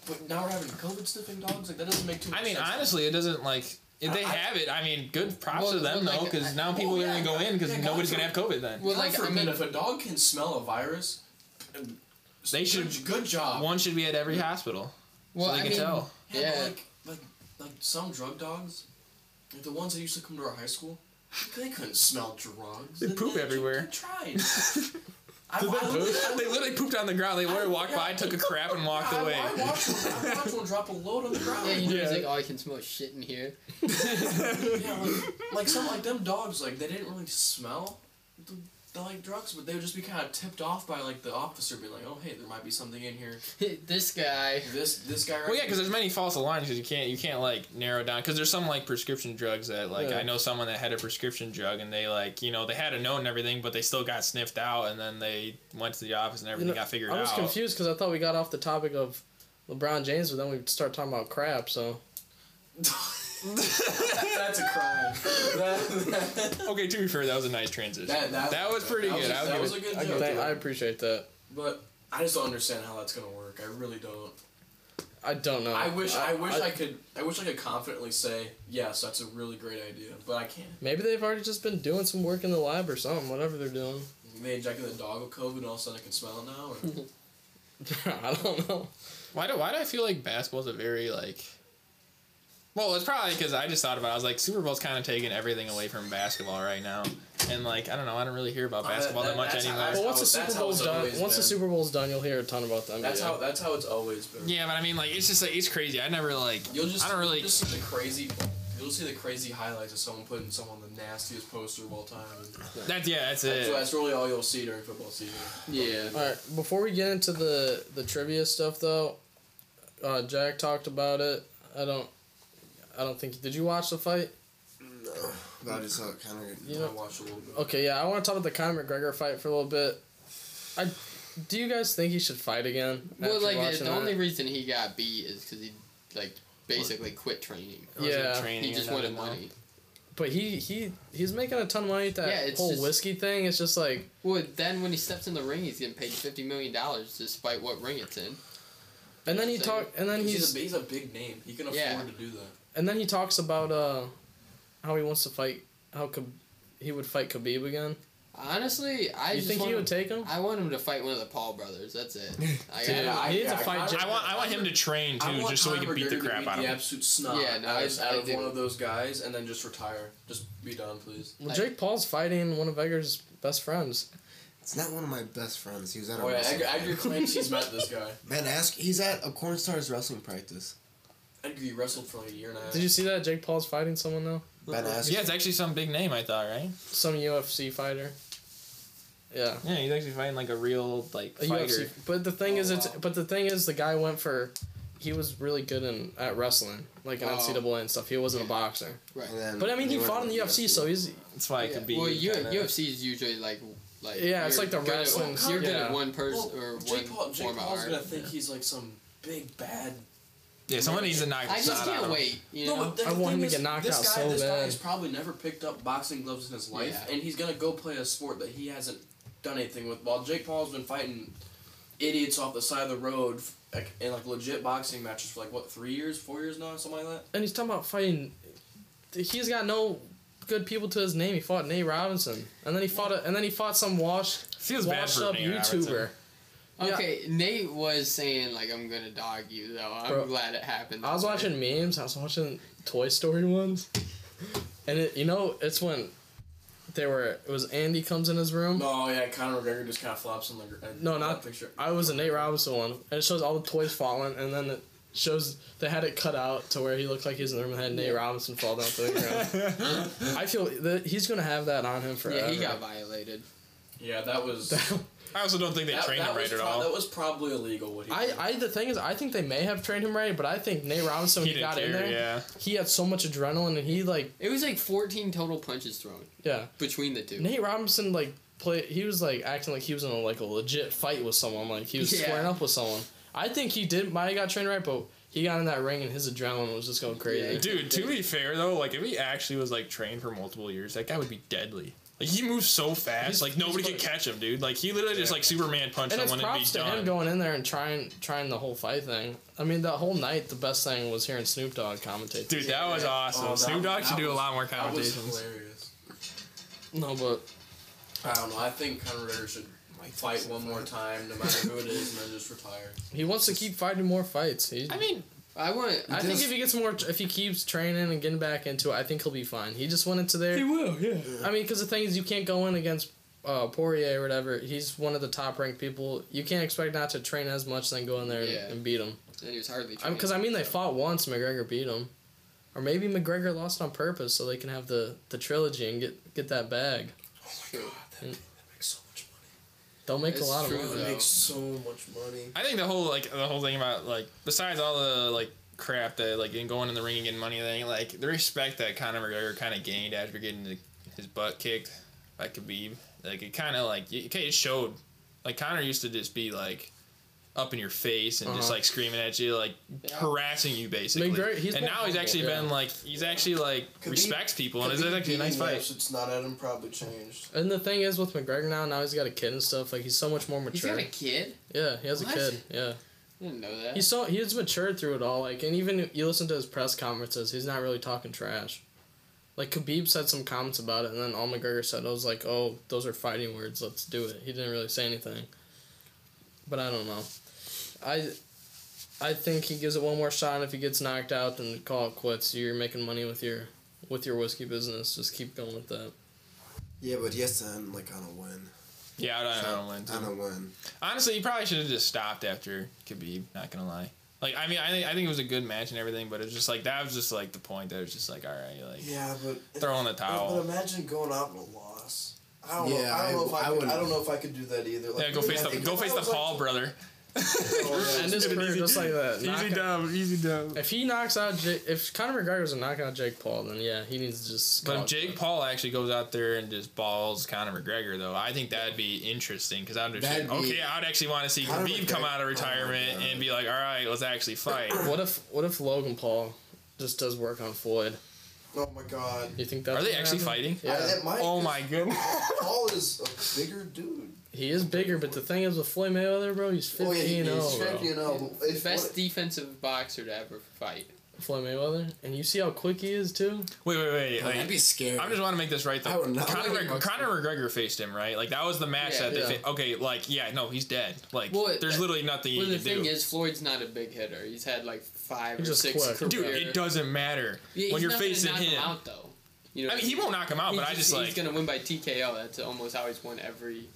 Speaker 8: but now we're having COVID sniffing dogs. Like that doesn't make too much
Speaker 7: I mean,
Speaker 8: sense.
Speaker 7: honestly, it doesn't like. If they have it, I mean, good props
Speaker 5: Well,
Speaker 7: to them
Speaker 5: well,
Speaker 7: though,
Speaker 5: like,
Speaker 7: because
Speaker 5: I-
Speaker 7: now people
Speaker 8: well,
Speaker 7: are gonna
Speaker 8: yeah,
Speaker 7: go in because
Speaker 8: yeah,
Speaker 7: nobody's
Speaker 8: gotcha.
Speaker 7: gonna have COVID then.
Speaker 5: well,
Speaker 8: God
Speaker 5: like I
Speaker 8: forbid,
Speaker 5: mean,
Speaker 8: if a dog can smell a virus,
Speaker 7: They should.
Speaker 8: good, good job.
Speaker 7: One should be at every hospital.
Speaker 5: well,
Speaker 7: so they
Speaker 5: I
Speaker 7: can
Speaker 5: mean,
Speaker 7: tell.
Speaker 8: Yeah,
Speaker 5: Yeah.
Speaker 8: but like like like some drug dogs, like the ones that used to come to our high school, they couldn't smell drugs.
Speaker 7: They poop everywhere.
Speaker 8: They tried. I, I, I,
Speaker 7: they literally pooped on the ground. They literally walked by, took a crap, and walked
Speaker 8: I,
Speaker 7: away.
Speaker 8: I watched one, I watched one drop a load on the ground.
Speaker 5: Yeah, you know,
Speaker 3: Yeah.
Speaker 5: it's like, oh, I can smell shit in here.
Speaker 8: Yeah, like, like some like them dogs, like they didn't really smell the, the like drugs, but they would just be kind of tipped off by like the officer being like, "Oh, hey, there might be something in here."
Speaker 5: this guy.
Speaker 8: This this guy. Right
Speaker 7: Well, yeah, because there's many false alarms because you can't you can't like narrow down because there's some like prescription drugs that like
Speaker 3: Yeah.
Speaker 7: I know someone that had a prescription drug and they like you know they had a note and everything but they still got sniffed out and then they went to the office and everything
Speaker 3: know,
Speaker 7: got figured
Speaker 3: I was
Speaker 7: out.
Speaker 3: confused because I thought we got off the topic of LeBron James, but then we start talking about crap. So
Speaker 8: that's a crime. That,
Speaker 7: Okay, to be fair, that was a nice transition.
Speaker 8: that, that,
Speaker 7: was pretty
Speaker 8: that
Speaker 7: good.
Speaker 8: Was,
Speaker 7: I would
Speaker 8: that
Speaker 7: give
Speaker 8: was
Speaker 7: it-
Speaker 8: a good
Speaker 3: I,
Speaker 8: joke.
Speaker 3: thank- I appreciate that.
Speaker 8: But I just don't understand how that's gonna work. I really don't.
Speaker 3: Oh, I don't know.
Speaker 8: I wish I, wish I, could I wish I could confidently say yes, that's a really great idea, but I can't.
Speaker 3: Maybe they've already just been doing some work in the lab or something. Whatever they're doing,
Speaker 8: They injected the dog with COVID, and all of a sudden I can smell it now. Or,
Speaker 3: I don't know.
Speaker 7: Why do Why do I feel like basketball's a very like? Well, it's probably because I just thought about. it. I was like, Super Bowl's kind of taking everything away from basketball right now, and like I don't know. I don't really hear about
Speaker 8: Uh,
Speaker 7: basketball
Speaker 8: that-
Speaker 7: that, much
Speaker 8: that's how
Speaker 7: anymore.
Speaker 8: I-
Speaker 3: But once the
Speaker 8: That's how-
Speaker 3: Super
Speaker 8: that's how
Speaker 3: Bowl's
Speaker 8: it's
Speaker 3: done,
Speaker 8: always
Speaker 3: once the
Speaker 8: been.
Speaker 3: Super Bowl's done, you'll hear a ton about the NBA.
Speaker 8: that's how that's how it's always been.
Speaker 7: yeah, but I mean, like it's just like it's crazy. I never like.
Speaker 8: You'll just
Speaker 7: I don't really.
Speaker 8: you'll just see the crazy you'll see the crazy highlights of someone putting someone the nastiest poster of all time. And
Speaker 7: that's yeah. That's it.
Speaker 8: that's, that's really all you'll see during football season.
Speaker 5: Yeah.
Speaker 3: All right. Before we get into the the trivia stuff, though, uh, Jack talked about it. I don't. I don't think. Did you watch the fight?
Speaker 4: But I just saw it kind of.
Speaker 3: You
Speaker 8: I
Speaker 3: know.
Speaker 8: watched a little bit.
Speaker 3: Okay. Yeah. I want to talk about the Conor McGregor fight for a little bit. I. Do you guys think he should fight again?
Speaker 5: Well,
Speaker 3: after
Speaker 5: like the,
Speaker 3: watching
Speaker 5: the
Speaker 3: that?
Speaker 5: only reason he got beat is because he like basically quit training.
Speaker 7: It wasn't
Speaker 3: yeah.
Speaker 7: training
Speaker 5: He
Speaker 7: or
Speaker 5: just wanted
Speaker 7: nothing, though.
Speaker 5: money.
Speaker 3: But he he he's making a ton of money. with That
Speaker 5: Yeah, it's
Speaker 3: whole
Speaker 5: just-
Speaker 3: whiskey thing. It's just like
Speaker 5: Well, then when he steps in the ring, he's getting paid fifty million dollars, despite what ring it's in.
Speaker 3: And then he
Speaker 5: So-
Speaker 3: talk, and then
Speaker 8: He's,
Speaker 3: he's,
Speaker 8: a, he's a big name. He can afford
Speaker 5: Yeah.
Speaker 8: to do that.
Speaker 3: and then he talks about uh, how he wants to fight, how Kh- he would fight Khabib again.
Speaker 5: Honestly, I
Speaker 3: you
Speaker 5: just
Speaker 3: think
Speaker 5: want
Speaker 3: he
Speaker 5: him-
Speaker 3: would take him?
Speaker 5: I want him to fight one of the Paul brothers. That's it. I,
Speaker 3: Dude,
Speaker 5: I,
Speaker 3: he needs
Speaker 8: yeah,
Speaker 3: to fight.
Speaker 8: I-
Speaker 3: Jack-
Speaker 7: I want. I want him to train
Speaker 8: I
Speaker 7: too,
Speaker 8: want
Speaker 7: just so he
Speaker 8: Conor
Speaker 7: can beat the
Speaker 8: McGregor to
Speaker 7: crap out of
Speaker 8: the
Speaker 7: him.
Speaker 8: absolute snot
Speaker 5: Yeah, no,
Speaker 8: out, of-
Speaker 5: I-
Speaker 8: out
Speaker 5: I
Speaker 8: of
Speaker 5: do.
Speaker 8: one of those guys, and then just retire. Just be done, please.
Speaker 3: well, Jake Paul's fighting one of Egger's best friends.
Speaker 4: It's not one of my best friends. He was at a
Speaker 8: Oh yeah,
Speaker 4: wrestling.
Speaker 8: Edgar, Edgar claims he's met this guy.
Speaker 4: Man, ask. He's at a Corn Stars wrestling practice.
Speaker 8: Edgar, you wrestled for like a year and a half.
Speaker 3: Did you see that Jake Paul's fighting someone now?
Speaker 4: Ben ask.
Speaker 7: Yeah, it's actually some big name. I thought, right?
Speaker 3: Some UFC fighter. Yeah,
Speaker 7: Yeah, he's actually fighting like a real like
Speaker 3: a UFC.
Speaker 7: fighter.
Speaker 3: But the thing
Speaker 8: Oh,
Speaker 3: is, it's
Speaker 8: wow.
Speaker 3: but the thing is, the guy went for. He was really good in at wrestling, like in
Speaker 5: Oh.
Speaker 3: NCAA and stuff. He wasn't a boxer,
Speaker 4: And then
Speaker 3: but I mean, he,
Speaker 4: went
Speaker 3: fought
Speaker 4: to
Speaker 3: in the UFC, so he's
Speaker 7: That's why it
Speaker 5: yeah.
Speaker 7: could be.
Speaker 5: well, U-
Speaker 7: kinda-
Speaker 5: UFC is usually like like
Speaker 3: Yeah, it's
Speaker 5: you're
Speaker 3: like the
Speaker 5: good at-
Speaker 3: wrestling-
Speaker 5: You're good
Speaker 3: yeah.
Speaker 5: at one person
Speaker 8: Well,
Speaker 5: or
Speaker 8: Jake
Speaker 5: one
Speaker 8: Paul, Jake
Speaker 5: form of
Speaker 8: Paul's
Speaker 5: art.
Speaker 8: gonna think he's like some big bad.
Speaker 7: Yeah, someone needs to knock.
Speaker 5: I
Speaker 7: this
Speaker 5: just
Speaker 7: out
Speaker 5: can't
Speaker 7: of him.
Speaker 5: wait. You
Speaker 8: No,
Speaker 5: know,
Speaker 8: but the
Speaker 3: I want
Speaker 8: thing
Speaker 3: him to
Speaker 8: is,
Speaker 3: get knocked
Speaker 8: this
Speaker 3: out
Speaker 8: guy,
Speaker 3: so
Speaker 8: this guy
Speaker 3: bad.
Speaker 8: has probably never picked up boxing gloves in his life,
Speaker 5: Yeah.
Speaker 8: and he's gonna go play a sport that he hasn't done anything with. While Jake Paul's been fighting idiots off the side of the road, f- like in like legit boxing matches for like what three years, four years now, something like that.
Speaker 3: and he's talking about fighting. He's got no good people to his name. He fought Nate Robinson, and then he fought a, and then he fought some washed
Speaker 7: Feels bad
Speaker 3: washed
Speaker 7: for
Speaker 3: up
Speaker 7: Nate Robinson.
Speaker 3: YouTuber. Yeah.
Speaker 5: Okay, Nate was saying like I'm gonna dog you though. I'm
Speaker 3: Bro,
Speaker 5: glad it happened.
Speaker 3: I was
Speaker 5: that way.
Speaker 3: watching memes. I was watching Toy Story ones, and it you know it's when they were it was Andy comes in his room.
Speaker 8: No, yeah, Conor McGregor just kind of flops on the ground.
Speaker 3: No, not I was a Nate Robinson one, and it shows all the toys falling, and then it shows they had it cut out to where he looked like he was in the room and had Nate Robinson fall down to the ground. I feel that he's gonna have that on him forever.
Speaker 5: Yeah, he got violated.
Speaker 8: Yeah, that was. that,
Speaker 7: I also don't think they trained
Speaker 8: that
Speaker 7: him right
Speaker 8: was
Speaker 7: at
Speaker 8: pro-
Speaker 7: all.
Speaker 8: That was probably illegal. What he
Speaker 3: I,
Speaker 8: did.
Speaker 3: I the thing is I think they may have trained him right, but I think Nate Robinson when he,
Speaker 7: didn't
Speaker 3: got in
Speaker 7: care,
Speaker 3: there,
Speaker 7: yeah.
Speaker 3: he had so much adrenaline and he like
Speaker 5: It was like 14 total punches thrown
Speaker 3: yeah.
Speaker 5: between the two.
Speaker 3: Nate Robinson like play he was like acting like he was in a, like a legit fight with someone, like he was
Speaker 5: Yeah.
Speaker 3: squaring up with someone. I think he did might have got trained right, but he got in that ring and his adrenaline was just going crazy.
Speaker 5: Yeah.
Speaker 7: Dude, to be fair though, like if he actually was like trained for multiple years, that guy would be deadly. Like he moves so fast,
Speaker 3: He's-
Speaker 7: like nobody
Speaker 3: he's
Speaker 7: could catch him, dude. Like he literally just like Superman punched
Speaker 3: and it's
Speaker 7: someone and be
Speaker 3: props to him
Speaker 7: done.
Speaker 3: going in there and trying trying the whole fight thing. I mean, that whole night, the best thing was hearing Snoop Dogg commentate.
Speaker 7: Dude, that was awesome.
Speaker 8: Oh, that-
Speaker 7: Snoop Dogg should
Speaker 8: that
Speaker 7: do a
Speaker 8: was-
Speaker 7: lot more
Speaker 8: that was
Speaker 7: commentations.
Speaker 8: hilarious.
Speaker 3: No, but
Speaker 8: I don't know. I think Conor McGregor should fight one more time, no matter who it is, and then just retire.
Speaker 3: he wants to keep fighting more fights. He,
Speaker 5: I mean, I want.
Speaker 3: I think if he gets more, if he keeps training and getting back into it, I think he'll be fine. He just went into there. He will, yeah. I mean, because the thing is, you can't go in against uh, Poirier or whatever. He's one of the top ranked people. You can't expect not to train as much, then go in there
Speaker 5: Yeah.
Speaker 3: and, and beat him.
Speaker 5: and he was hardly. trained.
Speaker 3: Because I mean, they fought once. McGregor beat him, or maybe McGregor lost on purpose so they can have the the trilogy and get get that bag.
Speaker 4: makes so much money.
Speaker 3: They'll make
Speaker 5: It's
Speaker 3: a lot of
Speaker 5: true,
Speaker 3: money.
Speaker 5: though.
Speaker 4: It makes so much money.
Speaker 7: I think the whole like the whole thing about like besides all the like crap that like in going in the ring and getting money thing, like the respect that Conor McGregor kind of gained after getting the, his butt kicked by Khabib, like it kind of like y- okay, it showed. Like Conor used to just be like up in your face and just
Speaker 3: Uh-huh.
Speaker 7: like screaming at you, like
Speaker 5: Yeah.
Speaker 7: harassing you basically.
Speaker 3: McGregor- he's
Speaker 7: and
Speaker 3: more
Speaker 7: now he's
Speaker 3: humble,
Speaker 7: actually
Speaker 3: yeah.
Speaker 7: been like he's actually like
Speaker 4: Khabib-
Speaker 7: respects people and it's actually a nice fight.
Speaker 4: It's not at him probably changed.
Speaker 3: And the thing is with McGregor now, now he's got a kid and stuff. Like he's so much more
Speaker 5: He's
Speaker 3: mature.
Speaker 5: got a kid.
Speaker 3: yeah, he has
Speaker 5: What?
Speaker 3: a kid. Yeah,
Speaker 5: I didn't know that.
Speaker 3: he's so he's matured through it all. Like, and even you listen to his press conferences, he's not really talking trash. Like Khabib said some comments about it, and then all McGregor said was like, "Oh, those are fighting words. Let's do it." He didn't really say anything. But I don't know. I. I think he gives it one more shot, and if he gets knocked out, then call it quits. You're making money with your, with your whiskey business. Just keep going with that.
Speaker 4: Yeah, but he has to end like on a win.
Speaker 7: Yeah, I don't know. Lynn.
Speaker 4: On a win.
Speaker 7: Honestly, you probably should have just stopped after Khabib. Not gonna lie. Like I mean, I think I think it was a good match and everything, but it's just like that was just like the point that it was just like all right, like
Speaker 10: Yeah, but
Speaker 7: throw in the
Speaker 10: But
Speaker 7: towel.
Speaker 10: imagine going out with a loss. I don't know.
Speaker 4: Yeah,
Speaker 10: I don't know if
Speaker 4: I-
Speaker 10: I,
Speaker 4: I
Speaker 10: could,
Speaker 4: wouldn't.
Speaker 10: I don't know if I could do that either. Like,
Speaker 7: Yeah, go face the go face the Paul brother.
Speaker 10: oh,
Speaker 3: End his career just like that. Knock-
Speaker 7: dub, easy dub.
Speaker 3: If he knocks out, Jake, if Conor McGregor was to knock out Jake Paul, then yeah, he needs to just.
Speaker 7: But
Speaker 3: call
Speaker 7: if
Speaker 3: it
Speaker 7: Jake
Speaker 3: quits.
Speaker 7: Paul actually goes out there and just balls Conor McGregor, though, I think that'd be interesting because I'd just
Speaker 4: That'd
Speaker 7: like,
Speaker 4: be-
Speaker 7: okay, I'd actually want to see
Speaker 4: Conor
Speaker 7: Khabib come
Speaker 4: McGregor-
Speaker 7: out
Speaker 4: oh my
Speaker 7: of retirement
Speaker 4: God.
Speaker 7: and be like, all right, let's actually fight.
Speaker 3: what if what if Logan Paul just does work on Floyd?
Speaker 10: Oh my god.
Speaker 3: You think that's
Speaker 7: Are they
Speaker 3: gonna
Speaker 7: actually
Speaker 3: happen?
Speaker 7: fighting?
Speaker 10: I-
Speaker 3: Yeah,
Speaker 10: it might,
Speaker 7: Oh
Speaker 10: 'cause
Speaker 7: my goodness.
Speaker 10: Paul is a bigger dude.
Speaker 3: he is bigger, but the thing is with Floyd Mayweather, bro, he's
Speaker 10: Oh yeah,
Speaker 3: fifteen
Speaker 10: he
Speaker 3: and
Speaker 10: is
Speaker 3: 0, bro.
Speaker 10: 50 and 0. but If
Speaker 5: Best
Speaker 10: what-
Speaker 5: defensive boxer to ever fight.
Speaker 3: Floyd Mayweather, and you see how quick he is too.
Speaker 7: Wait, wait, wait.
Speaker 4: I'd
Speaker 7: like-
Speaker 4: be scared.
Speaker 7: I just want to make this right
Speaker 4: I
Speaker 7: though.
Speaker 4: would not
Speaker 7: Conor,
Speaker 4: like
Speaker 7: McG-
Speaker 4: Bucks-
Speaker 7: Conor McGregor faced him, right? Like that was the match
Speaker 5: Yeah.
Speaker 7: that they
Speaker 3: Yeah.
Speaker 7: fa- okay, like yeah, no, he's dead. Like
Speaker 5: Well, it-
Speaker 7: there's literally nothing
Speaker 5: Well,
Speaker 7: you
Speaker 5: the
Speaker 7: can do.
Speaker 5: thing is, Floyd's not a big hitter. He's had like five
Speaker 3: He's
Speaker 5: or
Speaker 3: just
Speaker 5: six
Speaker 3: quick.
Speaker 5: career.
Speaker 7: Dude, it doesn't matter
Speaker 5: Yeah, he's
Speaker 7: when you're
Speaker 5: not gonna
Speaker 7: facing
Speaker 5: knock
Speaker 7: him.
Speaker 5: out, though. You know,
Speaker 7: I mean, he won't knock him out,
Speaker 5: He's
Speaker 7: but I just
Speaker 5: he's
Speaker 7: like
Speaker 5: gonna win by TKO. That's almost how he's won every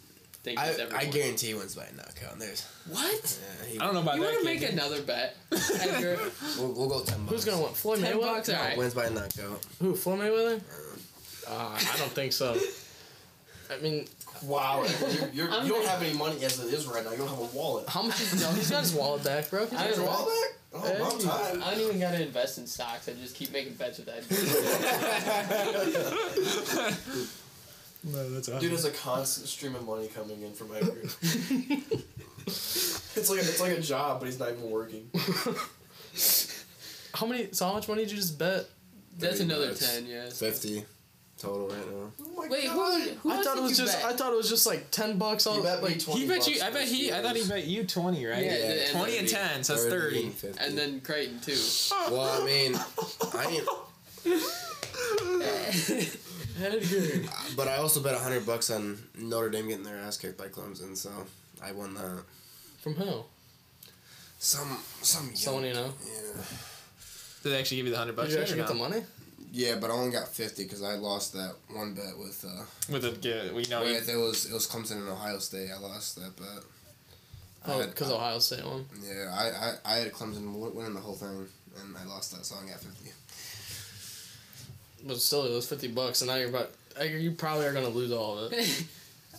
Speaker 5: thing
Speaker 4: I,
Speaker 5: he's ever
Speaker 4: I
Speaker 5: won.
Speaker 4: guarantee he wins by knockout. And there's.
Speaker 5: What?
Speaker 4: Yeah, he,
Speaker 7: I don't know about
Speaker 5: You
Speaker 7: that.
Speaker 5: want to make
Speaker 7: kid, dude.
Speaker 5: another bet? Edgar,
Speaker 4: we'll, we'll go ten.
Speaker 3: Who's gonna win? Floyd
Speaker 5: ten
Speaker 3: Mayweather.
Speaker 5: bucks. All right.
Speaker 4: Wins by knockout.
Speaker 3: Who? Floyd Mayweather? Uh, I don't think so. I mean,
Speaker 10: wow, you, you're,
Speaker 5: I'm
Speaker 10: you don't
Speaker 5: gonna-
Speaker 10: have any money as it is right now. You don't have a wallet.
Speaker 3: how much? Is, no, he's got his wallet back, bro.
Speaker 5: I don't, know.
Speaker 10: Wallet? Oh, about time.
Speaker 5: I don't even gotta invest in stocks. I just keep making bets with Edgar.
Speaker 10: Dude, there's a constant stream of money coming in from Edgar. it's like it's like a job, but he's not even working. Oh
Speaker 3: How many? So how much money did you just bet?
Speaker 5: That's another
Speaker 4: bucks.
Speaker 5: ten. Yes.
Speaker 4: Fifty total right
Speaker 10: Oh
Speaker 4: now.
Speaker 10: my
Speaker 5: Wait, who?
Speaker 10: god.
Speaker 5: who
Speaker 3: I
Speaker 5: else
Speaker 3: thought it
Speaker 5: did
Speaker 3: was
Speaker 5: you
Speaker 3: just.
Speaker 5: bet?
Speaker 3: I thought it was just like ten bucks. All
Speaker 10: You bet me
Speaker 3: like
Speaker 10: 20
Speaker 7: He bet you.
Speaker 10: bucks
Speaker 7: I bet
Speaker 10: for
Speaker 7: he. I thought he
Speaker 10: years.
Speaker 7: bet you twenty, right?
Speaker 5: Yeah, and then
Speaker 7: Twenty and
Speaker 5: 30.
Speaker 7: ten, so that's thirty.
Speaker 4: 50.
Speaker 5: And then Creighton too.
Speaker 4: well, I mean, I ain't.
Speaker 3: Edgar.
Speaker 4: But I also bet hundred bucks on Notre Dame getting their ass kicked by Clemson, so I won that.
Speaker 3: From who?
Speaker 4: Some some
Speaker 3: Someone you know.
Speaker 4: yeah.
Speaker 7: Did they actually give you the hundred bucks?
Speaker 3: Did you actually
Speaker 7: yet or
Speaker 3: get the
Speaker 7: no?
Speaker 3: money?
Speaker 4: Yeah, but I only got fifty because I lost that one bet with uh.
Speaker 7: With the yeah, we know. Oh, you-
Speaker 4: Wait, it was it was Clemson and Ohio State. I lost that bet. I
Speaker 3: Oh,
Speaker 4: had- uh,
Speaker 3: because Ohio State won.
Speaker 4: Yeah, I, I, I had Clemson win- winning the whole thing, and I lost that song at fifty.
Speaker 3: But still, it was fifty bucks, and now you're about. Edgar, you probably are gonna lose all of it.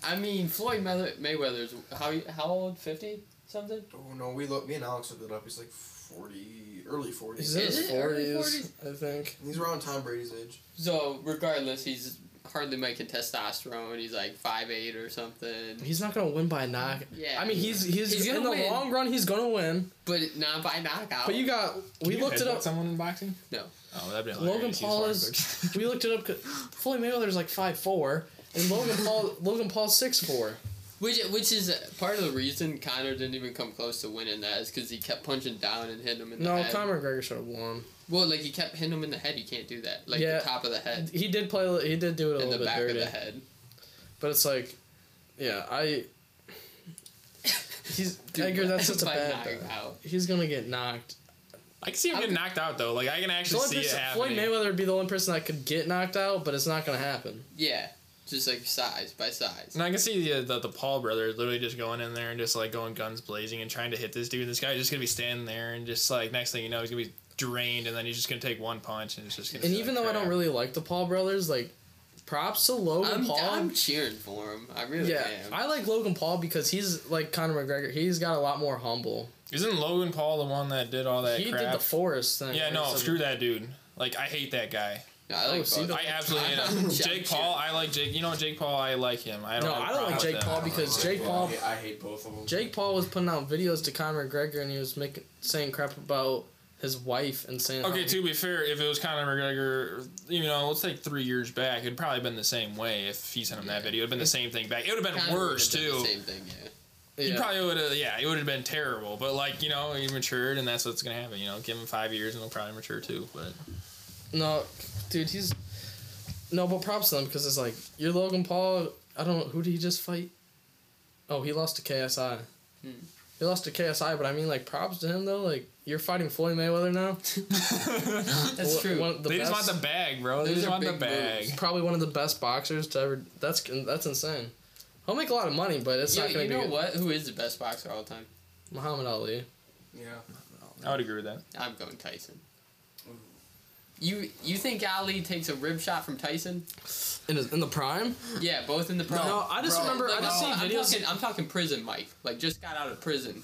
Speaker 5: I mean, Floyd May- Mayweather's how how old? Fifty something.
Speaker 10: Oh no, we look. Me and Alex looked it up. He's like forty, early
Speaker 3: He's
Speaker 10: forties.
Speaker 3: in
Speaker 5: Is
Speaker 3: his
Speaker 5: it early
Speaker 3: forties, I think.
Speaker 10: He's around Tom Brady's age.
Speaker 5: So regardless, he's hardly making testosterone. He's like five eight or something.
Speaker 3: He's not gonna win by knock.
Speaker 5: Yeah.
Speaker 3: I mean, he's he's,
Speaker 5: He's gonna
Speaker 3: in the
Speaker 5: win.
Speaker 3: long run, he's gonna win.
Speaker 5: But not by knockout.
Speaker 3: But you got we
Speaker 7: Can you
Speaker 3: looked it
Speaker 7: headbutt
Speaker 3: up.
Speaker 7: Someone in boxing?
Speaker 5: no.
Speaker 7: Oh, that'd be
Speaker 3: Logan
Speaker 7: hilarious. He's
Speaker 3: Paul
Speaker 7: hard,
Speaker 3: is. we looked it up. 'cause Floyd Mayweather's like five four, and Logan Paul Logan Paul's six four.
Speaker 5: Which which is part of the reason Connor didn't even come close to winning that is because he kept punching down and hitting him in the
Speaker 3: No,
Speaker 5: head.
Speaker 3: Conor McGregor should have won.
Speaker 5: Well, like he kept hitting him in the head. You can't do that. Like
Speaker 3: Yeah.
Speaker 5: the top of the head
Speaker 3: He did play. He did do it a
Speaker 5: and the
Speaker 3: little bit
Speaker 5: back
Speaker 3: dirty,
Speaker 5: of the head.
Speaker 3: but it's like, yeah, I. He's Edgar. That's such a
Speaker 5: by
Speaker 3: bad. bet.
Speaker 5: knockout.
Speaker 3: He's gonna get knocked.
Speaker 7: but- I can see him getting knocked out though. Like I can
Speaker 3: The
Speaker 7: actually
Speaker 3: only
Speaker 7: see it
Speaker 3: person, Floyd
Speaker 7: happening.
Speaker 3: Mayweather would be the only person that could get knocked out, but it's not gonna happen.
Speaker 5: Yeah, just like size by size.
Speaker 7: And I can see the, the the Paul brother literally just going in there and just like going guns blazing and trying to hit this dude. And this guy's just gonna be standing there and just like next thing you know he's gonna be drained and then he's just gonna take one punch and it's just gonna.
Speaker 3: And
Speaker 7: be
Speaker 3: even
Speaker 7: like,
Speaker 3: though I
Speaker 7: crap.
Speaker 3: don't really like the Paul brothers, like, props to Logan
Speaker 5: I'm,
Speaker 3: Paul.
Speaker 5: I'm cheering for him. I really
Speaker 3: yeah,
Speaker 5: am.
Speaker 3: I like Logan Paul because he's like Conor McGregor. He's got a lot more humble.
Speaker 7: Isn't Logan Paul the one that did all that
Speaker 3: he
Speaker 7: crap?
Speaker 3: did the forest thing.
Speaker 7: yeah,
Speaker 3: right?
Speaker 7: no,
Speaker 3: So-
Speaker 7: screw that dude. Like I hate that guy.
Speaker 5: No, I like
Speaker 3: Oh, see,
Speaker 5: both.
Speaker 3: the-
Speaker 7: I absolutely hate him. Jake Paul, I like Jake. You know Jake Paul, I like him. I don't.
Speaker 3: No,
Speaker 7: have a
Speaker 3: I don't
Speaker 7: problem
Speaker 3: like
Speaker 7: with
Speaker 3: Jake
Speaker 7: him.
Speaker 3: Paul because Jake
Speaker 8: Yeah,
Speaker 3: Paul,
Speaker 8: I hate- I hate both of them.
Speaker 3: Jake Paul was putting out videos to Conor McGregor and he was making saying crap about his wife and saying how-
Speaker 7: Okay, to be fair, if it was Conor McGregor, you know, let's take three years back, it'd probably been the same way. If he sent him that video, it'd been the same thing back. It would have been
Speaker 5: Kinda
Speaker 7: worse
Speaker 5: would've done
Speaker 7: too.
Speaker 5: the Same thing, yeah.
Speaker 7: He
Speaker 3: Yeah.
Speaker 7: probably would have. Yeah, it would have been terrible. But like you know, he matured, and that's what's gonna happen. You know, give him five years, and he'll probably mature too. But
Speaker 3: No, dude, he's no, but props to him because it's like you're Logan Paul. I don't know who did he just fight. Oh, he lost to KSI.
Speaker 5: Hmm.
Speaker 3: He lost to KSI, but I mean, like, props to him though. Like, you're fighting Floyd Mayweather now.
Speaker 5: That's
Speaker 3: One-
Speaker 5: true.
Speaker 3: one of the
Speaker 7: they just want
Speaker 3: best-
Speaker 7: the bag, bro. They
Speaker 5: Those
Speaker 7: just
Speaker 5: are
Speaker 7: want the
Speaker 5: big
Speaker 7: bag.
Speaker 3: probably one of the best boxers to ever. That's that's insane. He'll make a lot of money, but it's
Speaker 5: you
Speaker 3: not gonna
Speaker 5: you
Speaker 3: be
Speaker 5: know
Speaker 3: good.
Speaker 5: what? Who is the best boxer of all time?
Speaker 3: Muhammad Ali.
Speaker 8: Yeah.
Speaker 7: I would agree with that.
Speaker 5: I'm going Tyson. You you think Ali takes a rib shot from Tyson?
Speaker 3: In his, in the prime.
Speaker 5: Yeah, both in the pro.
Speaker 3: No, I just remember. I
Speaker 5: Like,
Speaker 3: just
Speaker 5: no, I'm,
Speaker 3: see videos.
Speaker 5: talking, I'm talking prison, Mike. Like just got out of prison.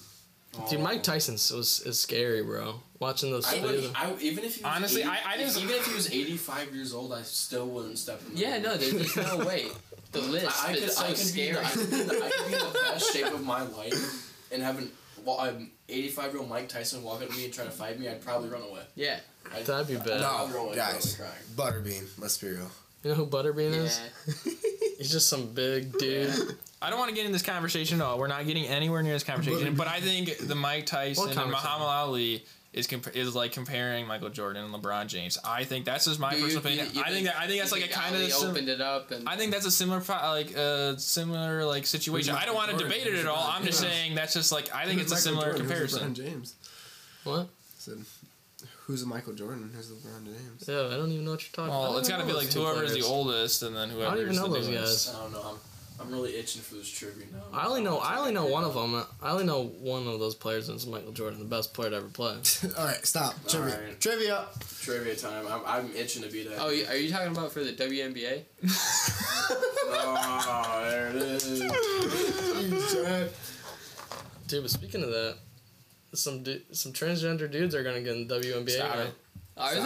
Speaker 3: Dude, Mike Tyson was is scary, bro. Watching those
Speaker 8: I
Speaker 3: videos.
Speaker 8: would, I, even if he was
Speaker 7: Honestly,
Speaker 8: 80
Speaker 7: I- I didn't-
Speaker 8: even if he was eighty five years old, I still wouldn't step in. the
Speaker 5: Yeah,
Speaker 8: ring.
Speaker 5: no, there's just no way. The list
Speaker 8: I, I could,
Speaker 5: is so
Speaker 8: I could
Speaker 5: scary.
Speaker 8: Be, in the- I could be in the, I could be in the best shape of my life and having well, I'm eighty five year old Mike Tyson walk up to me and try to fight me. I'd probably run away.
Speaker 5: yeah.
Speaker 8: I'd,
Speaker 3: That'd be bad.
Speaker 8: I'd
Speaker 4: No,
Speaker 8: away
Speaker 4: guys.
Speaker 8: probably crying.
Speaker 4: Butterbean, let's be real.
Speaker 3: You know who Butterbean
Speaker 5: Yeah.
Speaker 3: is? He's just some big dude.
Speaker 7: I don't want to get in this conversation at all. We're not getting anywhere near this conversation. but I think the Mike Tyson
Speaker 3: What
Speaker 7: and Muhammad
Speaker 3: conversation?
Speaker 7: Ali is comp- is like comparing Michael Jordan and LeBron James. I think that's just my
Speaker 5: Do you-
Speaker 7: personal
Speaker 5: do you-
Speaker 7: opinion.
Speaker 5: you
Speaker 7: I think that I think
Speaker 5: you
Speaker 7: that's like a kind
Speaker 5: Ali
Speaker 7: of sim-
Speaker 5: opened it up and
Speaker 7: I think that's a similar pro- like uh, similar like situation. I don't want to
Speaker 4: Jordan?
Speaker 7: debate it at all. I'm just saying that's just like I think it's a similar comparison.
Speaker 4: James
Speaker 3: What?
Speaker 4: said, "Who's Michael Jordan? Who's LeBron James?"
Speaker 3: Yeah, I don't even know what you're talking about.
Speaker 7: Well, it's got to be like whoever's the oldest and then
Speaker 3: I
Speaker 7: whoever's
Speaker 3: don't even know
Speaker 7: the
Speaker 3: those
Speaker 7: newest.
Speaker 3: guys.
Speaker 8: I don't know. I'm, I'm really itching for this trivia now.
Speaker 3: I only know I only know one of them. I only know one of those players, and it's Michael Jordan, the best player to ever play.
Speaker 4: All right, stop trivia.
Speaker 8: right.
Speaker 4: Trivia.
Speaker 8: Trivia time. I'm, I'm itching to be that.
Speaker 5: Oh, you- are you talking about for the WNBA?
Speaker 8: Oh, there it is.
Speaker 3: Dude, but speaking of that, some du- some transgender dudes are gonna get in the WNBA.
Speaker 7: Stop
Speaker 3: now.
Speaker 7: it.
Speaker 5: Are they?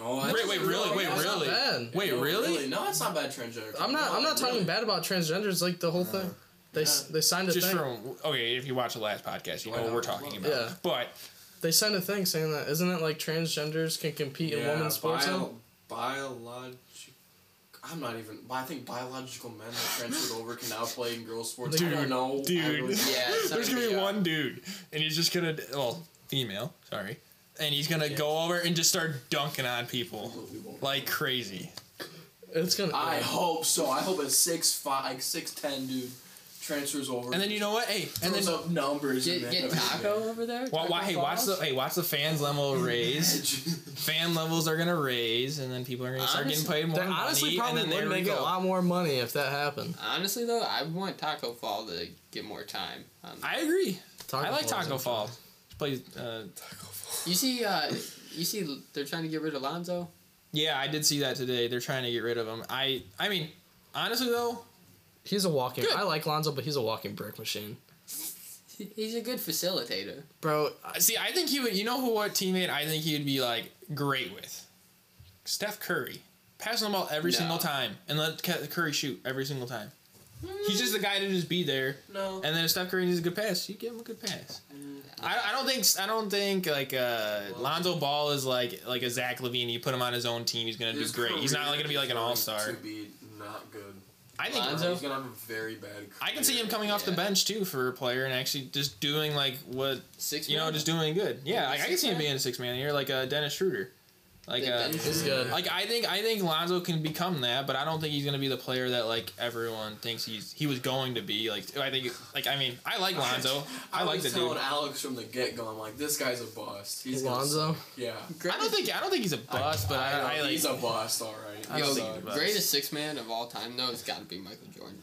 Speaker 8: Oh, that's
Speaker 7: Wait, wait, really? Wait,
Speaker 3: That's not
Speaker 7: really?
Speaker 3: bad.
Speaker 7: Wait,
Speaker 8: No,
Speaker 7: really?
Speaker 8: No, it's not bad transgender.
Speaker 3: I'm not. I'm not talking bad about transgenders. Like the whole thing. They s they signed a
Speaker 7: Just
Speaker 3: thing.
Speaker 7: from okay, if you watch the last podcast, you know what we're talking about.
Speaker 3: Yeah.
Speaker 7: But
Speaker 3: They signed a thing saying that isn't it like transgenders can compete in women's sports? now?
Speaker 8: bio, biological. I'm not even. I think biological men that transferred over can now play in girls' sports. I
Speaker 7: Dude,
Speaker 8: don't know. I
Speaker 7: dude.
Speaker 8: really-
Speaker 5: Yeah. it's not
Speaker 7: There's gonna be
Speaker 5: uh,
Speaker 7: one dude, and he's just gonna well, female, sorry, and he's gonna go over and just start dunking on people like crazy.
Speaker 3: It's gonna.
Speaker 8: I hope so. I hope a six five, like six ten dude transfers over.
Speaker 7: And then you know what? Hey, and then
Speaker 8: throws up numbers. and
Speaker 5: Get,
Speaker 8: then
Speaker 5: get Taco over there.
Speaker 7: Wa-
Speaker 5: Taco
Speaker 7: wa- hey, watch
Speaker 5: Falls?
Speaker 7: the hey, watch the fans level raise. Fan levels are gonna raise, and then people are gonna start
Speaker 5: Honestly-
Speaker 7: getting paid more
Speaker 3: They honestly
Speaker 7: money,
Speaker 3: probably
Speaker 7: and then
Speaker 3: would
Speaker 7: there we
Speaker 3: make a
Speaker 7: go.
Speaker 3: lot more money if that happened.
Speaker 5: Honestly, though, I want Taco Fall to get more time. Um,
Speaker 7: I agree.
Speaker 3: Taco
Speaker 7: I like
Speaker 3: Fall's
Speaker 7: Taco
Speaker 3: okay.
Speaker 7: Fall. Plays. Uh,
Speaker 5: you see, uh, you see, they're trying to get rid of Lonzo.
Speaker 7: yeah, I did see that today. They're trying to get rid of him. I I mean, honestly though,
Speaker 3: He's a walking.
Speaker 7: Good.
Speaker 3: I like Lonzo, but he's a walking brick machine,
Speaker 5: He- He's a good facilitator.
Speaker 3: bro.
Speaker 7: see, I think he would. You know who? What teammate? I think he would be like great with. Steph Curry, passing the ball every
Speaker 5: No.
Speaker 7: single time, and let Ke- Curry shoot every single time. He's just the guy to just be there.
Speaker 8: No.
Speaker 7: And then if Steph Curry needs a good pass, you give him a good pass. I, I don't think I don't think like uh, Lonzo Ball is like like a Zach Levine. You put him on his own team, he's gonna do
Speaker 8: His
Speaker 7: great. He's not like,
Speaker 8: career
Speaker 7: gonna be like an
Speaker 8: is going
Speaker 7: all star.
Speaker 8: To be not good.
Speaker 7: I think
Speaker 5: Lonzo?
Speaker 8: He's gonna have a very bad. Career.
Speaker 7: I can see him coming off the
Speaker 5: Yeah.
Speaker 7: bench too for a player and actually just doing like what
Speaker 5: Six.
Speaker 7: you know,
Speaker 5: man?
Speaker 7: just doing good. Yeah,
Speaker 5: Like
Speaker 7: like,
Speaker 5: a
Speaker 7: I can see him
Speaker 5: six-man?
Speaker 7: being a six man here, like uh, Dennis Schroeder. Like
Speaker 5: Then
Speaker 7: uh,
Speaker 5: Dennis
Speaker 3: He's good.
Speaker 7: like I think I think Lonzo can become that, but I don't think he's gonna be the player that like everyone thinks he's he was going to be. Like I think like I mean I like Lonzo. I, like
Speaker 8: was
Speaker 7: the dude.
Speaker 8: telling Alex from the get go. I'm like, this guy's a bust. He's gonna
Speaker 3: Lonzo.
Speaker 8: suck. Yeah.
Speaker 7: I don't think I don't think he's a bust, but I, I, like
Speaker 8: he's a bust, all right.
Speaker 7: I
Speaker 5: Yo,
Speaker 7: don't
Speaker 8: He's
Speaker 7: think
Speaker 8: a-
Speaker 7: he's a bust.
Speaker 5: greatest six man of all time though has got to be Michael Jordan.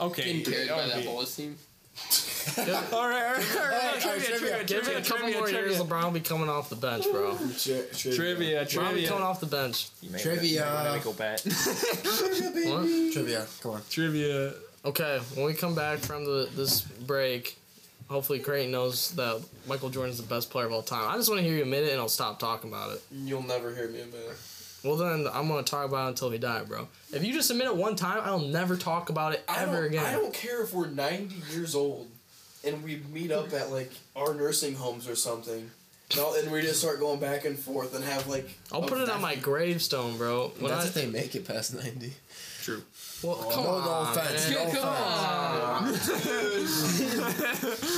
Speaker 7: okay.
Speaker 5: Getting carried by that
Speaker 7: okay.
Speaker 5: Bulls team.
Speaker 7: All right, all right, all right,
Speaker 3: Hey,
Speaker 7: trivia, trivia,
Speaker 3: Give it a
Speaker 7: trivia,
Speaker 3: couple more
Speaker 7: trivia,
Speaker 3: years. LeBron will be coming off the bench, bro. LeBron
Speaker 4: Tri- tri-
Speaker 7: Trivia,
Speaker 3: will be
Speaker 7: trivia.
Speaker 3: coming off the bench.
Speaker 4: Trivia.
Speaker 3: What?
Speaker 4: Trivia. Come on.
Speaker 7: Trivia.
Speaker 3: Okay, when we come back from the this break, hopefully Creighton knows that Michael Jordan's the best player of all time. I just want to hear you admit it, and I'll stop talking about it.
Speaker 8: You'll never hear me admit it.
Speaker 3: Well, then I'm gonna talk about it until we die, bro. If you just admit it one time, I'll never talk about it
Speaker 8: I
Speaker 3: ever
Speaker 8: don't-
Speaker 3: again.
Speaker 8: I don't care if we're 90 years old and we meet up at like our nursing homes or something. No, and we just start going back and forth and have like.
Speaker 3: I'll
Speaker 8: a-
Speaker 3: put it on my gravestone, bro. When
Speaker 1: That's
Speaker 3: I,
Speaker 1: if they make it past ninety.
Speaker 3: well, come
Speaker 4: No, no
Speaker 3: on,
Speaker 4: offense.
Speaker 3: man.
Speaker 4: No offense.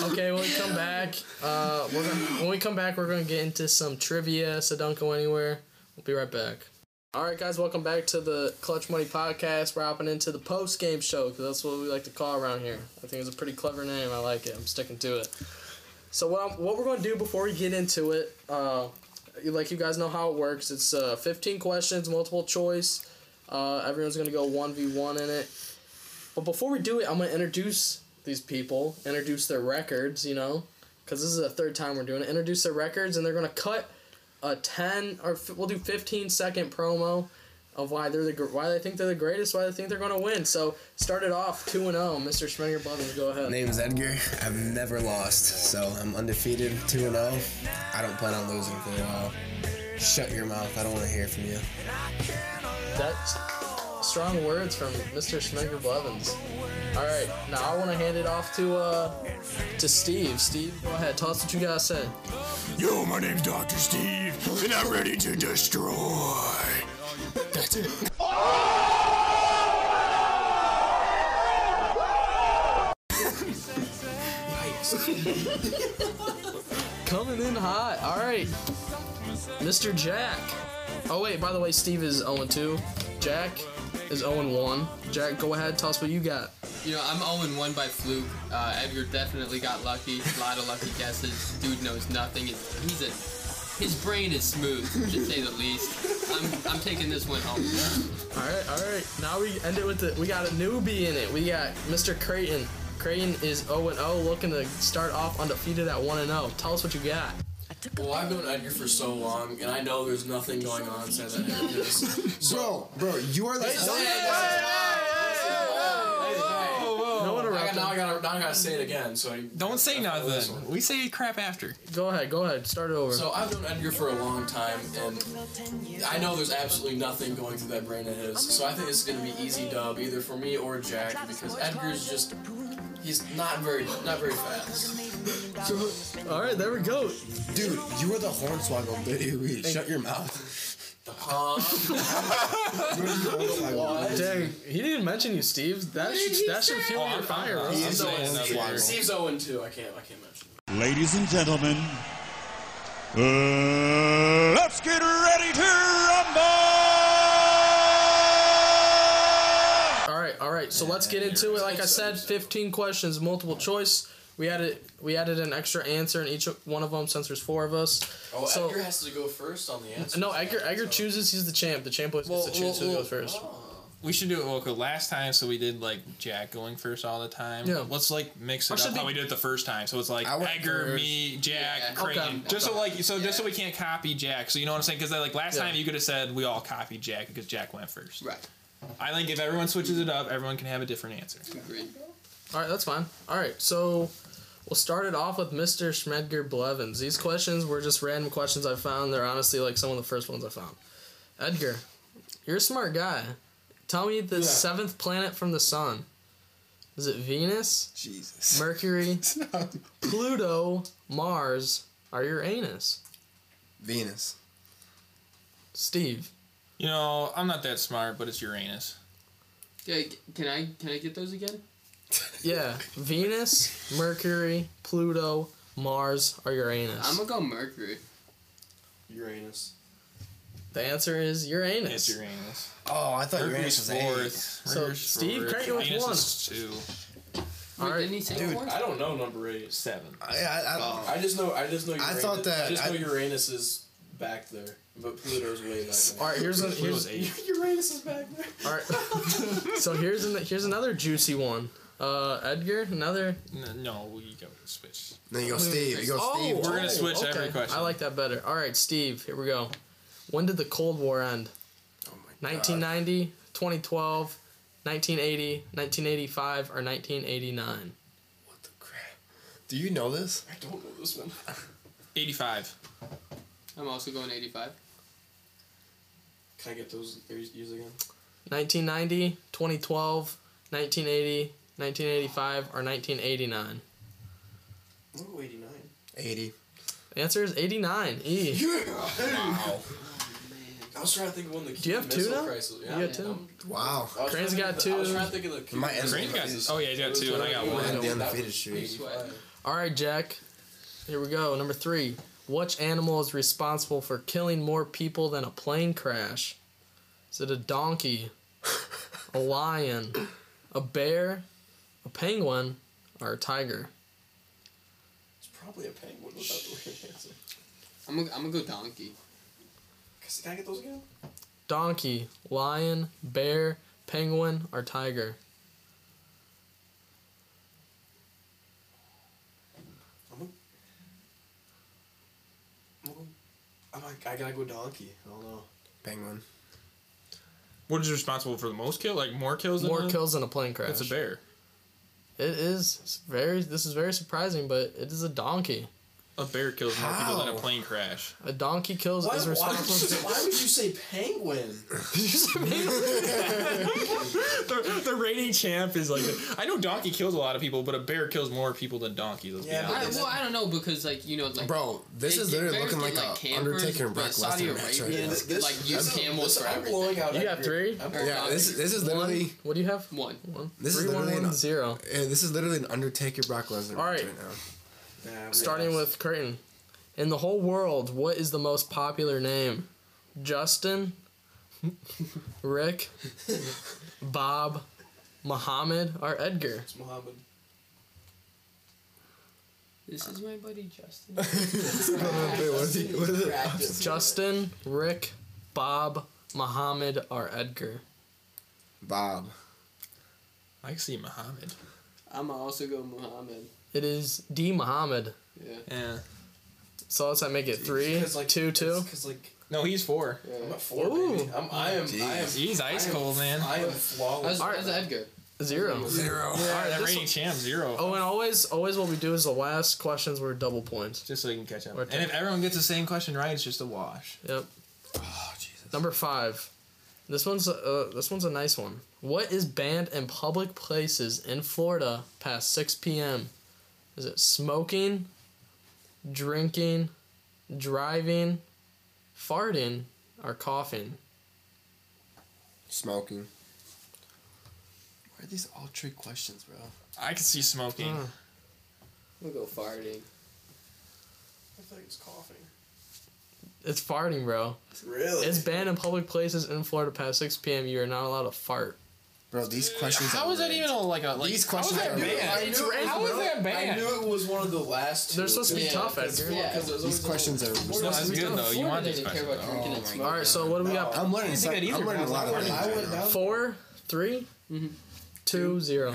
Speaker 3: Okay, when we come back, uh, we're gonna, when we come back, we're gonna get into some trivia. So don't go anywhere. We'll be right back. All right, guys, welcome back to the Clutch Money Podcast. We're hopping into the post game show because that's what we like to call around here. I think it's a pretty clever name. I like it. I'm sticking to it. So what I'm, what we're gonna do before we get into it, uh, you- like you guys know how it works. It's uh, 15 questions, multiple choice. Uh, everyone's gonna go one v one in it. But before we do it, I'm gonna introduce these people, introduce their records, you know, because this is the third time we're doing it. Introduce their records, and they're gonna cut a ten or f- we'll do fifteen second promo of why they're the gr- why they think they're the greatest, why they think they're gonna win. So start it off two and zero, Mr. Schminger Brothers, go ahead.
Speaker 4: My name is Edgar. I've never lost, so I'm undefeated, 2 0. I don't plan on losing for a while. Shut your mouth. I don't want to hear from you.
Speaker 3: That's strong words from Mr. Schminger Blevins. All right, now I want to hand it off to uh to Steve. Steve, go ahead, tell us what you gotta say.
Speaker 11: Yo, my name's Dr. Steve, and I'm ready to destroy. That's it.
Speaker 3: Coming in hot. All right, Mr. Jack. Oh wait, by the way, Steve is 0 2. Jack is 0 1. Jack, go ahead, tell us what you got.
Speaker 5: You know, I'm 0 1 by fluke. Uh, Edgar definitely got lucky. A lot of lucky guesses. Dude knows nothing. He's, he's a his brain is smooth, to say the least. I'm, I'm taking this one home.
Speaker 3: All right, all right. Now we end it with the. We got a newbie in it. We got Mr. Creighton. Creighton is 0 0, looking to start off undefeated at 1 0. Tell us what you got.
Speaker 8: Well, I've known Edgar for so long, and I know there's nothing going on since I had this.
Speaker 4: Bro, Oh, bro, you are the
Speaker 3: No
Speaker 8: I
Speaker 3: interrupting.
Speaker 8: got, now, I gotta, now I gotta say it again. So, I,
Speaker 7: Oh, Don't say
Speaker 8: this
Speaker 7: nothing.
Speaker 8: one.
Speaker 7: We say crap after.
Speaker 3: Go ahead, go ahead. Start it over.
Speaker 8: so I've known Edgar for a long time, and I know there's absolutely nothing going through that brain of his. So I think it's gonna be easy dub either for me or Jack because Edgar's just he's not very not very fast.
Speaker 3: all right, there we go.
Speaker 4: dude. You are the hornswoggle, dude. Shut your mouth.
Speaker 8: Huh?
Speaker 4: You're the hornswoggle.
Speaker 3: Dang, he didn't mention you, Steve. That should that should fuel your fire. bro.
Speaker 7: I'm saying
Speaker 8: Steve's
Speaker 7: nothing.
Speaker 4: Swaggle.
Speaker 8: Steve's 0 and 2. I can't. I can't mention.
Speaker 11: Ladies and gentlemen, uh, let's get ready to rumble!
Speaker 3: So let's get into it. Like I said, 15 questions, multiple choice. We added we added an extra answer in each one of them since there's four of us.
Speaker 8: Oh,
Speaker 3: So-
Speaker 8: Edgar has to go first on the answer.
Speaker 3: No, Edgar Edgar chooses. He's the champ. The champ always gets to choose who goes first.
Speaker 7: We should do it well, 'cause last time, so we did like Jack going first all the time.
Speaker 3: Yeah.
Speaker 7: Let's like mix
Speaker 3: Or
Speaker 7: it
Speaker 3: should
Speaker 7: up how
Speaker 3: they-
Speaker 7: we did it the first time. So it's like
Speaker 4: I went
Speaker 7: Edgar,
Speaker 4: first.
Speaker 7: me, Jack,
Speaker 5: Yeah.
Speaker 7: Crane.
Speaker 3: Okay.
Speaker 7: Just so
Speaker 5: Okay.
Speaker 7: like so
Speaker 5: Yeah.
Speaker 7: just so we can't copy Jack. So you know what I'm saying? Because like last
Speaker 3: Yeah.
Speaker 7: time you could have said we all copied Jack because Jack went first.
Speaker 5: Right.
Speaker 7: I think if everyone switches it up, everyone can have a different answer.
Speaker 5: Agreed.
Speaker 3: All right, that's fine. All right, so we'll start it off with Mr. Schmedger Blevins. These questions were just random questions I found. They're honestly like some of the first ones I found. Edgar, you're a smart guy. Tell me the seventh planet from the sun. Is it Venus,
Speaker 1: Jesus.
Speaker 3: Mercury, Pluto, Mars, or Uranus?
Speaker 4: Venus.
Speaker 3: Steve.
Speaker 7: You know, I'm not that smart, but it's Uranus.
Speaker 5: Yeah, c- can I can I get those again?
Speaker 3: Yeah, Venus, Mercury, Pluto, Mars, or Uranus?
Speaker 5: I'm gonna go Mercury.
Speaker 8: Uranus.
Speaker 3: the answer is Uranus.
Speaker 7: It's Uranus.
Speaker 4: Oh, I thought Uranus
Speaker 7: Mercury's
Speaker 4: was eight.
Speaker 7: fourth.
Speaker 3: So,
Speaker 7: Mercury's
Speaker 3: Steve,
Speaker 7: fourth.
Speaker 3: correct me with
Speaker 7: Venus
Speaker 3: one.
Speaker 7: is two.
Speaker 5: Wait,
Speaker 3: All right,
Speaker 5: didn't he say
Speaker 4: dude,
Speaker 5: Mars?
Speaker 8: I don't know number eight.
Speaker 7: Seven.
Speaker 4: I, I, I,
Speaker 8: I just know. I just know.
Speaker 4: I
Speaker 8: Uranus.
Speaker 4: thought that-
Speaker 8: I just
Speaker 4: I-
Speaker 8: know Uranus is back there, but Pluto's way back. There.
Speaker 3: All right, here's, an, here's
Speaker 7: Pluto's eight.
Speaker 8: Uranus is back there.
Speaker 3: All right. so here's an, here's another juicy one. Uh, Edgar, another.
Speaker 7: N- No, we go switch.
Speaker 4: then you go Steve. You go Steve.
Speaker 7: Oh, we're gonna switch every question.
Speaker 3: Oh, I like that better. All right, Steve. Here we go. When did the Cold War end?
Speaker 4: Oh my God.
Speaker 3: 1990, 2012, 1980, 1985, or 1989?
Speaker 4: What the crap? Do you know this?
Speaker 8: I don't know this one.
Speaker 7: 85.
Speaker 5: I'm also going 85.
Speaker 8: Can I get those ears again?
Speaker 3: 1990, 2012, 1980, 1985, or 1989?
Speaker 8: Oh, 89.
Speaker 4: 80.
Speaker 3: The answer is 89. E.
Speaker 4: Oh,
Speaker 8: I was trying to think of one of the
Speaker 3: Do you have
Speaker 8: Cuban Missile
Speaker 3: two now?
Speaker 8: Crisis. Yeah,
Speaker 3: You got
Speaker 8: yeah,
Speaker 3: two?
Speaker 8: I'm-
Speaker 4: Wow.
Speaker 8: I
Speaker 3: Crane's
Speaker 8: was trying to
Speaker 3: got
Speaker 8: think of the- I was
Speaker 3: two.
Speaker 8: trying to think of the Cuban
Speaker 4: My answer-
Speaker 8: Missile
Speaker 7: Crane's got-
Speaker 8: Crisis.
Speaker 7: oh, yeah, he's got
Speaker 8: It was
Speaker 7: two, and I got
Speaker 8: like-
Speaker 7: one.
Speaker 4: And the
Speaker 8: That
Speaker 4: undefeated
Speaker 8: was
Speaker 4: streak.
Speaker 8: easy.
Speaker 5: Sweat.
Speaker 3: All right, Jack. Here we go. Number three. Which animal is responsible for killing more people than a plane crash? Is it a donkey, a lion, a bear, a penguin, or a tiger?
Speaker 8: It's probably a penguin without the weird answer.
Speaker 5: I'm gonna, I'm gonna go donkey.
Speaker 8: Can I get those again?
Speaker 3: Donkey, lion, bear, penguin, or tiger?
Speaker 8: I'm like, I gotta go donkey. I don't know.
Speaker 4: Penguin.
Speaker 7: What is responsible for the most kill? Like more kills? Than
Speaker 3: More
Speaker 7: one?
Speaker 3: kills than a plane crash.
Speaker 7: It's a bear.
Speaker 3: It is it's very. This is very surprising, but it is a donkey.
Speaker 7: A bear kills more people than a
Speaker 4: How?
Speaker 7: plane crash.
Speaker 3: A donkey kills
Speaker 8: Why,
Speaker 3: is
Speaker 8: why, would
Speaker 3: responsible.
Speaker 8: you, why would you say penguin?
Speaker 7: The, the reigning champ is like. I know donkey kills a lot of people, but a bear kills more people than donkey. Let's
Speaker 8: Yeah,
Speaker 7: be
Speaker 8: but
Speaker 7: honest.
Speaker 5: I, well, I don't know because like you know like
Speaker 4: Bro, this
Speaker 5: they
Speaker 4: is
Speaker 5: get
Speaker 4: literally
Speaker 5: bears
Speaker 4: looking like,
Speaker 5: get,
Speaker 4: a
Speaker 5: campers,
Speaker 4: Undertaker and
Speaker 5: but
Speaker 4: Brock
Speaker 5: Saudi
Speaker 4: Lesnar match right
Speaker 5: Arabia,
Speaker 4: now.
Speaker 8: This- this-
Speaker 5: like use
Speaker 8: this-
Speaker 5: camels
Speaker 8: this-
Speaker 5: for
Speaker 8: I'm
Speaker 5: everything.
Speaker 8: blowing out.
Speaker 3: You got
Speaker 8: every-
Speaker 3: three?
Speaker 8: I'm
Speaker 5: Or
Speaker 8: blowing
Speaker 4: Yeah,
Speaker 8: out
Speaker 4: this, this is literally
Speaker 3: What do you have?
Speaker 5: One.
Speaker 3: One.
Speaker 4: This is
Speaker 3: Three, one,
Speaker 4: literally
Speaker 3: one,
Speaker 4: an-
Speaker 3: zero.
Speaker 4: eh, this is literally an Undertaker Brock Lesnar
Speaker 3: All
Speaker 4: match
Speaker 3: right.
Speaker 4: right now.
Speaker 8: Nah, we
Speaker 3: Starting
Speaker 8: lost.
Speaker 3: with Creighton. In the whole world, what is the most popular name? Justin, Rick, Bob, Muhammad, or Edgar?
Speaker 8: It's Muhammad.
Speaker 5: This is my buddy Justin.
Speaker 4: Wait, what is he- what is it?
Speaker 3: Justin, Rick, Bob, Muhammad, or Edgar?
Speaker 4: Bob.
Speaker 7: I can see Muhammad.
Speaker 5: I'm gonna also go Muhammad.
Speaker 3: It is D. Muhammad.
Speaker 5: Yeah.
Speaker 7: Yeah.
Speaker 3: So let's make it three,
Speaker 8: Because, like,
Speaker 3: two, two.
Speaker 8: Because like
Speaker 7: No, he's four.
Speaker 8: I'm at four.
Speaker 3: Ooh.
Speaker 8: Baby. I'm, I am. I am.
Speaker 7: He's ice
Speaker 8: I am-
Speaker 7: cold, man.
Speaker 8: I am
Speaker 5: How's,
Speaker 8: flawless.
Speaker 3: All right.
Speaker 5: how's Edgar?
Speaker 3: Zero.
Speaker 4: Zero.
Speaker 3: All right,
Speaker 7: that
Speaker 3: this
Speaker 7: reigning
Speaker 3: one-
Speaker 7: champ zero.
Speaker 3: oh, and always, always what we do is the last questions were double points.
Speaker 7: Just so you can catch up.
Speaker 3: Or ten.
Speaker 7: And if everyone gets the same question right, it's just a wash.
Speaker 3: Yep. Number five. This one's uh, this one's a nice one. What is banned in public places in Florida past six p.m.? Is it smoking, drinking, driving, farting, or coughing?
Speaker 4: Smoking.
Speaker 1: Why are these all trick questions, bro?
Speaker 7: I can see smoking.
Speaker 3: Mm.
Speaker 5: I'm gonna go farting.
Speaker 8: I feel like it's coughing.
Speaker 3: It's farting, bro.
Speaker 8: Really?
Speaker 3: It's banned in public places in Florida past six p.m. You are not allowed to fart.
Speaker 4: Bro, these questions.
Speaker 7: How
Speaker 4: are
Speaker 7: is that
Speaker 4: rigged.
Speaker 7: even a, like a like?
Speaker 4: These questions
Speaker 7: How
Speaker 4: are
Speaker 7: is that
Speaker 4: rigged.
Speaker 7: banned?
Speaker 4: It's rigged,
Speaker 7: How is
Speaker 4: bro.
Speaker 7: that
Speaker 8: I
Speaker 7: banned?
Speaker 8: knew it was one of the last. two.
Speaker 3: They're supposed to be
Speaker 8: Yeah,
Speaker 3: tough at
Speaker 8: because-
Speaker 3: Duke.
Speaker 8: yeah, 'cause there's always
Speaker 4: These
Speaker 8: the-
Speaker 4: questions are.
Speaker 7: No,
Speaker 4: rigged.
Speaker 7: that's good though. You
Speaker 5: Florida
Speaker 7: want these
Speaker 5: didn't care
Speaker 7: questions?
Speaker 5: about drinking and smoking.
Speaker 3: All right, so what do we got?
Speaker 4: I'm learning. Some,
Speaker 7: that either,
Speaker 4: I'm learning a
Speaker 7: bro.
Speaker 4: lot of things.
Speaker 8: I went
Speaker 4: right now.
Speaker 8: down.
Speaker 3: Four, three, two, zero.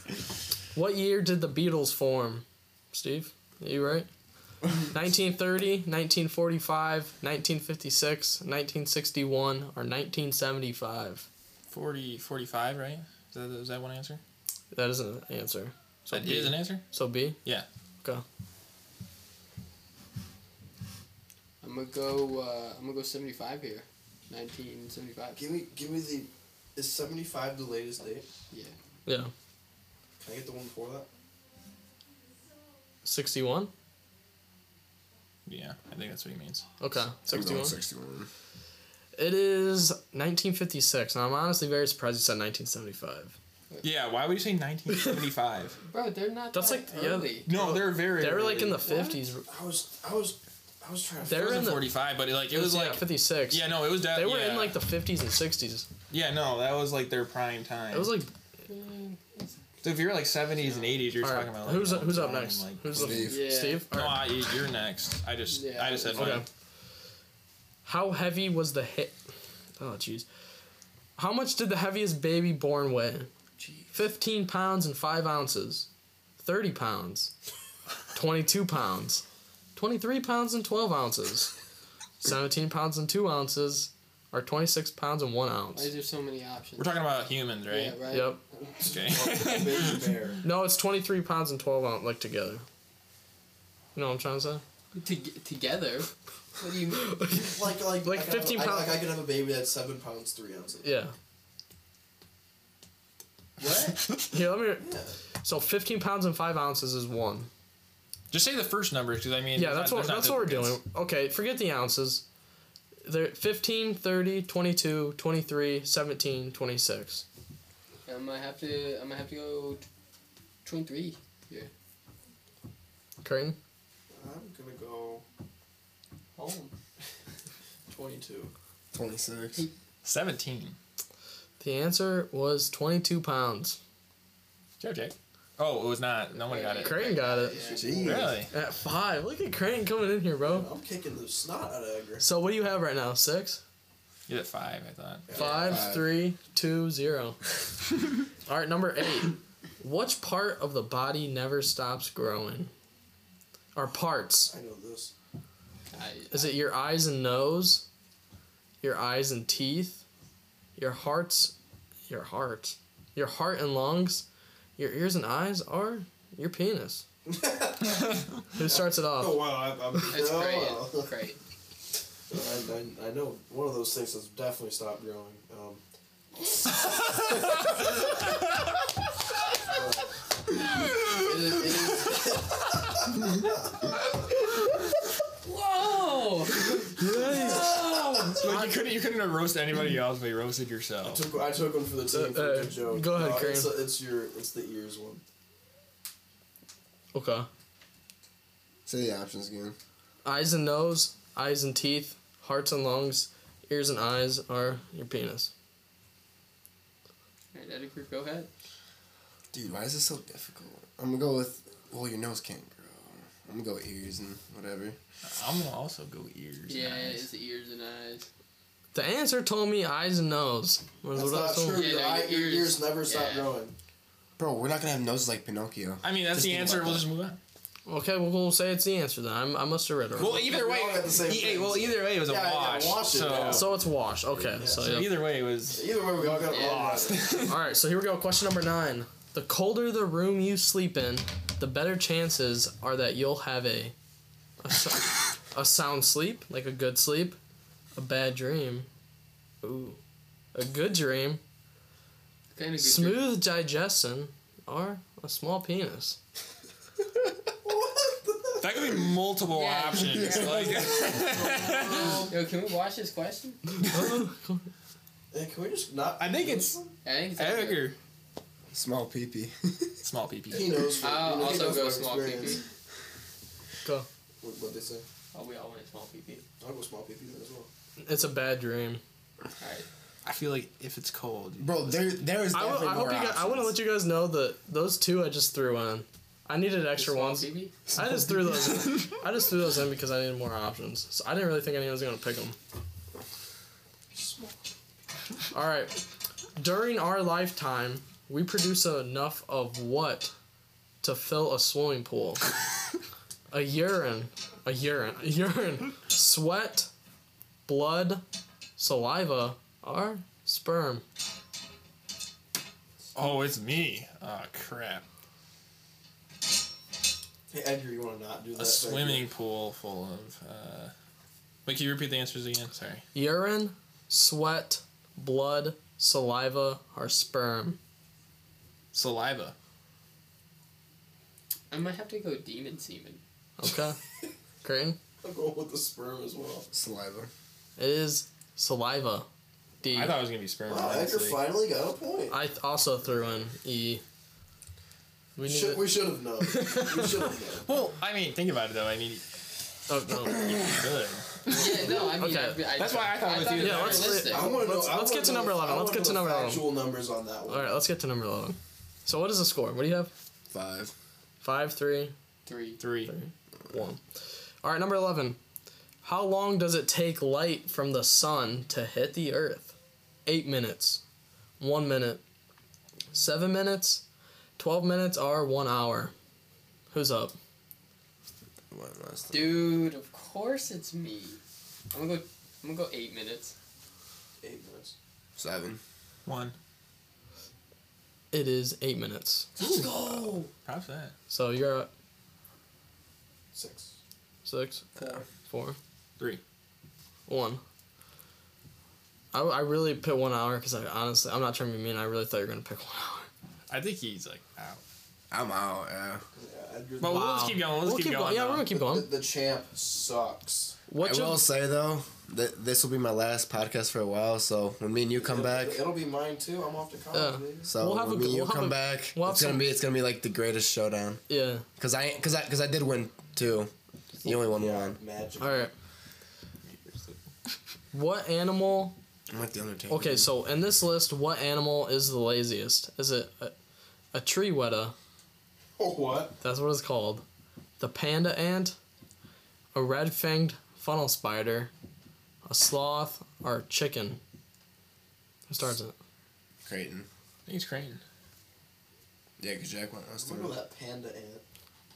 Speaker 3: what year did the Beatles form? Steve, you right? 1930, 1945, 1956, 1961, or 1975?
Speaker 7: 40, 45, right? Is that, is that one answer?
Speaker 3: That isn't an answer. So
Speaker 7: That
Speaker 3: B.
Speaker 7: is an answer?
Speaker 3: So B.
Speaker 7: Yeah.
Speaker 3: Okay.
Speaker 5: I'm gonna go. Uh, I'm gonna go 75 here. 1975.
Speaker 8: Give me, give me the. Is seventy five the latest date?
Speaker 5: Yeah.
Speaker 3: Yeah.
Speaker 8: Can I get the one before that?
Speaker 3: 61.
Speaker 7: Yeah, I think that's what he means.
Speaker 3: Okay.
Speaker 4: I'm
Speaker 3: 61.
Speaker 4: going 61.
Speaker 3: It is 1956. Now I'm honestly very surprised you said 1975.
Speaker 7: Yeah, why would you say 1975?
Speaker 5: Bro, they're not.
Speaker 3: That's
Speaker 5: that
Speaker 3: like the other-
Speaker 5: early.
Speaker 7: no, they're very.
Speaker 3: They were like in the
Speaker 7: early.
Speaker 3: 50s.
Speaker 8: I was, I was, I was trying to.
Speaker 3: They
Speaker 7: It
Speaker 3: were in
Speaker 7: wasn't
Speaker 3: the
Speaker 7: 45, but it, like it was
Speaker 3: yeah,
Speaker 7: like.
Speaker 3: 56.
Speaker 7: Yeah, no, it was. Da-
Speaker 3: They were
Speaker 7: yeah.
Speaker 3: in like the 50s and 60s.
Speaker 7: Yeah, no, that was like their prime time.
Speaker 3: It was like
Speaker 7: So if you're like 70s and 80s, you're
Speaker 3: all right,
Speaker 7: talking about. Like,
Speaker 3: who's
Speaker 7: all
Speaker 3: who's up
Speaker 7: time,
Speaker 3: next?
Speaker 7: like-
Speaker 3: who's Steve?
Speaker 4: Steve.
Speaker 5: Yeah.
Speaker 3: Steve. All
Speaker 7: no,
Speaker 3: right.
Speaker 7: I, you're next. I just,
Speaker 5: Yeah,
Speaker 7: I just said.
Speaker 3: Okay.
Speaker 7: mine.
Speaker 3: How heavy was the hit? Oh jeez. How much did the heaviest baby born weigh? Fifteen pounds and five ounces. Thirty pounds. Twenty-two pounds. Twenty-three pounds and twelve ounces. Seventeen pounds and two ounces. Or twenty-six pounds and one
Speaker 5: Why is
Speaker 3: ounce.
Speaker 5: there so many options?
Speaker 7: We're talking about humans, right?
Speaker 5: Yeah, right.
Speaker 3: Yep.
Speaker 7: Okay.
Speaker 8: Big bear.
Speaker 3: No, it's twenty-three pounds and twelve ounce like together. You know what I'm trying to say?
Speaker 5: To- together. What do you mean?
Speaker 8: Like, like,
Speaker 3: Like
Speaker 8: I could have
Speaker 3: 15
Speaker 8: a- I-
Speaker 3: pound-
Speaker 8: Like I could have a baby that's seven pounds three ounces.
Speaker 3: Yeah.
Speaker 8: What?
Speaker 3: Here, let me. So fifteen pounds and five ounces is one.
Speaker 7: just say the first numbers, because I mean.
Speaker 3: Yeah, that's
Speaker 7: there's not-
Speaker 3: what
Speaker 7: there's not
Speaker 3: that's what we're doing.
Speaker 7: duplicates.
Speaker 3: Okay, forget the ounces. They're 15, 30, 22, 23, 17, 26.
Speaker 5: I'm gonna have to. I'm gonna have to go. t- 23.
Speaker 3: Curtain?
Speaker 8: I'm gonna go
Speaker 5: Home.
Speaker 8: twenty two.
Speaker 4: 26.
Speaker 7: 17.
Speaker 3: The answer was 22 pounds.
Speaker 7: Joe Jake. Oh, it was not. No one got it.
Speaker 3: Crane got it.
Speaker 4: Jeez.
Speaker 7: Really?
Speaker 3: At five. Look at Crane coming in here, bro.
Speaker 8: I'm kicking the snot out of Edgar.
Speaker 3: So what do you have right now? Six?
Speaker 7: You did five, I thought.
Speaker 3: Five, three, two, zero. All right, number eight. Which part of the body never stops growing? Or parts?
Speaker 8: I know this.
Speaker 5: I,
Speaker 3: Is it your eyes and nose? Your eyes and teeth? Your heart's your heart. Your heart and lungs? Your ears and eyes are your penis. Who starts it
Speaker 8: Oh
Speaker 3: off?
Speaker 8: wow, I, I'm.
Speaker 5: it's
Speaker 8: no.
Speaker 5: great. It's great.
Speaker 8: I, I, I know one of those things that's definitely stopped growing. Um, it is, it is
Speaker 5: Whoa!
Speaker 7: Like you couldn't, you couldn't have roasted anybody else, but you roasted yourself.
Speaker 8: Took, I took one for the team for
Speaker 3: Uh,
Speaker 8: a
Speaker 3: uh,
Speaker 8: good joke.
Speaker 3: go ahead,
Speaker 8: No,
Speaker 3: Crane.
Speaker 8: It's, it's your, it's the ears one.
Speaker 3: Okay.
Speaker 4: Say the options again.
Speaker 3: Eyes and nose, eyes and teeth, hearts and lungs, ears and eyes are your penis.
Speaker 5: Alright, Edgar, go ahead.
Speaker 4: Dude, why is this so difficult? I'm gonna go with. Well, your nose can't grow. I'm gonna go with ears and whatever.
Speaker 7: I'm gonna also go ears.
Speaker 5: Yeah,
Speaker 7: and eyes.
Speaker 5: it's the ears and eyes.
Speaker 3: The answer told me eyes and nose. Was
Speaker 8: That's
Speaker 3: what I
Speaker 8: not
Speaker 3: was told.
Speaker 8: true.
Speaker 5: Yeah,
Speaker 8: your,
Speaker 5: your
Speaker 8: eye, your
Speaker 5: ears-
Speaker 8: ears, never stop
Speaker 5: yeah.
Speaker 8: growing.
Speaker 4: Bro, we're not gonna have noses like Pinocchio.
Speaker 7: I mean, that's
Speaker 4: Just
Speaker 7: the
Speaker 4: think
Speaker 7: answer.
Speaker 4: about
Speaker 7: We'll
Speaker 4: that.
Speaker 7: just move on.
Speaker 3: Okay, well, we'll say it's the answer then. I'm, I must have read it. wrong.
Speaker 7: Well, either way,
Speaker 8: all got the same
Speaker 7: e-
Speaker 8: things.
Speaker 7: well, either way, it was a
Speaker 8: Yeah, yeah,
Speaker 7: wash.
Speaker 8: wash it,
Speaker 7: so,
Speaker 8: yeah.
Speaker 3: so it's wash. Okay, so
Speaker 7: so
Speaker 3: yeah.
Speaker 7: either way, it was.
Speaker 8: Either way, we all got it lost.
Speaker 3: All right, so here we go. Question number nine. The colder the room you sleep in, the better chances are that you'll have a a, so- a sound sleep, like a good sleep, a bad dream, ooh, a good dream,
Speaker 5: Kind of good.
Speaker 3: smooth digestion, or a small penis.
Speaker 7: That could be multiple
Speaker 5: Yeah.
Speaker 7: options. Like,
Speaker 5: Yo, can we watch this question?
Speaker 8: Yeah, can we just not?
Speaker 7: I think it's
Speaker 5: I think it's Edgar.
Speaker 7: Edgar.
Speaker 4: Small peepee.
Speaker 7: Small
Speaker 8: He
Speaker 7: PP.
Speaker 8: knows.
Speaker 5: I'll
Speaker 8: From, you know, he
Speaker 5: also
Speaker 8: knows
Speaker 5: go
Speaker 8: from
Speaker 5: small
Speaker 8: experience.
Speaker 5: PP.
Speaker 3: Go.
Speaker 8: What, what they say?
Speaker 5: Oh, we all went small PP.
Speaker 8: I'll go small PP then as well.
Speaker 3: It's a bad dream.
Speaker 5: Alright.
Speaker 7: I feel like if it's cold,
Speaker 4: Bro, there there is
Speaker 3: I,
Speaker 4: definitely
Speaker 3: w- I hope
Speaker 4: more
Speaker 3: you guys, I want to
Speaker 4: options.
Speaker 3: let you guys know that those two I just threw on. I needed extra
Speaker 5: Small
Speaker 3: ones.
Speaker 5: TV?
Speaker 3: I just threw those. In. I just threw those in because I needed more options. So I didn't really think anyone was gonna pick them. All right. During our lifetime, we produce enough of what to fill a swimming pool? a urine, a urine, a urine, sweat, blood, saliva, or sperm.
Speaker 7: oh, it's me. Oh crap!
Speaker 8: Hey, Edgar, you want to not do that?
Speaker 7: A
Speaker 8: right?
Speaker 7: swimming pool full of. Uh... Wait, can you repeat the answers again? Sorry.
Speaker 3: urine, sweat, blood, saliva, or sperm.
Speaker 7: Saliva.
Speaker 5: I might have to go demon semen.
Speaker 3: Okay, Creighton.
Speaker 8: I'm going with the sperm as well.
Speaker 4: saliva.
Speaker 3: It is saliva. D.
Speaker 7: I
Speaker 3: I
Speaker 7: thought it was gonna be sperm.
Speaker 8: Wow, Edgar
Speaker 7: honestly.
Speaker 8: finally got a point.
Speaker 3: th- also threw in E. We need
Speaker 8: Should,
Speaker 3: to-
Speaker 8: we should have known. we should have known.
Speaker 7: Well, I mean, think about it though. I mean,
Speaker 3: oh, no.
Speaker 7: good.
Speaker 5: Yeah, no, I mean,
Speaker 3: Okay.
Speaker 5: I, I,
Speaker 7: That's why I thought it was either
Speaker 3: Yeah,
Speaker 5: were
Speaker 3: let's-
Speaker 5: realistic.
Speaker 8: I want to know.
Speaker 3: Let's-
Speaker 8: I
Speaker 3: let's
Speaker 8: wanna
Speaker 3: get to
Speaker 8: know
Speaker 3: number
Speaker 8: the-
Speaker 3: 11.
Speaker 8: I
Speaker 3: Let's
Speaker 8: wanna
Speaker 3: get to
Speaker 8: know the
Speaker 3: number 11.
Speaker 8: Actual numbers on that one.
Speaker 3: All right, let's get to number 11. So, what is the score? What do you have?
Speaker 4: Five.
Speaker 3: Five, three,
Speaker 5: Three.
Speaker 7: Three.
Speaker 3: one. All right, number 11. How long does it take light from the sun to hit the earth? Eight minutes, one minute, seven minutes, 12 minutes, or one hour. Who's up?
Speaker 4: One last thing.
Speaker 5: Dude, of course it's me. I'm gonna go. I'm gonna go eight minutes.
Speaker 8: Eight minutes.
Speaker 4: Seven.
Speaker 7: One.
Speaker 3: It is eight minutes.
Speaker 5: Let's go.
Speaker 7: Props to that.
Speaker 3: So you're up
Speaker 8: Six.
Speaker 3: six, four,
Speaker 7: Three.
Speaker 3: one. I, I really picked one hour because I honestly, I'm not trying to be mean. I really thought you were going to pick one hour.
Speaker 7: I think he's like out.
Speaker 4: I'm out, yeah.
Speaker 8: Yeah, Edgar,
Speaker 7: But we'll just
Speaker 3: Wow.
Speaker 7: keep going. Let's
Speaker 3: We'll
Speaker 7: keep, going.
Speaker 3: Yeah,
Speaker 7: though.
Speaker 3: we're going to keep
Speaker 8: the,
Speaker 3: going.
Speaker 8: the champ sucks.
Speaker 3: What
Speaker 4: I
Speaker 3: you
Speaker 4: will say though that this will be my last podcast for a while. So when me and you come back,
Speaker 8: It'll, it'll be mine too. I'm off to college,
Speaker 3: Yeah.
Speaker 8: baby.
Speaker 4: so
Speaker 3: We'll have
Speaker 4: when
Speaker 3: a
Speaker 4: me and
Speaker 3: g-
Speaker 4: you
Speaker 3: we'll have
Speaker 4: come
Speaker 3: a-
Speaker 4: back,
Speaker 3: we'll have
Speaker 4: it's gonna
Speaker 3: some-
Speaker 4: be it's gonna be like the greatest showdown.
Speaker 3: Yeah.
Speaker 4: Cause I cause I cause I did win two. You only won one.
Speaker 8: Magic.
Speaker 3: All right. What animal?
Speaker 4: I'm like the Undertaker.
Speaker 3: Okay, so in this list, what animal is the laziest? Is it a, a tree weta?
Speaker 8: Oh, what?
Speaker 3: That's what it's called. The panda ant, a red fanged funnel spider, a sloth, or a chicken. Who starts it?
Speaker 4: Creighton.
Speaker 7: I think it's Crane.
Speaker 4: Yeah, cause Jack went last
Speaker 8: Look
Speaker 4: time.
Speaker 8: at that panda ant.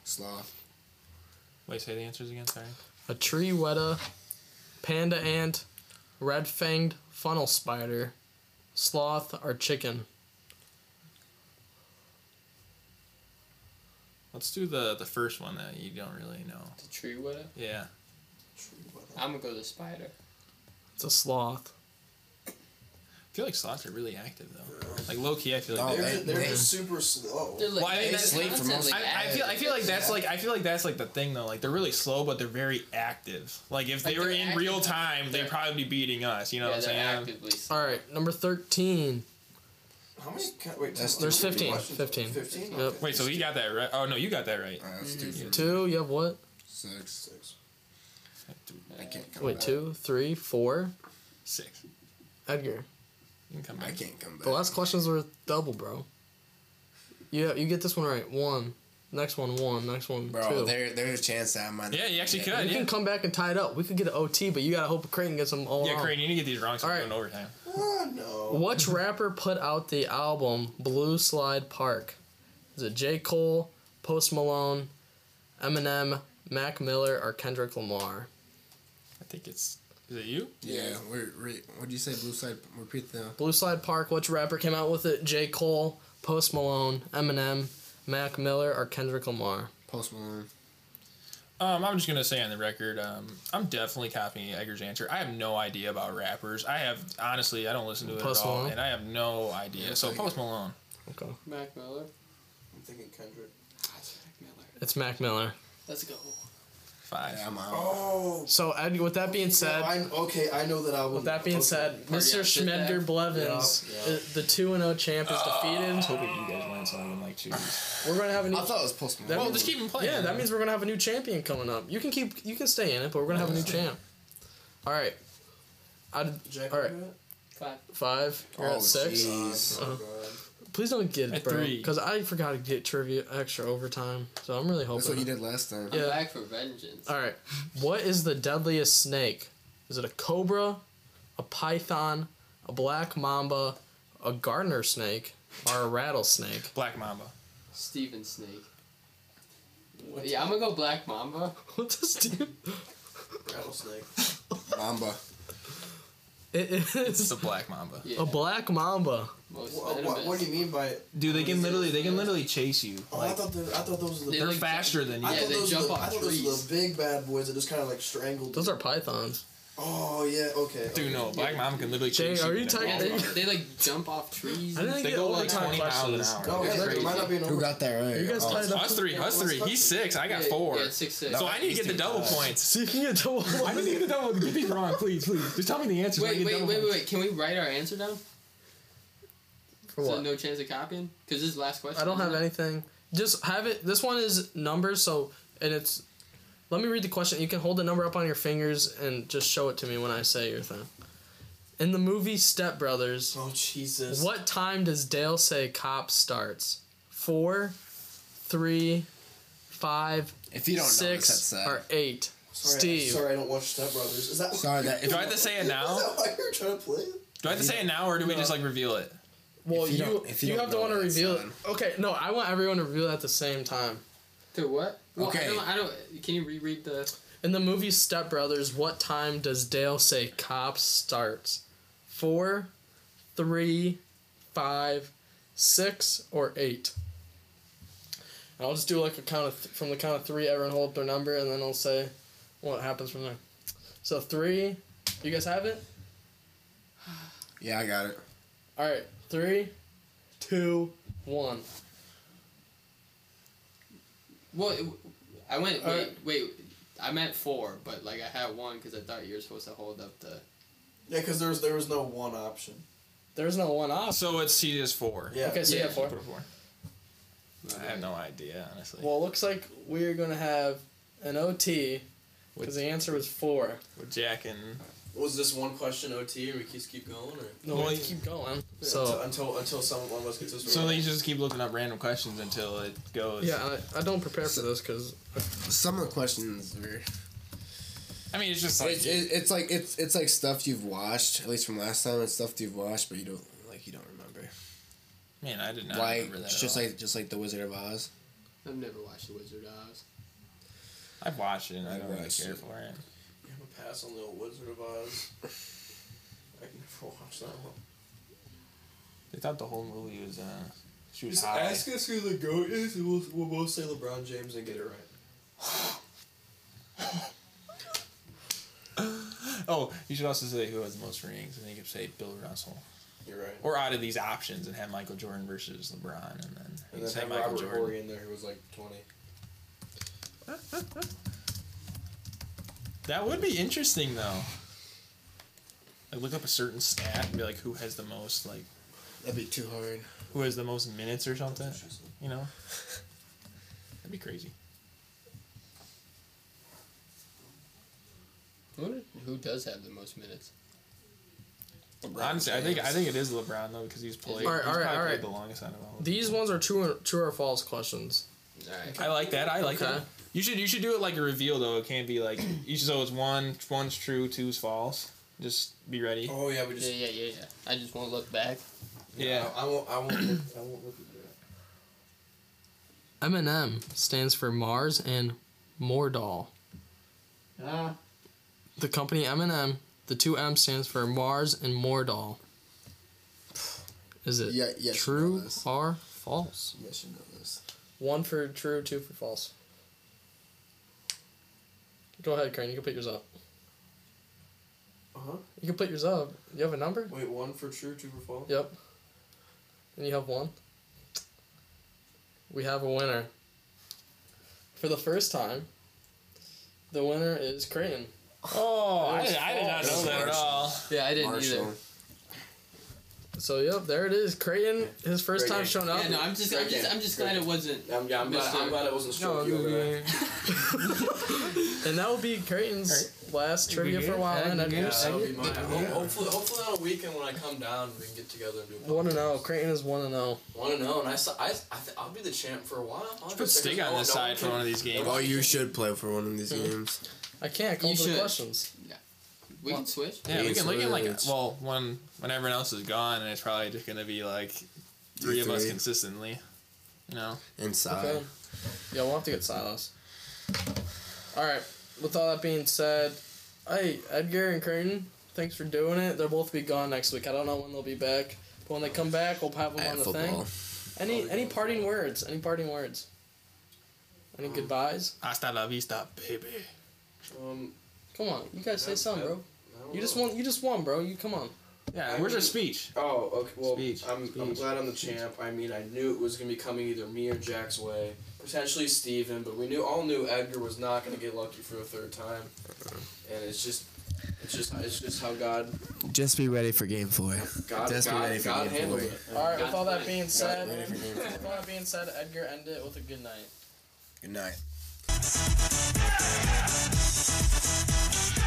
Speaker 4: Sloth.
Speaker 7: Wait, say the answers again. Sorry.
Speaker 3: A tree weta, panda ant, red fanged funnel spider, sloth, or chicken.
Speaker 7: Let's do the the first one that you don't really know.
Speaker 5: The tree widow.
Speaker 7: Yeah.
Speaker 5: I'm gonna go the spider.
Speaker 3: It's a sloth.
Speaker 7: I feel like slots are really active though. Like low key, I feel like.
Speaker 4: Oh,
Speaker 8: They're,
Speaker 4: they-
Speaker 8: ju- they're
Speaker 4: they-
Speaker 8: just super slow.
Speaker 5: They're like,
Speaker 7: Well, I think
Speaker 5: they're
Speaker 7: that's-
Speaker 4: sleep for most-
Speaker 5: constantly
Speaker 7: I, I feel I feel like that's
Speaker 8: Yeah.
Speaker 7: like I feel like that's like the thing though. Like they're really slow, but they're very active. Like if they
Speaker 5: Like,
Speaker 7: were
Speaker 5: they're
Speaker 7: in
Speaker 5: active.
Speaker 7: real time, they'd
Speaker 5: They're-
Speaker 7: probably be beating us. You know
Speaker 5: yeah,
Speaker 7: what I'm
Speaker 5: they're
Speaker 7: saying?
Speaker 5: actively.
Speaker 3: All right, number 13.
Speaker 8: How many? Can, wait,
Speaker 4: That's-
Speaker 8: tell me
Speaker 3: There's
Speaker 8: how many
Speaker 3: 15,
Speaker 8: questions?
Speaker 3: 15.
Speaker 8: 15?
Speaker 3: Yep.
Speaker 8: Okay.
Speaker 7: Wait, so he got that right? Oh no, you got that right.
Speaker 4: Uh, that's
Speaker 3: Mm-hmm.
Speaker 4: two for
Speaker 3: Two, you have what?
Speaker 4: six.
Speaker 8: Six.
Speaker 4: I can't come
Speaker 3: Wait,
Speaker 4: back.
Speaker 3: two, three, four.
Speaker 7: Six.
Speaker 3: Edgar,
Speaker 7: You can come
Speaker 4: I
Speaker 7: back.
Speaker 4: can't come back.
Speaker 3: the last questions were double, bro. You you get this one right. One, next one, one, next one,
Speaker 4: Bro,
Speaker 3: two.
Speaker 4: there there's a chance that I might.
Speaker 7: Yeah, you actually
Speaker 3: you
Speaker 7: could. Yeah,
Speaker 3: can come back and tie it up. We could get an OT, but you gotta hope Creighton gets them all.
Speaker 7: yeah
Speaker 3: wrong.
Speaker 7: Crane, you need to get these wrong so
Speaker 3: All
Speaker 7: we're
Speaker 3: right.
Speaker 7: going overtime.
Speaker 8: Oh, no.
Speaker 3: Which rapper put out the album Blue Slide Park? Is it J. Cole, Post Malone, Eminem, Mac Miller, or Kendrick Lamar?
Speaker 7: I think it's. Is it you?
Speaker 4: Yeah, we're, we're what do you say? Blue side. Repeat the.
Speaker 3: Blue Slide Park, which rapper came out with it? J. Cole, Post Malone, Eminem, Mac Miller, or Kendrick Lamar?
Speaker 4: Post Malone.
Speaker 7: Um, I'm just gonna say on the record, um, I'm definitely copying Edgar's answer. I have no idea about rappers. I have honestly, I don't listen to it
Speaker 3: Post
Speaker 7: at all,
Speaker 3: Malone?
Speaker 7: and I have no idea. so Post Malone.
Speaker 3: Okay.
Speaker 5: Mac Miller.
Speaker 8: I'm thinking Kendrick.
Speaker 5: That's Mac Miller.
Speaker 3: It's Mac Miller.
Speaker 5: Let's go.
Speaker 7: Five.
Speaker 4: Yeah, I'm out.
Speaker 8: Oh.
Speaker 3: So, Ed, with that being said,
Speaker 8: Yeah, I, okay, I know that album.
Speaker 3: with that being
Speaker 8: okay.
Speaker 3: said, Mr.
Speaker 5: yeah, sit back.
Speaker 3: Schmedger Blevins,
Speaker 8: Yeah, yeah.
Speaker 3: uh, the two and zero champ, is defeated.
Speaker 7: Hoping you guys win, so I can like choose.
Speaker 3: We're gonna have a new.
Speaker 4: I thought it was Post Malone.
Speaker 3: that
Speaker 7: Well,
Speaker 3: means-
Speaker 7: just keep him playing.
Speaker 3: Yeah, that means we're gonna have a new champion coming up. You can keep, you can stay in it, but we're gonna have a new champ. All right. I,
Speaker 8: Jack,
Speaker 3: all right.
Speaker 8: you got it?
Speaker 5: Five.
Speaker 3: Five? You're at six?
Speaker 4: Oh, jeez.
Speaker 3: Uh, please don't get it,
Speaker 7: At
Speaker 3: bro.
Speaker 7: three.
Speaker 3: Because I forgot to get trivia extra overtime. So I'm really
Speaker 4: That's what
Speaker 3: hoping.
Speaker 4: you did last time.
Speaker 5: I'm
Speaker 3: Yeah.
Speaker 5: back for vengeance.
Speaker 3: All right. What is the deadliest snake? Is it a cobra, a python, a black mamba, a gardener snake, or a rattlesnake?
Speaker 7: Black Mamba.
Speaker 5: Steven Snake. Yeah, I'm gonna go Black Mamba.
Speaker 3: What does dude?
Speaker 8: Rattlesnake.
Speaker 4: Mamba.
Speaker 3: It
Speaker 7: It's
Speaker 3: is
Speaker 7: the Black Mamba.
Speaker 5: Yeah.
Speaker 3: a black mamba.
Speaker 5: Most
Speaker 8: What,
Speaker 5: venomous.
Speaker 8: what, what do you mean by?
Speaker 7: Dude, they can
Speaker 5: What is
Speaker 7: literally
Speaker 5: it?
Speaker 7: they can literally chase you.
Speaker 8: Oh, I
Speaker 7: Like
Speaker 8: thought the, I thought those were the.
Speaker 5: They
Speaker 7: they're
Speaker 5: like-
Speaker 7: faster than you.
Speaker 8: I
Speaker 5: yeah,
Speaker 8: thought
Speaker 5: they
Speaker 8: those were
Speaker 5: jump
Speaker 8: the,
Speaker 5: on
Speaker 8: I thought those
Speaker 5: trees.
Speaker 8: were the big bad boys that just kind of like strangled.
Speaker 3: Those
Speaker 8: you.
Speaker 3: are pythons.
Speaker 8: Oh yeah. Okay.
Speaker 7: Dude, no, Black Mamba can literally
Speaker 3: Jay,
Speaker 7: chase
Speaker 3: are
Speaker 7: you.
Speaker 3: you
Speaker 7: with
Speaker 3: talking-
Speaker 5: Yeah,
Speaker 7: that
Speaker 5: they,
Speaker 7: motherfucker.
Speaker 5: they like jump off trees.
Speaker 3: I didn't
Speaker 7: They
Speaker 3: get
Speaker 7: go like
Speaker 3: overtime
Speaker 7: twenty
Speaker 3: questions.
Speaker 7: miles an
Speaker 8: No,
Speaker 7: hour.
Speaker 8: oh, yeah,
Speaker 5: That's
Speaker 8: there
Speaker 5: crazy.
Speaker 8: might not be an
Speaker 4: Who
Speaker 8: over.
Speaker 4: got that right?
Speaker 3: You guys
Speaker 4: Oh,
Speaker 3: tied up.
Speaker 7: Us three, us three. He's six. I got
Speaker 5: Yeah,
Speaker 7: four.
Speaker 5: Yeah, six six.
Speaker 7: So I need to get the double points.
Speaker 3: See if you get double.
Speaker 7: I need to get the double. Get these wrong, please, please. Just tell me the answers.
Speaker 5: wait, wait, wait, wait, wait. Can we write our answer down?
Speaker 3: For
Speaker 5: So
Speaker 3: what?
Speaker 5: no chance of copying? Because this is the last question.
Speaker 3: I don't
Speaker 5: isn't
Speaker 3: have
Speaker 5: it?
Speaker 3: anything. Just have it. This one is numbers. So and it's. Let me read the question. You can hold the number up on your fingers and just show it to me when I say your thing. In the movie Step Brothers,
Speaker 8: Oh Jesus.
Speaker 3: What time does Dale say cop starts? Four, three, five,
Speaker 4: If you don't know,
Speaker 3: six,
Speaker 4: this, that's sad.
Speaker 3: or eight?
Speaker 8: Sorry,
Speaker 3: Steve.
Speaker 8: Sorry, I don't watch Step Brothers. Is that?
Speaker 4: Sorry, that if
Speaker 7: Do I have to say it now?
Speaker 8: Is that why you're trying to play? it?
Speaker 7: Do I have to say it now, or do we just like reveal it?
Speaker 3: Well,
Speaker 4: If you
Speaker 3: you you,
Speaker 4: don't- if you don't
Speaker 3: have to
Speaker 4: know
Speaker 3: want to
Speaker 4: that,
Speaker 3: reveal it.
Speaker 4: son.
Speaker 3: Okay, no, I want everyone to reveal it at the same time.
Speaker 5: To what? Well,
Speaker 4: Okay.
Speaker 5: I don't, I don't. Can you reread the?
Speaker 3: In the movie Step Brothers, what time does Dale say cop starts? Four, three, five, six, or eight? And I'll just do like a count of th- from the count of three. Everyone hold up their number, and then I'll say what happens from there. So three, you guys have it.
Speaker 4: yeah, I got it.
Speaker 3: All right, three, two, one.
Speaker 5: Well, it- I went.
Speaker 3: All
Speaker 5: Wait, wait. I meant four, but like I had one because I thought you were supposed to hold up the.
Speaker 8: Yeah, because there was there was no one option.
Speaker 3: There's no one off.
Speaker 7: So it's he is four.
Speaker 8: Yeah.
Speaker 3: Okay, so yeah,
Speaker 5: Yeah.
Speaker 3: four.
Speaker 7: Put a four. I have no idea, honestly.
Speaker 3: Well, it looks like we're gonna have an OT because the answer was four.
Speaker 7: With Jack and
Speaker 12: Was this one question OT and we just keep going? Or?
Speaker 3: No,
Speaker 7: Well,
Speaker 3: we
Speaker 7: you-
Speaker 3: keep going.
Speaker 8: until
Speaker 3: So
Speaker 8: until, until someone one of us gets this.
Speaker 7: so
Speaker 8: right.
Speaker 7: they just keep looking up random questions until it goes.
Speaker 3: yeah, I, I don't prepare for this because
Speaker 4: Some of the questions are.
Speaker 7: I mean, it's just like
Speaker 4: It, it, it's like it's it's like stuff you've watched, at least from last time. It's stuff you've watched, but you don't like you don't remember.
Speaker 7: man, I did not
Speaker 4: like
Speaker 7: remember that.
Speaker 4: just like just like the Wizard of Oz.
Speaker 5: I've never watched The Wizard of Oz.
Speaker 7: I've watched it and I
Speaker 4: I've
Speaker 7: don't really
Speaker 4: watched
Speaker 7: care
Speaker 4: it.
Speaker 7: for it.
Speaker 8: I'm gonna pass on the old Wizard of Oz. I can never watch that one.
Speaker 7: They thought the whole movie was uh, she was
Speaker 8: Just
Speaker 7: high.
Speaker 8: ask us who the goat is, and we'll we'll both say LeBron James and get it right.
Speaker 7: Oh, you should also say who has the most rings, and they could say Bill Russell.
Speaker 8: You're right.
Speaker 7: Or out of these options, and have Michael Jordan versus LeBron, and then you
Speaker 8: And
Speaker 7: can
Speaker 8: then
Speaker 7: say
Speaker 8: have
Speaker 7: Michael
Speaker 8: Robert
Speaker 7: Jordan.
Speaker 8: Horry in there, who was like 20.
Speaker 7: That would be interesting though. Like look up a certain stat and be like, who has the most like,
Speaker 4: That'd be too hard.
Speaker 7: who has the most minutes or something? You know, that'd be crazy.
Speaker 5: Who, who does have the most minutes?
Speaker 7: Honestly, I think I think it is LeBron though because he's played.
Speaker 3: All right,
Speaker 7: he's
Speaker 3: all right,
Speaker 7: probably
Speaker 3: all
Speaker 7: played
Speaker 3: right.
Speaker 7: The longest out of all. of them.
Speaker 3: these ones are true or, true or false questions.
Speaker 5: Alright.
Speaker 7: I like that. I like
Speaker 3: Okay.
Speaker 7: that. You should you should do it like a reveal though. It can't be like each so it's one one's true, two's false. Just be ready.
Speaker 8: Oh yeah, we
Speaker 5: Yeah,
Speaker 8: just.
Speaker 5: yeah, yeah, yeah. I just won't look back.
Speaker 7: Yeah.
Speaker 8: I, I won't. I won't. Look, I won't look at that.
Speaker 3: M stands for Mars and Mordall.
Speaker 8: Uh,
Speaker 5: Ah.
Speaker 3: The company M&M, the two M stands for Mars and Mordall. Is it
Speaker 4: Yeah, yes, you know
Speaker 3: true
Speaker 4: this.
Speaker 3: or false?
Speaker 4: Yes, you know this.
Speaker 3: One for true, two for false. Go ahead, Crane. You can put yours up.
Speaker 8: Uh-huh.
Speaker 3: You can put yours up. You have a number?
Speaker 8: Wait, one for true, two for false.
Speaker 3: Yep. And you have one. We have a winner. For the first time, the winner is Creighton.
Speaker 7: Oh, I did, I did not know
Speaker 4: false.
Speaker 7: that at all.
Speaker 5: Yeah, I didn't
Speaker 4: Marshall.
Speaker 5: either.
Speaker 3: So yep, there it is. Creighton, his first
Speaker 8: Great
Speaker 3: time
Speaker 8: game.
Speaker 3: showing up.
Speaker 5: Yeah, no, I'm just, I'm just, I'm just glad it wasn't.
Speaker 8: I'm, yeah, I'm, glad, I'm glad it wasn't stroke you over there.
Speaker 3: And that will be Creighton's last trivia for a while. And I
Speaker 8: Yeah, that'll be mine. Ho- Hopefully, hopefully on a weekend when I come down, we can get together and do. a
Speaker 3: One and
Speaker 8: podcast.
Speaker 3: zero. Creighton is one and oh. zero.
Speaker 8: Want to know? And I, s- I, I th- I'll be the champ for a while. I'll
Speaker 7: Put Stig on this side for one of these games.
Speaker 4: Oh, you should play for one of these games.
Speaker 3: I can't come
Speaker 5: You
Speaker 3: for the
Speaker 5: should.
Speaker 3: questions.
Speaker 5: We can switch.
Speaker 7: Yeah, we
Speaker 4: Yeah,
Speaker 7: can. We
Speaker 4: so
Speaker 7: can like
Speaker 4: it's-
Speaker 7: well when when everyone else is gone, and it's probably just gonna be like three of us
Speaker 4: three.
Speaker 7: consistently. You know,
Speaker 4: Inside.
Speaker 3: Okay. Yeah, we'll have to get Silas. All right. With all that being said, hey Edgar and Creighton, thanks for doing it. They'll both be gone next week. I don't know when they'll be back, but when they come back, we'll have them
Speaker 4: At
Speaker 3: on the
Speaker 4: football.
Speaker 3: thing. Any any parting words? Any parting words? Any goodbyes?
Speaker 7: hasta la vista, baby.
Speaker 8: Um,
Speaker 3: Come on, you guys say something, bro.
Speaker 8: I don't
Speaker 3: You just
Speaker 8: know.
Speaker 3: won. You just won, bro. You come on.
Speaker 7: Yeah, where's our speech?
Speaker 8: Oh, okay. Well,
Speaker 7: Speech,
Speaker 8: I'm, I'm
Speaker 7: speech,
Speaker 8: glad I'm the champ. I mean, I knew it was gonna be coming either me or Jack's way, potentially Steven, but we knew all knew Edgar was not gonna get lucky for a third time, and it's just. It's just, it's just how God,
Speaker 4: Just be ready for game four.
Speaker 8: God,
Speaker 4: Just be ready
Speaker 8: God,
Speaker 4: for
Speaker 8: God
Speaker 4: game
Speaker 8: handled
Speaker 4: boy.
Speaker 8: it.
Speaker 3: All right. With
Speaker 5: God's
Speaker 3: all that
Speaker 5: plan.
Speaker 3: being said,
Speaker 1: ready for game four.
Speaker 3: with all that being said, Edgar, end it with a good night.
Speaker 1: Good night.